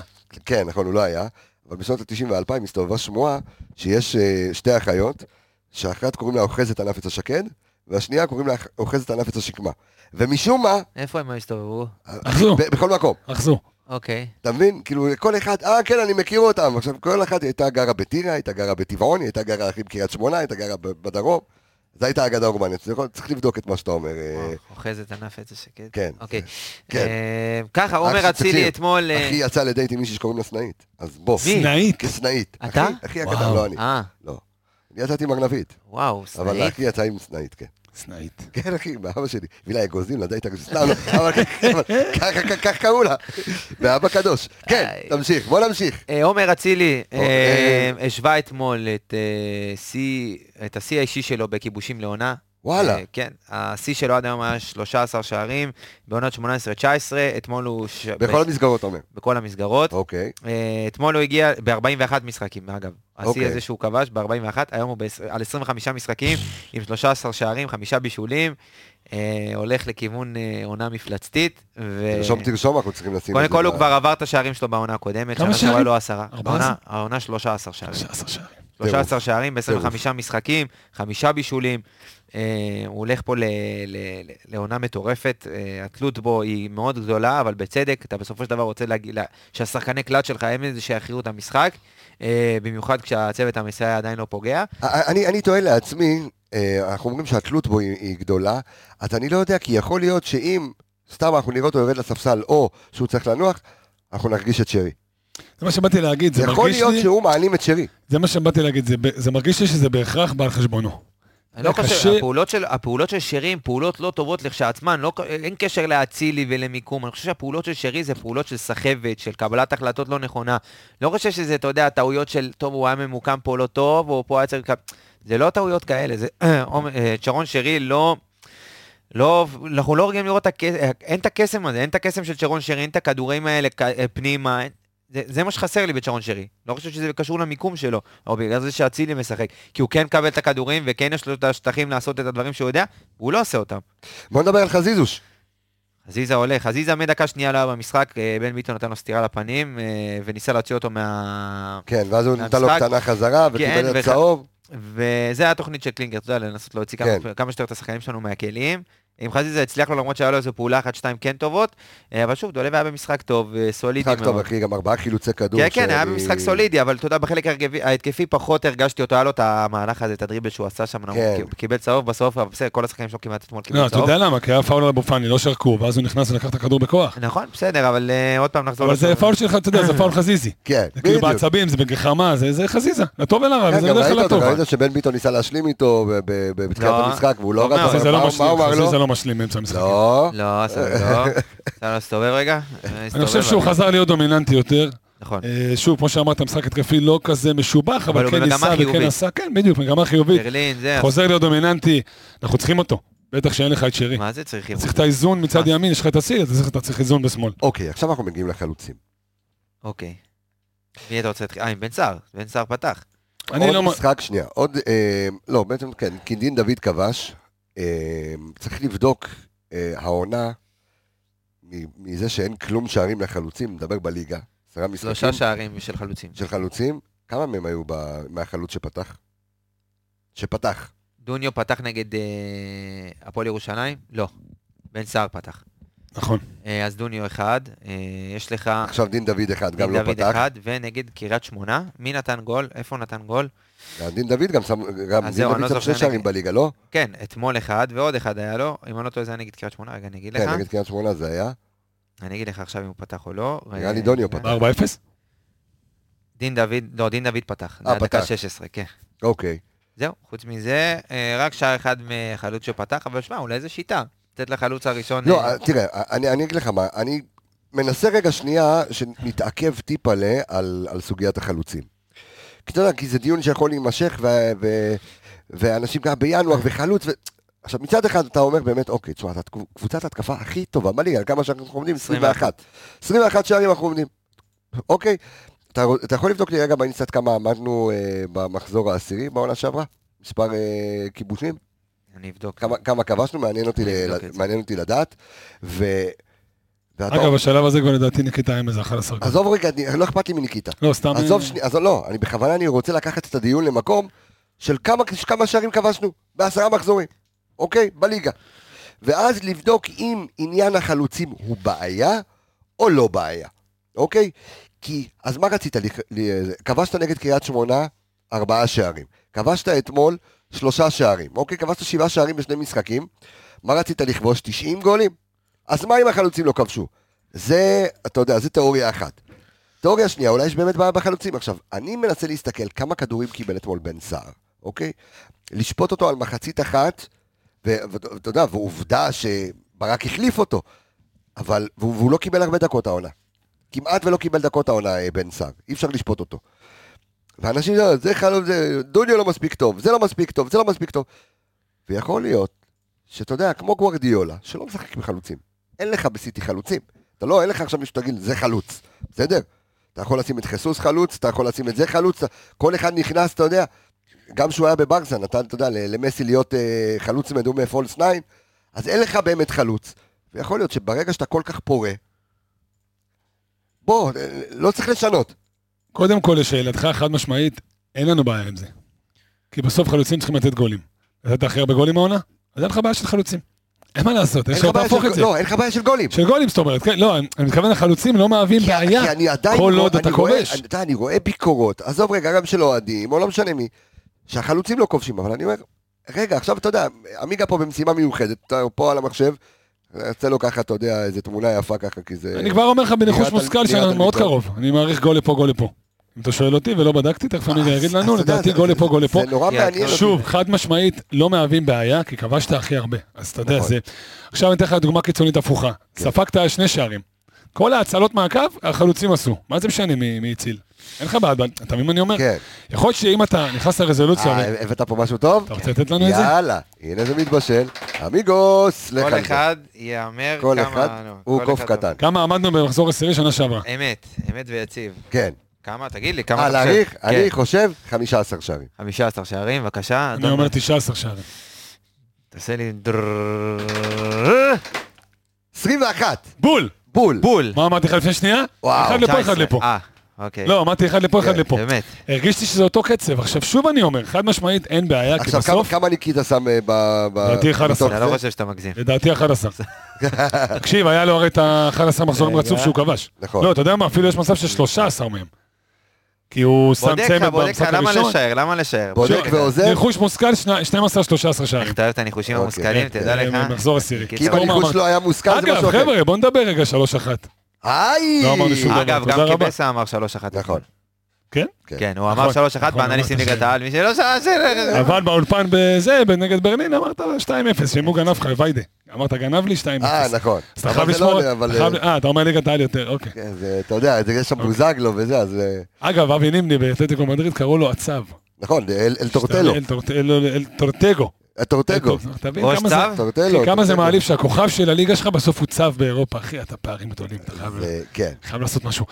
Speaker 1: כן, נכון, הוא לא היה, אבל בשנות ה-90 וה-2000 הסתובבה שמועה שיש אה, שתי אחיות, שאחת קוראים לה אוחזת על אפץ השקד, והשנייה קוראים לה אוחזת על אפץ השקמה. ומשום מה,
Speaker 5: איפה הם הסתובבו?
Speaker 6: אחזו,
Speaker 1: אה, ב- בכל מקום,
Speaker 6: אחזו.
Speaker 5: אוקיי.
Speaker 1: אתה מבין? כאילו, כל אחד, אה, כן, אני מכיר אותם. עכשיו, כל אחת הייתה גרה בטירה, הייתה גרה בטבעוני, הייתה גרה הכי בקריית שמונה, הייתה גרה ב- בדרום. זו הייתה אגדה אורבנית. זה יכול- צריך לבדוק את מה שאתה אומר. אה,
Speaker 5: אוחזת ענף עץ השקט.
Speaker 1: כן,
Speaker 5: אוקיי.
Speaker 1: כן.
Speaker 5: אה, ככה,
Speaker 1: רק
Speaker 5: עומר
Speaker 1: שתקשיב,
Speaker 5: אצילי אתמול... אה,
Speaker 1: אחי יצא לדייט עם מישהי שקוראים לה סנאית. אז בוא.
Speaker 5: מי?
Speaker 1: כן.
Speaker 6: סנאית.
Speaker 1: כסנאית. אחי-
Speaker 5: אתה?
Speaker 1: אחי
Speaker 6: וואו.
Speaker 1: הקטן, לא אני.
Speaker 5: אה,
Speaker 1: לא. אני יצאתי עם אגנבית.
Speaker 5: וואו,
Speaker 1: אבל
Speaker 5: סנאית.
Speaker 1: אחי יצא עם סנאית, כן. [LAUGHS]
Speaker 6: סנאית.
Speaker 1: כן, אחי, מאבא שלי. הביא לה אגוזים לדייט הראשון. סתם,
Speaker 5: [LAUGHS]
Speaker 1: לא. אבל כן, אבל ככה- ככה- ככה קראו לה. מאבא קדוש. כן,
Speaker 5: איי.
Speaker 1: תמשיך, בוא נמשיך.
Speaker 5: אה, עומר אצילי
Speaker 1: או,
Speaker 5: אה, השווה אתמול את אה, שיא- את השיא האישי שלו בכיבושים לעונה.
Speaker 1: וואלה.
Speaker 5: אה, כן, השיא שלו עד היום היה 13 שערים, בעונת 18-19, אתמול הוא... ש-
Speaker 1: בכל
Speaker 5: ב-
Speaker 1: המסגרות אומר.
Speaker 5: בכל המסגרות.
Speaker 1: אוקיי.
Speaker 5: אה, אתמול הוא הגיע ב-41 משחקים, אגב. השיא
Speaker 1: אוקיי.
Speaker 5: הזה שהוא כבש ב-41, היום הוא ב- על 25 משחקים, עם 13 שערים, חמישה בישולים, אה, הולך לכיוון אה, עונה מפלצתית. ו-
Speaker 1: תרשום, תרשום, אנחנו צריכים לשים
Speaker 5: אה. קודם
Speaker 1: את זה לא-
Speaker 5: כל הוא
Speaker 1: ב-
Speaker 5: כבר עבר את השערים שלו בעונה הקודמת,
Speaker 6: כמה
Speaker 5: שנה שעברה
Speaker 6: שערים?
Speaker 5: היו לו עשרה.
Speaker 6: 14?
Speaker 5: בעונה- העונה 13 שערים.
Speaker 6: 16 שערים.
Speaker 5: 13 שערים ב-25 משחקים, חמישה בישולים. אה, הוא הולך פה ל- ל- ל- לעונה מטורפת, אה, התלות בו היא מאוד גדולה, אבל בצדק, אתה בסופו של דבר רוצה להגיד לה- שהשחקני קלט שלך הם אלה שיכריעו את המשחק, אה, במיוחד כשהצוות המסייע עדיין לא פוגע.
Speaker 1: אני, אני תוהה לעצמי, אה, אנחנו אומרים שהתלות בו היא, היא גדולה, אז אני לא יודע, כי יכול להיות שאם סתם אנחנו נראה אותו יורד לספסל, או שהוא צריך לנוח, אנחנו נרגיש את שרי.
Speaker 6: זה מה שבאתי להגיד, זה
Speaker 1: יכול
Speaker 6: מרגיש
Speaker 1: להיות
Speaker 6: לי...
Speaker 1: שהוא מעלים את שרי.
Speaker 6: זה מה שבאתי להגיד, זה ב- זה מרגיש לי שזה בהכרח בא על חשבונו.
Speaker 5: אני לא
Speaker 6: זה
Speaker 5: חושב,
Speaker 6: קשה.
Speaker 5: הפעולות של, הפעולות של שרי הן פעולות לא טובות לכשעצמן, לא, ק- אין קשר לאצילי ולמיקום, אני חושב שהפעולות של שרי זה פעולות של סחבת, של קבלת החלטות לא נכונה. לא חושב שזה, אתה יודע, טעויות של, טוב, הוא היה ממוקם פה לא טוב, או פה היה צריך... לקב-" זה לא טעויות כאלה, זה... [CLEARS THROAT] עומר- אה, שרון שרי לא... לא, אנחנו לא רגילים לראות את הקסם, אין את הקסם הזה, אין את הקסם של שרון שרי, אין את הכדורים האלה כ- אה, פנימה, אין- זה, זה מה שחסר לי בשרון שרי. לא חושב שזה קשור למיקום שלו, או בגלל זה שאצילי משחק. כי הוא כן מקבל את הכדורים, וכן יש לו את השטחים לעשות את הדברים שהוא יודע, והוא לא עושה אותם.
Speaker 1: בוא נדבר על חזיזוש.
Speaker 5: חזיזה הולך, חזיזה מדקה שנייה לא היה במשחק, אה, בן ביטון נתן לו סטירה לפנים, אה, וניסה להוציא אותו מה...
Speaker 1: כן, ואז הוא נתן לו
Speaker 5: המשחק-
Speaker 1: קטנה חזרה,
Speaker 5: כן,
Speaker 1: וקיבל את
Speaker 5: וח-
Speaker 1: צהוב.
Speaker 5: וזה התוכנית של קלינגר, אתה יודע, לנסות להוציא כמה,
Speaker 1: כן.
Speaker 5: כמה שיותר את השחקנים שלנו מהכלים. עם חזיזה הצליח לו למרות שהיה לו איזו פעולה אחת, שתיים כן טובות, אה, אבל שוב, דולב היה במשחק טוב, אה, סולידי
Speaker 1: משחק טוב,
Speaker 5: מאוד.
Speaker 1: אחי, גם ארבעה חילוצי כדור.
Speaker 5: כן, כן, היה
Speaker 1: שאני-
Speaker 5: במשחק סולידי, אבל אתה יודע, בחלק ההרגבי- ההתקפי פחות הרגשתי אותו, היה לו את המהלך הזה, את הדריבל שהוא עשה שם,
Speaker 1: כן.
Speaker 5: הוא קיבל צהוב בסוף, אבל בסדר, כל השחקנים שלו כמעט אתמול
Speaker 6: לא,
Speaker 5: קיבלו
Speaker 6: אתה
Speaker 5: צהוב.
Speaker 6: יודע למה? כי היה פאול על אבו פאני, לא שרקו, ואז הוא נכנס ולקח את הכדור בכוח.
Speaker 5: נכון, בסדר, אבל אה, עוד פעם נחזור
Speaker 6: אבל זה פאול שלך, אתה יודע, זה פאול חזיזי.
Speaker 1: כן,
Speaker 6: זה כאילו
Speaker 1: בדיוק.
Speaker 6: בעצבים, זה בגחמה, זה זה חזיזה, לטוב ולרע,
Speaker 1: כן,
Speaker 6: זה
Speaker 1: גם
Speaker 6: בדרך
Speaker 1: ראית
Speaker 6: כלל
Speaker 1: אותו,
Speaker 6: לטוב.
Speaker 1: ראית שבן ביטון ניסה להשלים איתו ב- ב- ב- בתחילת
Speaker 5: לא.
Speaker 1: המשחק, והוא לא
Speaker 5: טוב
Speaker 1: רץ,
Speaker 5: מאוד.
Speaker 1: אבל
Speaker 6: חזיזה
Speaker 1: מה
Speaker 6: לא
Speaker 1: הוא- מה
Speaker 6: משלים,
Speaker 1: הוא אמר
Speaker 6: חזיזה
Speaker 1: לו?
Speaker 6: לא משלים באמצע המשחק.
Speaker 1: לא.
Speaker 5: לא, סבבה, לא.
Speaker 6: [LAUGHS]
Speaker 5: אפשר להסתובב רגע?
Speaker 6: אני חושב
Speaker 1: לא
Speaker 5: הסתובב,
Speaker 6: שהוא
Speaker 5: אבל-
Speaker 6: חזר להיות דומיננטי יותר.
Speaker 5: נכון.
Speaker 6: אה, שוב, כמו שאמרת, המשחק התקפי לא כזה משובח,
Speaker 5: אבל
Speaker 6: אבל
Speaker 5: הוא
Speaker 6: כן
Speaker 5: במגמה
Speaker 6: ניסה וכן
Speaker 5: חיובית.
Speaker 6: עשה, כן, בדיוק, מגמה חיובית.
Speaker 5: ברלין, זה...
Speaker 6: חוזר להיות דומיננטי, אנחנו צריכים אותו. בטח שאין לך את שרי.
Speaker 5: מה זה צריכים?
Speaker 6: צריך את האיזון מצד
Speaker 5: מה?
Speaker 6: ימין, יש לך את הסיר, אתה צריך- אתה צריך איזון בשמאל.
Speaker 1: אוקיי, עכשיו אנחנו מגיעים לחלוצים.
Speaker 5: אוקיי. מי אתה רוצה להתחיל? אה, עם בן סער. בן סער פתח.
Speaker 6: אני
Speaker 1: עוד
Speaker 6: לא... מ-
Speaker 1: משחק, שנייה, עוד, אה, לא, בעצם כן, כי דין דוד כבש, אה, צריך לבדוק אה, העונה מ- מזה שאין כלום שערים לחלוצים, מדבר בליגה, עשרה משחקים
Speaker 5: שלושה שערים של חלוצים.
Speaker 1: של חלוצים, כמה מהם היו ב- מהחלוץ שפתח? שפתח,
Speaker 5: דוניו פתח נגד אה, הפועל ירושלים? לא. בן סער פתח.
Speaker 6: נכון.
Speaker 5: אה, אז דוניו אחד, אה, יש לך
Speaker 1: עכשיו דין דוד אחד גם
Speaker 5: דין
Speaker 1: לא
Speaker 5: דוד
Speaker 1: פתח.
Speaker 5: אחד, ונגד קריית שמונה, מי נתן גול? איפה הוא נתן גול?
Speaker 1: דין דוד גם שם, גם
Speaker 5: אז
Speaker 1: דין
Speaker 5: זהו,
Speaker 1: דוד
Speaker 5: אני לא
Speaker 1: שם
Speaker 5: זוכר
Speaker 1: שני שערים
Speaker 5: נגד-
Speaker 1: בליגה, לא?
Speaker 5: כן, אתמול אחד, ועוד אחד היה לו, אם אני לא טועה זה היה נגד קריית שמונה, רגע, אני אגיד לך.
Speaker 1: כן, נגד קריית שמונה זה היה.
Speaker 5: אני אגיד לך עכשיו אם הוא פתח או לא.
Speaker 1: נראה
Speaker 5: אה,
Speaker 1: לי דוניו
Speaker 5: רגע.
Speaker 1: פתח.
Speaker 6: 4-0?
Speaker 5: דין דוד, לא, דין דוד פתח.
Speaker 1: אה,
Speaker 5: אה, פתח.
Speaker 1: פתח.
Speaker 5: 16, כן.
Speaker 1: אוקיי.
Speaker 5: זהו, חוץ מזה, אה, רק שער אחד מחלוץ שפתח, אבל שמע, אולי זו שיטה. לתת לחלוץ הראשון...
Speaker 1: לא,
Speaker 5: אה,
Speaker 1: אה, תראה, אני אני אגיד לך מה, אני מנסה רגע שנייה שנתעכב טיפה ל- על על סוגיית החלוצים. כי אתה יודע, כי זה דיון שיכול להימשך, ו- ו- ואנשים גם בינואר וחלוץ. ו- עכשיו, מצד אחד אתה אומר באמת, אוקיי, תשמע, אתה תקו- קבוצת התקפה הכי טובה בליגה, על כמה שערים אנחנו עומדים? 21. 21 שערים אנחנו עומדים. אוקיי, אתה רוצ- אתה יכול לבדוק לי רגע באינסטנט כמה עמדנו אה, במחזור העשירי בעונה שעברה? מספר אה, כיבושים?
Speaker 5: אני אבדוק.
Speaker 1: כמה, כמה כבשנו, מעניין אותי,
Speaker 5: אני
Speaker 1: ל...
Speaker 5: אבדוק את זה.
Speaker 1: מעניין אותי לדעת. ו... ואתה...
Speaker 6: אגב, בשלב הזה כבר לדעתי ניקיטה עם איזה 11 גול.
Speaker 1: עזוב רגע, אני- לא אכפת לי מניקיטה.
Speaker 6: לא, סתם... אה,
Speaker 1: עזוב שנייה, אז לא, אני בכוונה אני רוצה לקחת את הדיון למקום של כמה, כמה שערים כבשנו בעשרה מחזורים, אוקיי? בליגה. ואז לבדוק אם עניין החלוצים הוא בעיה או לא בעיה, אוקיי? כי, אז מה רצית? ל- ל- כבשת נגד קריית שמונה, ארבעה שערים. כבשת אתמול, שלושה שערים. אוקיי? כבשת שבעה שערים בשני משחקים. מה רצית לכבוש? 90 גולים? אז מה אם החלוצים לא כבשו? זה, אתה יודע, זה תיאוריה אחת. תיאוריה שנייה, אולי יש באמת בעיה בחלוצים. עכשיו, אני מנסה להסתכל כמה כדורים קיבל אתמול בן סער, אוקיי? לשפוט אותו על מחצית אחת, ו- ו- ואתה יודע, ועובדה שברק החליף אותו, אבל, והוא, והוא לא קיבל הרבה דקות העונה. כמעט ולא קיבל דקות העונה אה, בן סער, אי אפשר לשפוט אותו. ואנשים, לא, זה חלום, זה, דוניו לא מספיק טוב, זה לא מספיק טוב, זה לא מספיק טוב. ויכול להיות שאתה יודע, כמו גוורדיולה, שלא משחק עם חלוצים. אין לך בסיטי חלוצים. אתה לא, אין לך עכשיו מישהו שתגיד, זה חלוץ, בסדר? אתה יכול לשים את חיסוס חלוץ, אתה יכול לשים את זה חלוץ, אתה- כל אחד נכנס, אתה יודע, גם כשהוא היה בברסה, נתן, אתה יודע, ל- למסי להיות אה, חלוץ מדומה פולס 9, אז אין לך באמת חלוץ. ויכול להיות שברגע שאתה כל כך פורה, בוא, אה, לא צריך לשנות.
Speaker 6: קודם כל, לשאלתך חד משמעית, אין לנו בעיה עם זה. כי בסוף חלוצים צריכים לתת גולים. נתת הכי הרבה גולים העונה? אז אין לך בעיה של חלוצים. אין מה לעשות,
Speaker 1: אין
Speaker 6: יש
Speaker 1: לך
Speaker 6: לך
Speaker 1: בעיה
Speaker 6: להפוך
Speaker 1: של-
Speaker 6: את זה.
Speaker 1: לא, אין לך בעיה של גולים.
Speaker 6: של גולים, זאת אומרת, כן, לא, אני אני מתכוון לחלוצים לא מהווים
Speaker 1: כי-
Speaker 6: בעיה.
Speaker 1: כי אני עדיין,
Speaker 6: כל
Speaker 1: רואה-
Speaker 6: עוד אתה
Speaker 1: אני רואה-
Speaker 6: כובש.
Speaker 1: אני- אתה יודע, אני רואה ביקורות, עזוב רגע, גם של אוהדים, או לא משנה מי, שהחלוצים לא כובשים, אבל אני אומר, רגע, עכשיו אתה יודע, עמיגה פה במשימה מיוחדת, אתה פה על המחשב, יוצא לו ככה, אתה יודע, איזה תמונה יפה ככה, כי זה...
Speaker 6: אני כבר אומר לך בניחוש
Speaker 1: נראה
Speaker 6: מושכל
Speaker 1: תל-
Speaker 6: שאנחנו
Speaker 1: נראה
Speaker 6: מאוד
Speaker 1: תלמיד
Speaker 6: קרוב. אני מעריך גול לפה, גול לפה. אם אתה שואל אותי ולא בדקתי,
Speaker 1: אז-
Speaker 6: תכף אני אגיד
Speaker 1: אה, אז
Speaker 6: לנו,
Speaker 1: אתה יודע,
Speaker 6: לדעתי
Speaker 1: זה-
Speaker 6: גול לפה,
Speaker 1: זה-
Speaker 6: גול לפה.
Speaker 1: זה נורא
Speaker 5: כי
Speaker 1: מעניין. אותי.
Speaker 6: שוב, חד משמעית, לא מהווים בעיה, כי כבשת הכי הרבה. אז אתה יודע,
Speaker 1: נכון. כן.
Speaker 6: זה... עכשיו אני אתן לך דוגמה קיצונית הפוכה. ספגת שני שערים. כל ההצלות מהקו, החלוצים עשו. מה זה משנה מי מי הציל? אין לך בעד, בעד- אתה מבין מה אני אומר? [LAUGHS]
Speaker 1: כן.
Speaker 6: יכול להיות שאם אתה נכנס לרזולוציה, ו-
Speaker 1: אה, הבאת פה משהו טוב?
Speaker 6: אתה רוצה לתת לנו את זה?
Speaker 1: יאללה, הנה זה מתבשל. עמיגוס, לך
Speaker 5: כל
Speaker 1: על זה.
Speaker 5: אחד יאמר כמה...
Speaker 1: כל אחד
Speaker 5: לא,
Speaker 1: הוא
Speaker 5: כל
Speaker 1: קוף
Speaker 5: אחד
Speaker 1: קטן.
Speaker 6: כמה עמדנו במחזור עשירי שנה שעברה.
Speaker 5: אמת, אמת ויציב.
Speaker 1: כן.
Speaker 5: כמה? תגיד לי, כמה
Speaker 1: אה,
Speaker 5: אתה חושב?
Speaker 1: להעריך?
Speaker 5: כן,
Speaker 1: אני חושב 15 שערים.
Speaker 5: 15 שערים, בבקשה.
Speaker 6: אני
Speaker 5: אדון,
Speaker 6: אומר 19 שערים.
Speaker 5: תעשה לי... דררררררררררררררררררררררררררררררררררררררררררררררררררררררררררר
Speaker 1: עשרים ואחת.
Speaker 6: בול!
Speaker 1: בול.
Speaker 5: בול.
Speaker 6: מה אמרתי לך לפני שנייה?
Speaker 1: וואו,
Speaker 6: אחד לפה, אחד
Speaker 5: 19.
Speaker 6: לפה.
Speaker 5: אה, אוקיי.
Speaker 6: לא, אמרתי אחד לפה, אחד
Speaker 1: כן,
Speaker 6: לפה.
Speaker 5: באמת.
Speaker 6: הרגישתי שזה אותו קצב. עכשיו, שוב אני אומר, חד משמעית, אין בעיה, כי
Speaker 1: עכשיו, כמה-
Speaker 6: בסוף,
Speaker 1: כמה ניקיטה שם אה, ב... ב-
Speaker 6: לדעתי 11.
Speaker 1: מתוך
Speaker 5: אתה לא
Speaker 1: זה?
Speaker 5: חושב שאתה מגזים.
Speaker 6: לדעתי 11. תקשיב, היה לו הרי את ה-11 מחזורים
Speaker 5: רגע.
Speaker 6: רצוף שהוא כבש.
Speaker 1: נכון.
Speaker 6: לא, אתה יודע מה, אפילו יש מצב של 13 מהם. כי הוא שם
Speaker 5: בודק לך,
Speaker 6: צמד
Speaker 5: בודק לך,
Speaker 6: במשחק
Speaker 5: למה
Speaker 6: הראשון.
Speaker 5: לשער? למה לשער?
Speaker 1: בודק
Speaker 5: בודק לך.
Speaker 1: ועוזר,
Speaker 6: ניחוש מושכל, שני- 12-13 שערים.
Speaker 5: איך אתה אוהב את הניחושים
Speaker 1: אוקיי,
Speaker 5: המושכלים,
Speaker 1: כן,
Speaker 5: תדע
Speaker 6: כן,
Speaker 5: לך.
Speaker 6: מחזור עשירי.
Speaker 1: כי אם
Speaker 5: קיצור.
Speaker 6: אני-
Speaker 1: הניחוש לא היה מושכל זה
Speaker 6: אגב,
Speaker 1: משהו אחר.
Speaker 6: חבר'ה, בוא נדבר רגע 3-1.
Speaker 1: היי!
Speaker 6: לא אמרנו שום דבר.
Speaker 5: אגב,
Speaker 6: תודה
Speaker 5: גם
Speaker 6: רבה.
Speaker 5: קיבסה אמר 3-1.
Speaker 1: נכון.
Speaker 6: כן?
Speaker 5: כן, הוא אמר
Speaker 6: נכון,
Speaker 5: 3-1
Speaker 6: נכון,
Speaker 5: באנליסטים
Speaker 6: אמרת
Speaker 5: ליגת
Speaker 6: ש-
Speaker 5: העל, מי שלא שאל,
Speaker 1: אה?
Speaker 5: זה...
Speaker 6: אבל באולפן בזה, נגד ברלין, אמרת 2-0, אם הוא גנב לך, ויידה. אמרת, גנב לי 2-0.
Speaker 1: אה, נכון.
Speaker 6: אז אתה
Speaker 1: אבל
Speaker 6: חייב
Speaker 1: זה
Speaker 6: לשמור...
Speaker 1: לא עולה, אבל,
Speaker 6: אתה חייב- אוקיי.
Speaker 1: אה,
Speaker 6: אה, אתה אומר ליגת העל יותר, אוקיי.
Speaker 1: כן, זה- אתה יודע, זה- יש שם בוזגלו וזה, אז... אה,
Speaker 6: אגב, אבי נימני באתלטיקו מדריד קראו לו עצב.
Speaker 1: נכון, אל אל טורטלו.
Speaker 6: אל טורט- אל- לא, אל- אל טורטגו.
Speaker 1: אל טורטגו.
Speaker 6: אתה מבין
Speaker 5: ראש
Speaker 6: כמה
Speaker 5: צב?
Speaker 6: זה...
Speaker 1: טורטלו.
Speaker 6: כמה זה
Speaker 1: טורטגו.
Speaker 6: מעליב שהכוכב של הליגה שלך בסוף הוא צב באירופה, אחי, אתה פערים גדולים, אתה חייב-
Speaker 1: זה- כן.
Speaker 6: חייב לעשות משהו.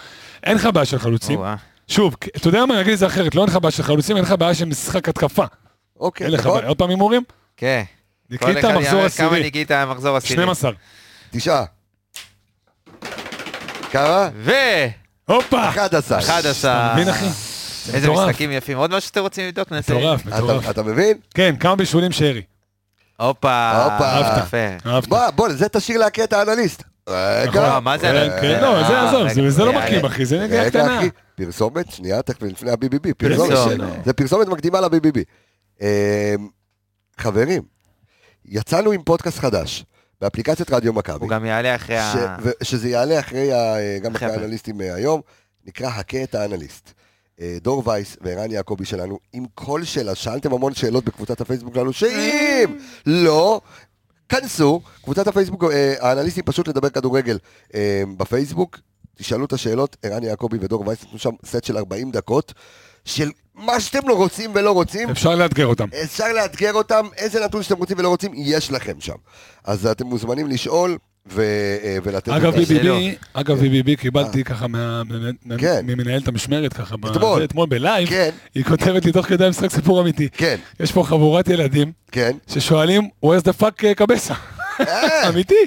Speaker 6: אין לך בעיה של חלוצים.
Speaker 5: או-אה.
Speaker 6: שוב, כ- אתה יודע מה, אני אגיד את זה אחרת, לא אין לך בעיה של חלוצים, אין לך בעיה של משחק התקפה.
Speaker 1: אוקיי,
Speaker 6: אין לך
Speaker 1: נכון?
Speaker 6: בעיה, עוד פעם הימורים?
Speaker 5: כן. כל
Speaker 6: ניקיטה,
Speaker 5: אחד
Speaker 6: מחזור
Speaker 5: יאמר כמה
Speaker 6: עשירי,
Speaker 5: ניקיטה מחזור עשירי.
Speaker 6: 12.
Speaker 1: תשעה. כמה?
Speaker 5: ו...
Speaker 6: הופה!
Speaker 1: 11.
Speaker 5: 11.
Speaker 6: מבין, אחי?
Speaker 5: איזה
Speaker 6: מטורף.
Speaker 5: משחקים יפים. עוד משהו שאתם רוצים לבדוק, נעשה.
Speaker 1: אתה-
Speaker 6: מטורף, מטורף.
Speaker 1: אתה מבין?
Speaker 6: כן, כמה בישולים שרי.
Speaker 5: הופה,
Speaker 1: הופה.
Speaker 5: יפה.
Speaker 6: אהבת.
Speaker 1: בוא, בוא, זה תשאיר להקיא את האנליסט. רגע,
Speaker 5: לא, מה זה? אה,
Speaker 6: כן, כן, לא, זה עזוב, זה- זה לא מכים, אחי, זה נגיעה
Speaker 1: רגע
Speaker 6: קטנה.
Speaker 1: אחי, פרסומת, שנייה, תכף לפני ה-BBB,
Speaker 5: פרסומת.
Speaker 1: פרסומת, זה פרסומת מקדימה ל-BBB. אמ, חברים, יצאנו עם פודקאסט חדש, באפליקציית רדיו מכבי,
Speaker 5: הוא גם יעלה אחרי ה...
Speaker 1: ש- ו- שזה יעלה אחרי, ה- אה, גם אחרי
Speaker 5: אחרי ה-
Speaker 1: האנליסטים אה, היום, נקרא הכה את האנליסט. אה, דור וייס וערן יעקבי שלנו, עם כל שאלה, שאלתם המון שאלות בקבוצת הפייסבוק שלנו, שאם לא, כנסו, קבוצת הפייסבוק, אה, האנליסטים פשוט לדבר כדורגל אה, בפייסבוק, תשאלו את השאלות, ערן יעקבי ודור וייס נתנו שם סט של 40 דקות, של מה שאתם לא רוצים ולא רוצים,
Speaker 6: אפשר לאתגר אותם.
Speaker 1: אפשר לאתגר אותם, איזה נתון שאתם רוצים ולא רוצים, יש לכם שם. אז אתם מוזמנים לשאול ו, אה, ולתת...
Speaker 6: אגב,
Speaker 1: את ה-
Speaker 6: BBB,
Speaker 5: שאלות.
Speaker 6: אגב, BBB קיבלתי ככה מה- מה- מה-
Speaker 1: אה. כן.
Speaker 6: ממנהלת המשמרת ככה, ב-
Speaker 1: אתמול.
Speaker 6: זה, אתמול בלייב,
Speaker 1: כן,
Speaker 6: היא כותבת לי תוך כדי המשחק סיפור אמיתי.
Speaker 1: כן,
Speaker 6: יש פה חבורת ילדים [LAUGHS]
Speaker 1: כן.
Speaker 6: ששואלים, where's the fuck קבסה?
Speaker 1: אה,
Speaker 6: אמיתי.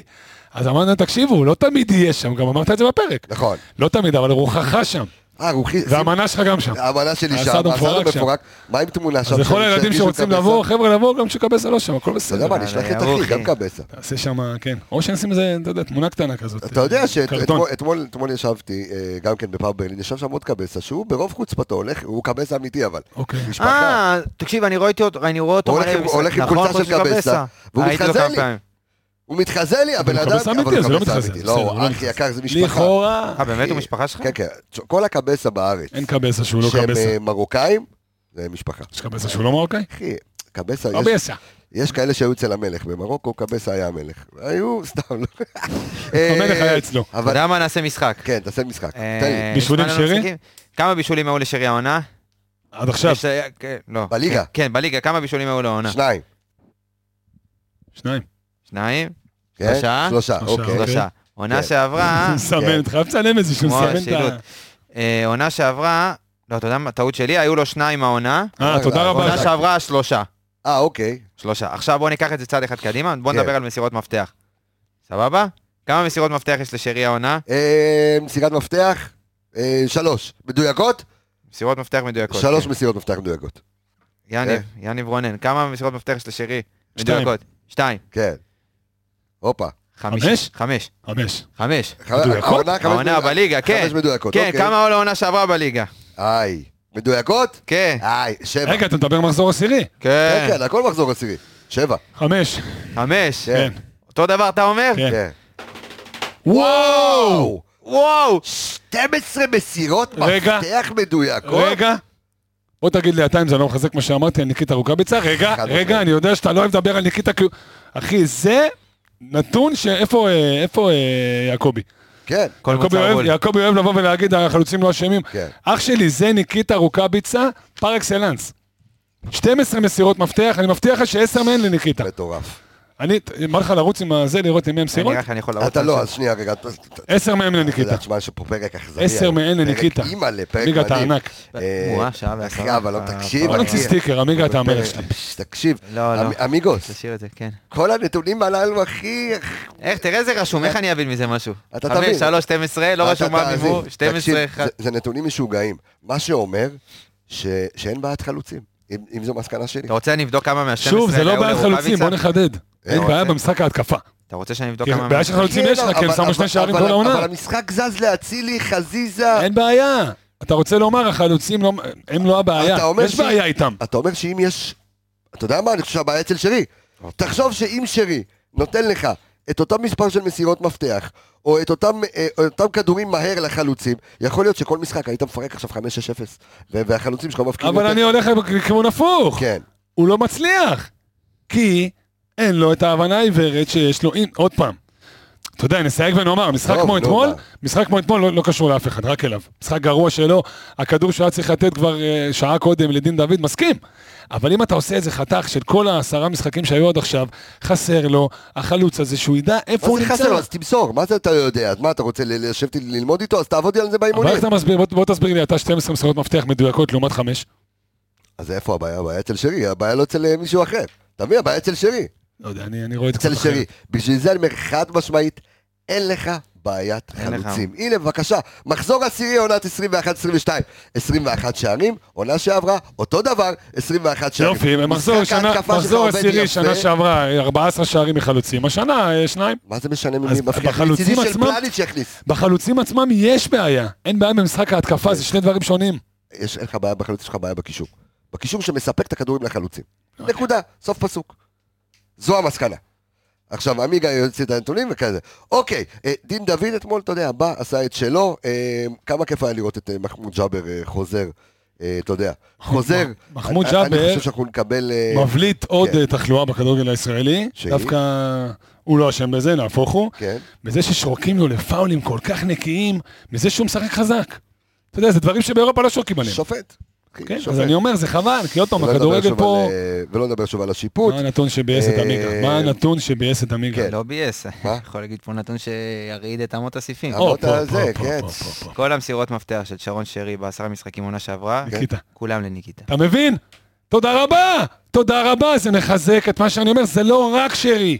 Speaker 6: אז אמרנו, תקשיבו, לא תמיד יהיה שם, גם אמרת את זה בפרק.
Speaker 1: נכון.
Speaker 6: לא תמיד, אבל רוחך שם,
Speaker 1: אה, רוחי,
Speaker 6: והמנה שלך גם שם.
Speaker 1: האמנה שלי
Speaker 6: הסד
Speaker 1: שם, הסד
Speaker 6: המפורק שם.
Speaker 1: המפורק. מה עם תמונה שם?
Speaker 6: אז לכל
Speaker 1: של-
Speaker 6: הילדים
Speaker 1: של
Speaker 6: שרוצים
Speaker 1: קבסה?
Speaker 6: לבוא, חבר'ה, לבוא גם כשקבסה לא שם, הכל
Speaker 1: אתה יודע
Speaker 6: בסדר.
Speaker 1: מה, נשלח את
Speaker 5: יאללה,
Speaker 1: אחי, גם
Speaker 5: יאללה.
Speaker 1: קבסה.
Speaker 6: תעשה שם, כן. או שנשים איזה, אתה יודע, תמונה קטנה כזאת.
Speaker 1: אתה יודע
Speaker 6: קרטון.
Speaker 1: שאתמול ישבתי, אה, גם כן בפאב ברלין, ישב שם עוד קבסה, שהוא ברוב חוצפתו הולך, הוא קבסה אמיתי אבל.
Speaker 6: אוקיי.
Speaker 1: משפחה.
Speaker 5: אה, תקשיב, אני ראיתי אותו, אני רואה אותו
Speaker 1: הולך
Speaker 5: מלא
Speaker 1: עם-
Speaker 5: במשחק.
Speaker 1: הולך עם
Speaker 5: נכון,
Speaker 1: חולצה
Speaker 5: חוץ
Speaker 1: של קבסה,
Speaker 5: מקבסה.
Speaker 1: והוא
Speaker 5: ראיתי
Speaker 1: מתחזה
Speaker 5: אותו כמה
Speaker 1: לי.
Speaker 5: פעמים.
Speaker 1: הוא מתחזה לי, הבן
Speaker 6: הוא
Speaker 1: אדם,
Speaker 6: קבסה אמיתי,
Speaker 1: אבל הוא
Speaker 6: אז זה לא
Speaker 1: קבסה
Speaker 6: מתחזה,
Speaker 1: אמיתי.
Speaker 6: בסדר, הוא
Speaker 1: לא,
Speaker 6: לא
Speaker 1: אחי
Speaker 6: מתחזה.
Speaker 1: יקר, זה משפחה.
Speaker 6: לכאורה,
Speaker 5: אה, באמת
Speaker 1: אחי.
Speaker 5: הוא משפחה שלך?
Speaker 1: כן, כן, כל הקבסה בארץ,
Speaker 6: אין קבסה שהוא לא
Speaker 1: שהם
Speaker 6: קבסה.
Speaker 1: אה, מרוקאים, זה משפחה.
Speaker 6: יש קבסה שהוא לא מרוקאי?
Speaker 1: אחי, קבסה, יש-
Speaker 6: קבסה.
Speaker 1: יש כאלה שהיו אצל המלך, במרוקו קבסה היה המלך. היו, סתם, לא.
Speaker 6: [LAUGHS]
Speaker 5: אה,
Speaker 6: המלך היה אצלו.
Speaker 5: אתה
Speaker 1: אבל,
Speaker 5: יודע מה, נעשה משחק.
Speaker 1: כן, תעשה משחק,
Speaker 5: אה,
Speaker 1: תן לי.
Speaker 6: בישולים
Speaker 5: הזמנו
Speaker 6: שרי?
Speaker 5: משחקים. כמה בישולים היו לשרי העונה?
Speaker 6: עד עכשיו,
Speaker 5: יש, אה, כן, לא.
Speaker 1: בליגה.
Speaker 5: כן, כן, בליגה. כמה בישולים היו לעונה?
Speaker 1: שניים,
Speaker 6: שניים.
Speaker 5: שניים?
Speaker 1: כן?
Speaker 5: שלושה?
Speaker 1: שלושה,
Speaker 6: שלושה.
Speaker 1: אוקיי.
Speaker 6: אוקיי.
Speaker 5: שלושה. עונה
Speaker 1: כן.
Speaker 5: שעברה...
Speaker 6: [LAUGHS] הוא מסמן, אתה חייב לצלם איזה שהוא
Speaker 5: כמו
Speaker 6: מסמן את
Speaker 5: השילוט. אה, עונה שעברה... לא, אתה יודע מה, טעות שלי, היו לו שניים העונה.
Speaker 6: ה... אה, תודה רבה.
Speaker 5: עונה שעברה, שלושה.
Speaker 1: אה, אוקיי.
Speaker 5: שלושה. עכשיו בואו ניקח את זה צעד אחד קדימה, בואו
Speaker 1: כן.
Speaker 5: נדבר על מסירות מפתח. סבבה? כמה מסירות מפתח יש לשרי העונה?
Speaker 1: אה, מסירת מפתח, אה, שלוש. מדויקות?
Speaker 5: מסירות מפתח מדויקות.
Speaker 1: שלוש
Speaker 5: כן.
Speaker 1: מסירות אה. מפתח מדויקות.
Speaker 5: יניב, יניב רונן, כמה מסירות מפתח יש לשרי?
Speaker 6: שתיים.
Speaker 5: מדויקות. שתיים.
Speaker 1: כן. הופה.
Speaker 5: חמיש.
Speaker 6: חמש?
Speaker 5: חמש.
Speaker 6: חמש.
Speaker 5: חמש.
Speaker 6: מדויקות?
Speaker 1: העונה, חמש
Speaker 5: העונה
Speaker 1: מדויקות.
Speaker 5: בליגה, כן.
Speaker 1: חמש מדויקות,
Speaker 5: כן,
Speaker 1: אוקיי.
Speaker 5: כמה עולה העונה שעברה בליגה?
Speaker 1: איי. מדויקות?
Speaker 5: כן.
Speaker 1: איי, שבע.
Speaker 6: רגע, אתה מדבר מחזור עשירי?
Speaker 1: כן,
Speaker 5: כן.
Speaker 1: אה, כן, הכל מחזור עשירי. שבע.
Speaker 6: חמש.
Speaker 5: חמש.
Speaker 1: כן.
Speaker 6: כן.
Speaker 5: אותו דבר אתה אומר?
Speaker 6: כן.
Speaker 1: כן.
Speaker 6: וואו!
Speaker 1: וואו!
Speaker 5: וואו!
Speaker 1: 12 מסירות
Speaker 6: רגע.
Speaker 1: מפתח מדויקות.
Speaker 6: רגע. בוא תגיד לי אתה אם זה לא מחזק מה שאמרתי על ניקיטה רוקאביצה, רגע,
Speaker 1: חד משמעית.
Speaker 6: רגע, אני יודע שאתה לא אוהב לדבר על ניקיטה כי הוא... אחי, זה נתון ש... איפה, אה, איפה אה, יעקבי?
Speaker 1: כן.
Speaker 5: כל
Speaker 6: יעקבי
Speaker 5: מוצר
Speaker 6: אוהב,
Speaker 5: גול.
Speaker 6: יעקבי אוהב לבוא ולהגיד החלוצים לא אשמים.
Speaker 1: כן.
Speaker 6: אח שלי, זה ניקיטה רוקאביצה פר אקסלנס. 12 מסירות מפתח, אני מבטיח לך שעשר מהן לניקיטה.
Speaker 1: מטורף.
Speaker 6: אני, מה לך לרוץ עם הזה, לראות עם מי
Speaker 5: אני
Speaker 6: המסירות?
Speaker 5: נראה לך אני יכול לרוץ.
Speaker 1: אתה
Speaker 5: על
Speaker 1: לא,
Speaker 5: זה.
Speaker 1: אז שנייה רגע. אתה- אתה- אתה
Speaker 6: עשר מהן לניקיטה.
Speaker 1: יודע, תשמע, יש פה פרק אכזרי.
Speaker 6: עשר
Speaker 1: היום.
Speaker 6: מהן לניקיטה.
Speaker 1: פרק אימא'לה, פרק מדהים.
Speaker 6: ליגת הענק.
Speaker 1: אה,
Speaker 5: מורה, שעה ועשרה. אה,
Speaker 1: אחי, אבל לא תקשיב.
Speaker 6: בוא
Speaker 1: אחי.
Speaker 6: נוציא סטיקר, עמיגה אתה המלך שלי.
Speaker 1: פש, תקשיב,
Speaker 5: לא, לא.
Speaker 1: אמ- אמיגוס,
Speaker 5: תשאיר את זה, כן.
Speaker 1: כל הנתונים הללו, אחי,
Speaker 5: איך, תראה איזה רשום, איך אני אבין מזה משהו?
Speaker 1: אה. אתה תבין.
Speaker 5: חמש, שלוש, 12, לא
Speaker 1: אתה
Speaker 5: רשום מה
Speaker 1: תאזין.
Speaker 5: מימור, 12,
Speaker 1: תקשיב,
Speaker 5: אחד.
Speaker 1: זה- זה נתונים משוגעים. מה שאומר, ש- שאין בעיית חלוצים, אם אם זו מסקנה שלי.
Speaker 5: אתה רוצה אני אבדוק כמה מה-12
Speaker 6: שוב, זה לא בעיית חלוצים, בוא נחדד.
Speaker 1: אה,
Speaker 6: אין
Speaker 5: רוצה?
Speaker 1: אוקיי.
Speaker 6: בעיה במשחק ההתקפה.
Speaker 5: אתה רוצה שאני אבדוק
Speaker 6: כי
Speaker 5: כמה...
Speaker 6: בעיה לא של חלוצים
Speaker 1: כן,
Speaker 6: יש לך, כי הם
Speaker 1: אבל-
Speaker 6: שמו
Speaker 1: אבל-
Speaker 6: שני שערים
Speaker 1: אבל-
Speaker 6: כל העונה.
Speaker 1: אבל המשחק זז לאצילי, חזיזה.
Speaker 6: אין בעיה. אתה רוצה לומר, החלוצים לא- הם לא הבעיה.
Speaker 1: אתה אומר
Speaker 6: יש
Speaker 1: ש-
Speaker 6: בעיה איתם.
Speaker 1: אתה אומר שאם יש... אתה יודע מה? אני חושב שהבעיה אצל שרי. תחשוב שאם שרי נותן לך את אותו מספר של מסירות מפתח, או את אותם, אה, או אותם כדורים מהר לחלוצים, יכול להיות שכל משחק היית מפרק עכשיו 5-6-0, ו- והחלוצים שלך מפקיעים
Speaker 6: אבל אני הולך לכיוון הפוך.
Speaker 1: כן,
Speaker 6: הוא לא מצליח. כי אין לו את ההבנה העיוורת שיש לו... אם- עוד פעם. אתה יודע, נסייג ונאמר, משחק
Speaker 1: טוב, נו,
Speaker 6: כמו אתמול,
Speaker 1: מה?
Speaker 6: משחק כמו אתמול לא- לא קשור לאף אחד, רק אליו. משחק גרוע שלו, הכדור שהוא היה צריך לתת כבר אה, שעה קודם לדין דוד, מסכים. אבל אם אתה עושה איזה חתך של כל העשרה משחקים שהיו עד עכשיו, חסר לו החלוץ הזה, שהוא ידע איפה
Speaker 1: מה
Speaker 6: הוא
Speaker 1: זה
Speaker 6: נמצא.
Speaker 1: חסר לו? אז תמסור, מה זה אתה יודע? אז מה, אתה רוצה ל- לשבת לי- ללמוד איתו? אז תעבוד לי על זה
Speaker 6: אבל
Speaker 1: באימונים.
Speaker 6: איך אתה מסביר, בוא- בוא תסביר לי, אתה 12 מסירות מפתח מדויקות לעומת 5.
Speaker 1: אז איפה הבעיה? הבעיה אצל שרי, הבעיה לא אצל אה, מישהו אחר. אתה מבין? הבעיה אצל שרי.
Speaker 6: לא יודע, אני אני רואה את זה
Speaker 1: אצל
Speaker 6: קצת אחרת.
Speaker 1: שרי. בשביל זה אני אומר חד משמעית, אין לך בעיית
Speaker 5: אין לך.
Speaker 1: חלוצים. הנה, בבקשה, מחזור עשירי עונת 21-22. 21 שערים, עונה שעברה, אותו דבר, 21 שערים.
Speaker 6: יופי, מחזור
Speaker 1: משחק
Speaker 6: שנה-
Speaker 1: ההתקפה שלך
Speaker 6: מחזור
Speaker 1: עובד
Speaker 6: עשירי
Speaker 1: יפה.
Speaker 6: שנה שעברה, 14 שערים מחלוצים, השנה אה, שניים.
Speaker 1: מה זה משנה ממי
Speaker 6: אז
Speaker 1: מפתח?
Speaker 6: בחלוצים
Speaker 1: מצידי של
Speaker 6: עצמם-
Speaker 1: פלניץ' יכניס.
Speaker 6: בחלוצים עצמם יש בעיה, אין בעיה במשחק ההתקפה,
Speaker 1: אה,
Speaker 6: זה שני דברים שונים.
Speaker 1: יש אין לך בעיה בחלוצים, יש לך בעיה בקישור. בקישור שמספק את הכדורים לחלוצים.
Speaker 6: אוקיי.
Speaker 1: נקודה, סוף פסוק. זו המסקנה. עכשיו, עמיגה יוציא את הנתונים וכזה. אוקיי, אה, דין דוד אתמול, אתה יודע, בא, עשה את שלו. אה, כמה כיף היה לראות את אה, מחמוד ג'אבר אה, חוזר, אה, אתה יודע. חוזר. אה,
Speaker 6: מח- מחמוד
Speaker 1: אני- אני
Speaker 6: ג'אבר-
Speaker 1: חושב שאנחנו נקבל... אה,
Speaker 6: מבליט עוד
Speaker 1: כן.
Speaker 6: אה, תחלואה בכדורגל הישראלי,
Speaker 1: שהיא?
Speaker 6: דווקא הוא לא אשם בזה, נהפוך הוא.
Speaker 1: כן.
Speaker 6: בזה ששורקים לו לפאולים כל כך נקיים, מזה שהוא משחק חזק. אתה יודע, זה דברים שבאירופה לא שורקים עליהם.
Speaker 1: שופט. אחי,
Speaker 6: כן,
Speaker 1: שופט.
Speaker 6: אז אני אומר, זה חבל, כי עוד פעם,
Speaker 1: ולא נדבר
Speaker 6: הכדורגל
Speaker 1: שוב
Speaker 6: פה... לא,
Speaker 1: על, אה, ולא נדבר שוב על השיפוט.
Speaker 6: מה הנתון שביאס את
Speaker 1: אה,
Speaker 6: עמיגה? מה הנתון שביאס את עמיגה?
Speaker 1: כן.
Speaker 5: לא ביאס.
Speaker 1: מה?
Speaker 5: [LAUGHS] יכול להגיד פה נתון שירעיד את אמות הסיפים.
Speaker 1: אמות
Speaker 6: או, פה, פה,
Speaker 1: הזה,
Speaker 6: פה,
Speaker 1: כן.
Speaker 6: פה, פה, פה.
Speaker 5: כל המסירות מפתח של שרון שרי בעשרה משחקים עונה
Speaker 1: כן.
Speaker 5: שעברה,
Speaker 6: ניקיטה.
Speaker 5: כולם לניקיטה.
Speaker 6: אתה מבין? תודה רבה! תודה רבה, זה מחזק את מה שאני אומר, זה לא רק שרי.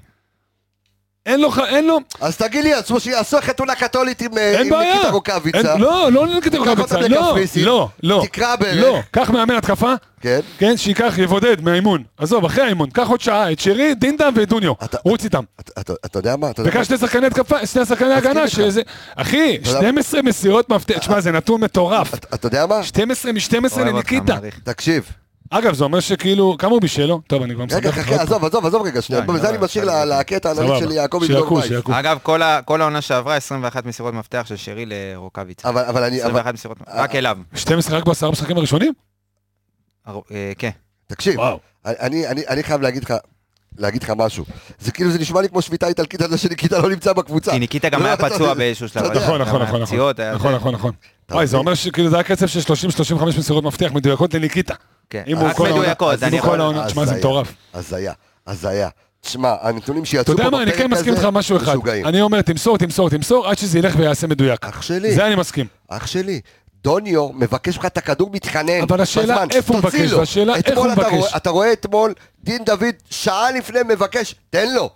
Speaker 6: אין לו, ח- אין לו,
Speaker 1: אז תגיד לי, עשו עשו חתונה קתולית עם אה,
Speaker 6: אין
Speaker 1: עם
Speaker 6: בעיה.
Speaker 1: ניקיטה רוקאביצה.
Speaker 6: אין- לא, לא נגד
Speaker 1: אותם
Speaker 6: רוקאביצה, לא,
Speaker 1: לקפריסין,
Speaker 6: לא, לא.
Speaker 1: תקרע ברך.
Speaker 6: לא, קח מאמן התקפה,
Speaker 1: כן.
Speaker 6: כן, שייקח, יבודד מהאימון. עזוב, אחרי האימון, קח עוד שעה את שרי, דינדה ודוניו.
Speaker 1: אתה-
Speaker 6: רוץ איתם.
Speaker 1: אתה- אתה- אתה יודע מה? אתה יודע
Speaker 6: וכאן שני שחקני התקפה, שני שחקני הגנה,
Speaker 1: איתך.
Speaker 6: שזה... אחי,
Speaker 1: יודע-
Speaker 6: 12 מסירות מפתח, תשמע, זה נתון מטורף.
Speaker 1: מה? אתה- אתה יודע מה?
Speaker 6: 12 מ-12
Speaker 5: אוהב אותך,
Speaker 6: לניקיטה.
Speaker 5: מעריך.
Speaker 1: תקשיב.
Speaker 6: אגב, זה אומר שכאילו, כמה הוא בישל לו? טוב, אני כבר
Speaker 1: רגע,
Speaker 6: מסבך
Speaker 1: חכה, עזוב, עזוב, עזוב רגע שנייה.
Speaker 5: די,
Speaker 1: בזה
Speaker 5: לא,
Speaker 1: אני משאיר
Speaker 5: בסדר.
Speaker 1: ל- לקטע
Speaker 6: סבבה.
Speaker 1: העננית של יעקב עם
Speaker 6: שיעקו,
Speaker 1: דור וייס.
Speaker 6: שיעקו.
Speaker 5: אגב, כל ה- כל העונה שעברה, 21 מסירות מפתח של שרי לרוקאביצה.
Speaker 1: אבל אבל אה, אני... אבל-
Speaker 5: 21 מסירות, רק אליו.
Speaker 6: 12 רק בעשרה משחקים הראשונים?
Speaker 5: אה, הר- אה, כן.
Speaker 1: תקשיב,
Speaker 6: וואו.
Speaker 1: אני- אני אני חייב להגיד לך... להגיד לך משהו, זה כאילו זה נשמע לי כמו שביתה איטלקית על זה שניקיטה לא נמצא בקבוצה.
Speaker 5: כי ניקיטה גם
Speaker 1: לא,
Speaker 5: היה
Speaker 1: אתה-
Speaker 5: פצוע
Speaker 1: אתה-
Speaker 5: באיזשהו שלב.
Speaker 1: אתה יודע.
Speaker 6: נכון, נכון,
Speaker 5: גם
Speaker 6: נכון, נכון.
Speaker 5: הפציעות היה-
Speaker 6: נכון, נכון, נכון.
Speaker 1: אתה
Speaker 6: וואי, זה
Speaker 1: מבין?
Speaker 6: אומר שכאילו זה היה קצב של 30-35 מסירות מפתח מדויקות לניקיטה.
Speaker 5: כן.
Speaker 6: אם הוא
Speaker 5: רק
Speaker 6: כל העונה-
Speaker 5: מדויקות,
Speaker 6: אז
Speaker 5: אני
Speaker 6: אם הוא כל
Speaker 5: יכול...
Speaker 6: העונה, תשמע, זה
Speaker 1: הזיה.
Speaker 6: מטורף.
Speaker 1: הזיה, הזיה. תשמע, הנתונים
Speaker 6: אתה
Speaker 1: שיצאו פה
Speaker 6: יודע
Speaker 1: בפרק
Speaker 6: מה,
Speaker 1: הזה...
Speaker 6: אני כן מסכים איתך משהו אחד.
Speaker 1: משוגעים.
Speaker 6: אני אומר, תמסור, תמסור, תמסור, עד שזה ילך ויעשה מדויק.
Speaker 1: אח שלי.
Speaker 6: זה אני מסכים.
Speaker 1: אח שלי, דוניו מבקש ממך את הכדור, מתחנן.
Speaker 6: אבל השאלה
Speaker 1: בזמן.
Speaker 6: איפה הוא
Speaker 1: תוציא
Speaker 6: מבקש,
Speaker 1: לו.
Speaker 6: והשאלה איפה
Speaker 1: אתמול
Speaker 6: הוא
Speaker 1: אתה
Speaker 6: מבקש.
Speaker 1: רואה- אתה רואה אתמול, דין דוד, שעה לפני מבקש, תן לו.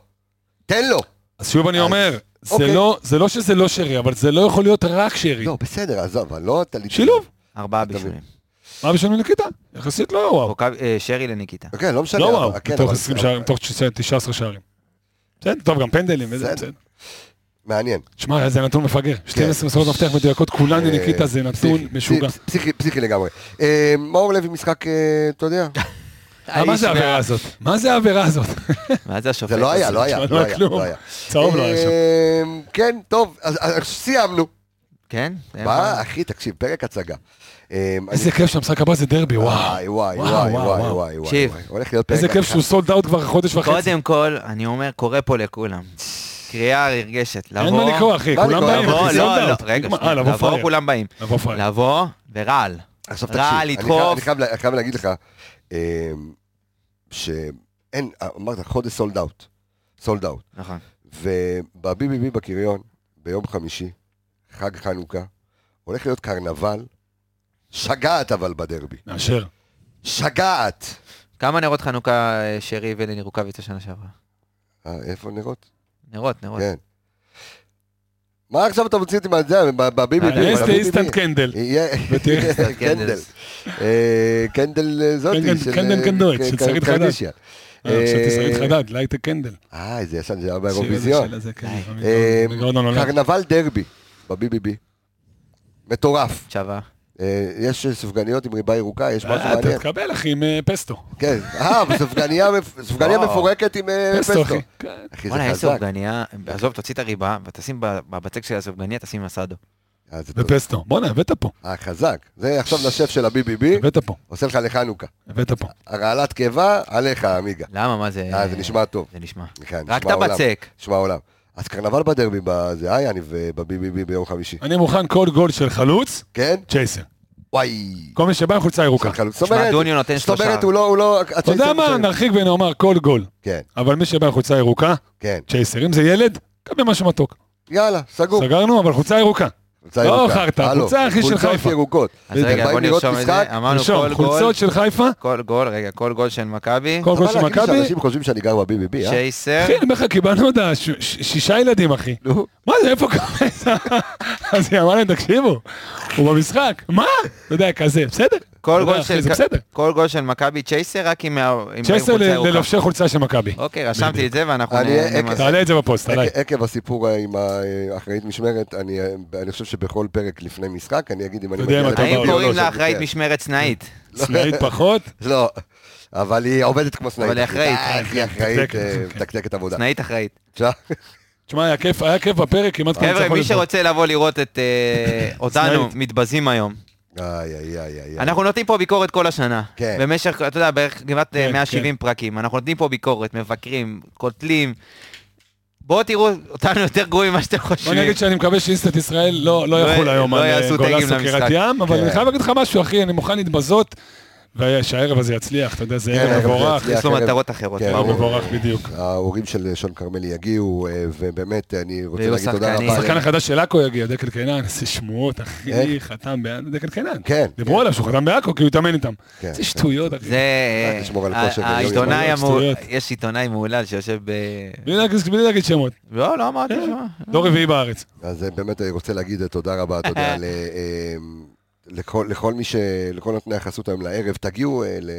Speaker 1: תן לו.
Speaker 6: אז שוב אני
Speaker 1: אז-
Speaker 6: אומר, זה
Speaker 1: אוקיי.
Speaker 6: לא- זה לא שזה לא שרי, אבל זה לא יכול להיות רק שרי.
Speaker 1: לא, בסדר, עזוב, אבל לא... אתה-
Speaker 6: שילוב.
Speaker 5: ארבעה בישולים.
Speaker 6: מה בשביל ניקיטה? יחסית לא וואו.
Speaker 5: רוקאב- אה, שרי
Speaker 1: [LAUGHS]
Speaker 5: לניקיטה.
Speaker 1: כן, לא משנה.
Speaker 6: לא
Speaker 1: אוקיי. אבל-
Speaker 6: וואו,
Speaker 1: כן,
Speaker 6: מתוך
Speaker 1: אבל-
Speaker 6: 20 שערים, מתוך 19 שערים. בסדר, טוב, גם פנדלים, וזה,
Speaker 1: בסדר.
Speaker 6: בסדר.
Speaker 1: מעניין.
Speaker 6: שמע, זה נתון מפגר. 12 מסירות מפתח מדויקות, כולן
Speaker 1: כן. אה,
Speaker 6: לניקיטה, זה נתון
Speaker 1: פסיכי,
Speaker 6: משוגע.
Speaker 1: פסיכי, פסיכי, פסיכי לגמרי. אה, מאור לוי משחק, אה, אתה
Speaker 6: [LAUGHS]
Speaker 1: יודע,
Speaker 6: אה, מה זה העבירה הזאת? מה זה העבירה
Speaker 1: [LAUGHS]
Speaker 6: הזאת?
Speaker 5: מה זה השופט?
Speaker 1: זה לא היה,
Speaker 5: הזה?
Speaker 1: לא היה,
Speaker 6: לא
Speaker 1: לא היה,
Speaker 6: היה כלום.
Speaker 1: לא היה.
Speaker 6: צהוב לא היה שם.
Speaker 1: אה, כן, טוב, אז אז סיימנו.
Speaker 5: כן? אין
Speaker 1: מה,
Speaker 5: מה.
Speaker 1: אחי, תקשיב, פרק הצגה. אה, אני-
Speaker 6: איזה כיף שהמשחק הבא זה דרבי, וואו.
Speaker 1: וואי, וואי,
Speaker 6: וואו,
Speaker 1: וואי,
Speaker 6: וואו,
Speaker 1: וואי,
Speaker 6: וואו.
Speaker 1: וואי, וואי.
Speaker 5: תקשיב.
Speaker 1: הולך להיות פרק...
Speaker 6: איזה כיף שהוא סולד אאוט כבר חודש וחצי.
Speaker 5: קודם כל, אני אומר, קורא פה לכולם. קריאה נרגשת. לבוא...
Speaker 6: אין מה לקרוא, אחי,
Speaker 1: מה
Speaker 6: כולם
Speaker 1: לקרוא?
Speaker 6: באים,
Speaker 5: לבוא,
Speaker 6: אחי,
Speaker 5: לא,
Speaker 6: סולד
Speaker 5: לא,
Speaker 6: אאוט.
Speaker 5: רגע,
Speaker 6: נגמר.
Speaker 5: שנייה,
Speaker 6: אה, לבוא
Speaker 5: לבוא,
Speaker 6: פראייר.
Speaker 5: כולם באים.
Speaker 6: לבוא פראייר.
Speaker 5: לבוא ורעל.
Speaker 1: עכשיו תקשיב,
Speaker 5: רע,
Speaker 1: אני חייב-
Speaker 5: לדחוף.
Speaker 1: אני חייב, אני חייב להגיד לך אמ, שאין, אמרת חודש סולד אאוט, סולד אאוט,
Speaker 5: נכון.
Speaker 1: ובביביבי בקריון, ביום חמישי, חג חנוכה, הולך להיות קרנבל, שגעת אבל בדרבי,
Speaker 6: מאשר. אה,
Speaker 1: שגעת.
Speaker 5: כמה נרות חנוכה אה, שרי ולני רוקאביץ השנה שעברה?
Speaker 1: אה, איפה נרות?
Speaker 5: נרות, נרות.
Speaker 1: כן. מה עכשיו אתה מוציא אותי מהזה, בביביבי?
Speaker 6: יש לי
Speaker 1: בביביבי.
Speaker 6: אינסטנט קנדל.
Speaker 1: יהיה-
Speaker 6: ותראה.
Speaker 1: קנדל. אה, קנדל אה,
Speaker 6: כן, קנדל-
Speaker 1: זאתי. של-
Speaker 6: קנדל קנדויט, של
Speaker 1: קנ-
Speaker 6: שרית חדד.
Speaker 1: קרדישיאן.
Speaker 6: אה, חשבתי שרית
Speaker 1: אה,
Speaker 6: חדד, לייטה קנדל.
Speaker 1: אה, איזה ישן, זה היה
Speaker 6: השיר הזה
Speaker 1: באירוויזיון.
Speaker 6: של הזה, כן,
Speaker 5: אה,
Speaker 6: אני מאוד לא נולד.
Speaker 1: קרנבל דרבי, בביביבי. מטורף.
Speaker 5: שווה.
Speaker 1: אה, יש סופגניות עם ריבה ירוקה, יש משהו
Speaker 6: אה, אתה
Speaker 1: מעניין.
Speaker 6: תקבל, אחי, עם אה, פסטו.
Speaker 1: כן, אה, וסופגניה
Speaker 6: [LAUGHS]
Speaker 1: מפ- סופגניה
Speaker 5: וואו.
Speaker 1: מפורקת עם אה,
Speaker 6: פסטו,
Speaker 1: פסטו.
Speaker 6: אחי. כן.
Speaker 1: אחי,
Speaker 5: וואלה,
Speaker 1: זה
Speaker 5: יש
Speaker 1: חזק.
Speaker 5: סופגניה, עזוב, תוציא את הריבה, ותשים ב- בבצק של הסופגניה, תשים מסעדו.
Speaker 1: אה, זה טוב.
Speaker 6: ופסטו. בואנה, הבאת פה.
Speaker 1: אה, חזק. זה עכשיו לשף של הביביבי,
Speaker 6: הבאת פה.
Speaker 1: עושה לך לחנוכה.
Speaker 6: הבאת פה.
Speaker 1: הרעלת קיבה, עליך, עמיגה.
Speaker 5: למה, מה זה...
Speaker 1: אה, זה נשמע טוב.
Speaker 5: זה נשמע.
Speaker 1: כן,
Speaker 5: רק את
Speaker 1: נשמע עולם.
Speaker 5: הבצק.
Speaker 1: נשמע עולם. אז קרנבל בדרבי, בזה, היי, אני בביביבי ביום חמישי.
Speaker 6: אני מוכן כל גול של חלוץ,
Speaker 1: כן?
Speaker 6: צ'ייסר.
Speaker 1: וואי.
Speaker 6: כל מי שבא עם חולצה ירוקה.
Speaker 1: חלוץ. זאת אומרת,
Speaker 5: אוקיי. דוניו נותן
Speaker 1: זאת אומרת,
Speaker 5: שלושה.
Speaker 1: הוא לא, הוא לא...
Speaker 6: אתה יודע מה, נרחיק ונאמר כל גול.
Speaker 1: כן,
Speaker 6: אבל מי שבא עם חולצה ירוקה,
Speaker 1: כן.
Speaker 6: צ'ייסר. אם זה ילד, קבל משהו מתוק.
Speaker 1: יאללה, סגור.
Speaker 6: סגרנו, אבל חולצה ירוקה.
Speaker 1: קבוצה
Speaker 6: לא
Speaker 1: ירוקה.
Speaker 6: חרטא,
Speaker 1: הלו,
Speaker 6: הקבוצה הכי של
Speaker 1: קבוצות
Speaker 6: חיפה.
Speaker 1: ירוקות.
Speaker 5: אז רגע,
Speaker 1: אתם
Speaker 5: בוא
Speaker 1: באים לראות
Speaker 5: נרשום את
Speaker 1: משחק,
Speaker 5: זה. אמרנו
Speaker 6: תרשום,
Speaker 5: כל גול,
Speaker 6: חולצות של חיפה,
Speaker 5: כל גול, רגע, כל גול של מכבי.
Speaker 6: כל כן. גול של
Speaker 1: חבל להגיד
Speaker 6: מכבי.
Speaker 1: שאנשים חושבים שאני גר ב-BBB, אה?
Speaker 5: שייסר.
Speaker 6: אחי, אני אומר לך, קיבלנו הודעה, ש- ש- שישה ילדים, אחי.
Speaker 1: נו.
Speaker 6: מה זה, [LAUGHS] איפה קרמזה? אז היא אמרה להם, תקשיבו, הוא במשחק. מה? אתה יודע, כזה, בסדר.
Speaker 5: כל
Speaker 6: אתה
Speaker 5: גול
Speaker 6: יודע, אחי,
Speaker 5: של-
Speaker 6: זה בסדר.
Speaker 5: כל גול של מכבי צ'ייסר רק עם ה- עם
Speaker 6: צ'סר
Speaker 5: חולצה
Speaker 6: ל-
Speaker 5: ירוקה.
Speaker 6: ללובשי חולצה של מכבי.
Speaker 5: אוקיי, רשמתי את זה ואנחנו
Speaker 1: אני-
Speaker 5: נ-
Speaker 1: אה,
Speaker 5: נמס-
Speaker 6: תעלה את זה
Speaker 5: [LAUGHS]
Speaker 6: בפוסט, עליי.
Speaker 1: עקב- עקב הסיפור אה, עם האחראית משמרת, אני אה, אני חושב שבכל פרק לפני משחק, אני אגיד אם אני
Speaker 6: אתה יודע אם
Speaker 1: לדבר
Speaker 6: אתה בא
Speaker 5: האם
Speaker 6: או
Speaker 1: או
Speaker 5: קוראים
Speaker 1: לא,
Speaker 5: לה אחראית
Speaker 1: כן.
Speaker 5: משמרת סנאית?
Speaker 6: סנאית פחות,
Speaker 1: לא, אבל היא עובדת כמו סנאית.
Speaker 5: אבל היא אחראית.
Speaker 1: אה, היא אחראית,
Speaker 6: מתקתקת,
Speaker 1: אה,
Speaker 6: כן.
Speaker 1: מתקתקת עבודה.
Speaker 5: סנאית לא. אחראית.
Speaker 1: עכשיו,
Speaker 6: תשמע, היה כיף, היה כיף בפרק, כמעט כמו
Speaker 5: חבר'ה,
Speaker 6: ניצחון
Speaker 5: מי
Speaker 6: אתמול.
Speaker 5: שרוצה לבוא לראות
Speaker 1: [LAUGHS]
Speaker 5: את אה, אותנו
Speaker 6: סנאית.
Speaker 5: מתבזים היום.
Speaker 1: איי, איי, איי, איי.
Speaker 5: אנחנו נותנים פה ביקורת כל השנה.
Speaker 1: כן.
Speaker 5: במשך, אתה יודע, בערך כמעט אה,
Speaker 6: כן,
Speaker 5: 170 פרקים. אנחנו נותנים פה ביקורת, מבקרים, קוטלים. בואו תראו אותנו יותר גרועים ממה שאתם
Speaker 6: בוא
Speaker 5: חושבים.
Speaker 6: נגיד שאני מקווה שאינסטנט ישראל לא לא
Speaker 5: לא-
Speaker 6: יחול היום
Speaker 5: לא
Speaker 6: על אה,
Speaker 5: יעשו
Speaker 6: גולסו
Speaker 5: טגים
Speaker 6: קריית
Speaker 5: למשחק.
Speaker 6: ים, אבל
Speaker 1: כן.
Speaker 6: אני חייב להגיד לך משהו, אחי, אני מוכן להתבזות, ושהערב הזה יצליח, אתה יודע, זה
Speaker 1: כן, הערב
Speaker 6: ערב
Speaker 1: הזה
Speaker 6: מבורך,
Speaker 1: יצליח.
Speaker 5: יש לו
Speaker 1: אחרת.
Speaker 5: מטרות אחרות.
Speaker 1: כן,
Speaker 6: ערב
Speaker 1: ברור.
Speaker 6: מבורך בדיוק.
Speaker 1: ההורים של שון כרמלי יגיעו, אה, ובאמת, אני רוצה
Speaker 5: ויהיו
Speaker 1: להגיד תודה
Speaker 5: שחקנים.
Speaker 1: רבה.
Speaker 6: השחקן
Speaker 1: להם.
Speaker 6: החדש של עכו יגיע, דקל קינן, איזה שמועות, אחי,
Speaker 1: איך?
Speaker 6: חתם בעד, דקל קינן.
Speaker 1: כן.
Speaker 6: דיברו עליו שהוא חתם בעכו, כי הוא התאמן איתם.
Speaker 1: כן,
Speaker 6: איזה שטויות, אחי.
Speaker 5: זה...
Speaker 1: רק לשמור על
Speaker 5: ה-
Speaker 1: כושר
Speaker 5: העיתונאי
Speaker 6: ולא
Speaker 5: המהול...
Speaker 6: שטויות.
Speaker 5: יש עיתונאי מהולל שיושב ב...
Speaker 6: בלי להגיד- בלי להגיד שמות,
Speaker 5: לא, לא אמרתי,
Speaker 6: כן.
Speaker 5: שמע.
Speaker 6: דור רביעי בארץ.
Speaker 1: אז אה, באמת אני רוצה להגיד תודה רבה, אתה יודע, ל- אה, לכל לכל מי ש... לכל נותני החסות היום לערב, תגיעו אה, ל...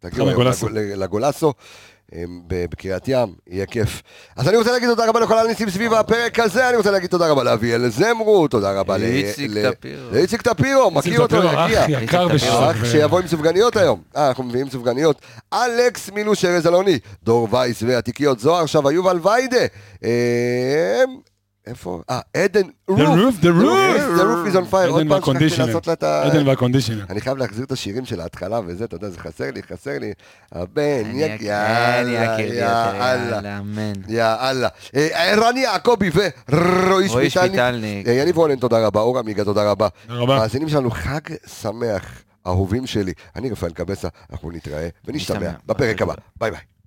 Speaker 1: תגיעו היום
Speaker 6: לגולסו.
Speaker 1: לגול- לגולסו אה, ב- בקריית ים, יהיה כיף. אז אני רוצה להגיד תודה רבה לכל הניסים סביב הפרק הזה, אני רוצה להגיד תודה רבה לאביאל זמרות, תודה רבה ל-
Speaker 5: איציק
Speaker 1: ל-
Speaker 5: טפירו.
Speaker 1: לאיציק טפירו, מכיר אותו,
Speaker 6: איציק טפירו,
Speaker 1: יגיע.
Speaker 6: אח יקר
Speaker 5: איציק טפירו,
Speaker 6: ושווה.
Speaker 1: רק שיבוא עם סופגניות היום. אה, אנחנו מביאים סופגניות. אלכס מילוש ארז אלוני, דור וייס והתיקיות זוהר, עכשיו יובל ויידה. אה, איפה? אה, עדן
Speaker 6: The
Speaker 1: רוף.
Speaker 6: roof, the
Speaker 1: The
Speaker 6: roof.
Speaker 1: roof is on fire. עוד
Speaker 6: עדן
Speaker 1: פעם שכחתי
Speaker 6: והקונדישנר.
Speaker 1: לעשות לה את ה...
Speaker 6: עדן והקונדישנר.
Speaker 1: אני חייב להחזיר את השירים של ההתחלה וזה, אתה יודע, זה חסר לי, חסר לי. הבן,
Speaker 5: אני
Speaker 1: יק-
Speaker 5: אק- אני
Speaker 1: יאללה,
Speaker 5: אכיר לי יותר,
Speaker 1: כן, יאללה.
Speaker 5: יאללה, כן, אמן.
Speaker 1: יאללה. אה, רני יעקבי ורועי
Speaker 5: רועי
Speaker 1: שפיטלניק.
Speaker 5: שפיטלניק.
Speaker 1: אה, יניב רונן, תודה רבה. אור עמיגה, תודה רבה.
Speaker 6: תודה רבה.
Speaker 1: מאזינים שלנו, חג שמח, אהובים שלי. אני רפאל קבסה, אנחנו נתראה ונשתמע
Speaker 5: נשתמע.
Speaker 1: בפרק הבא. ביי ביי.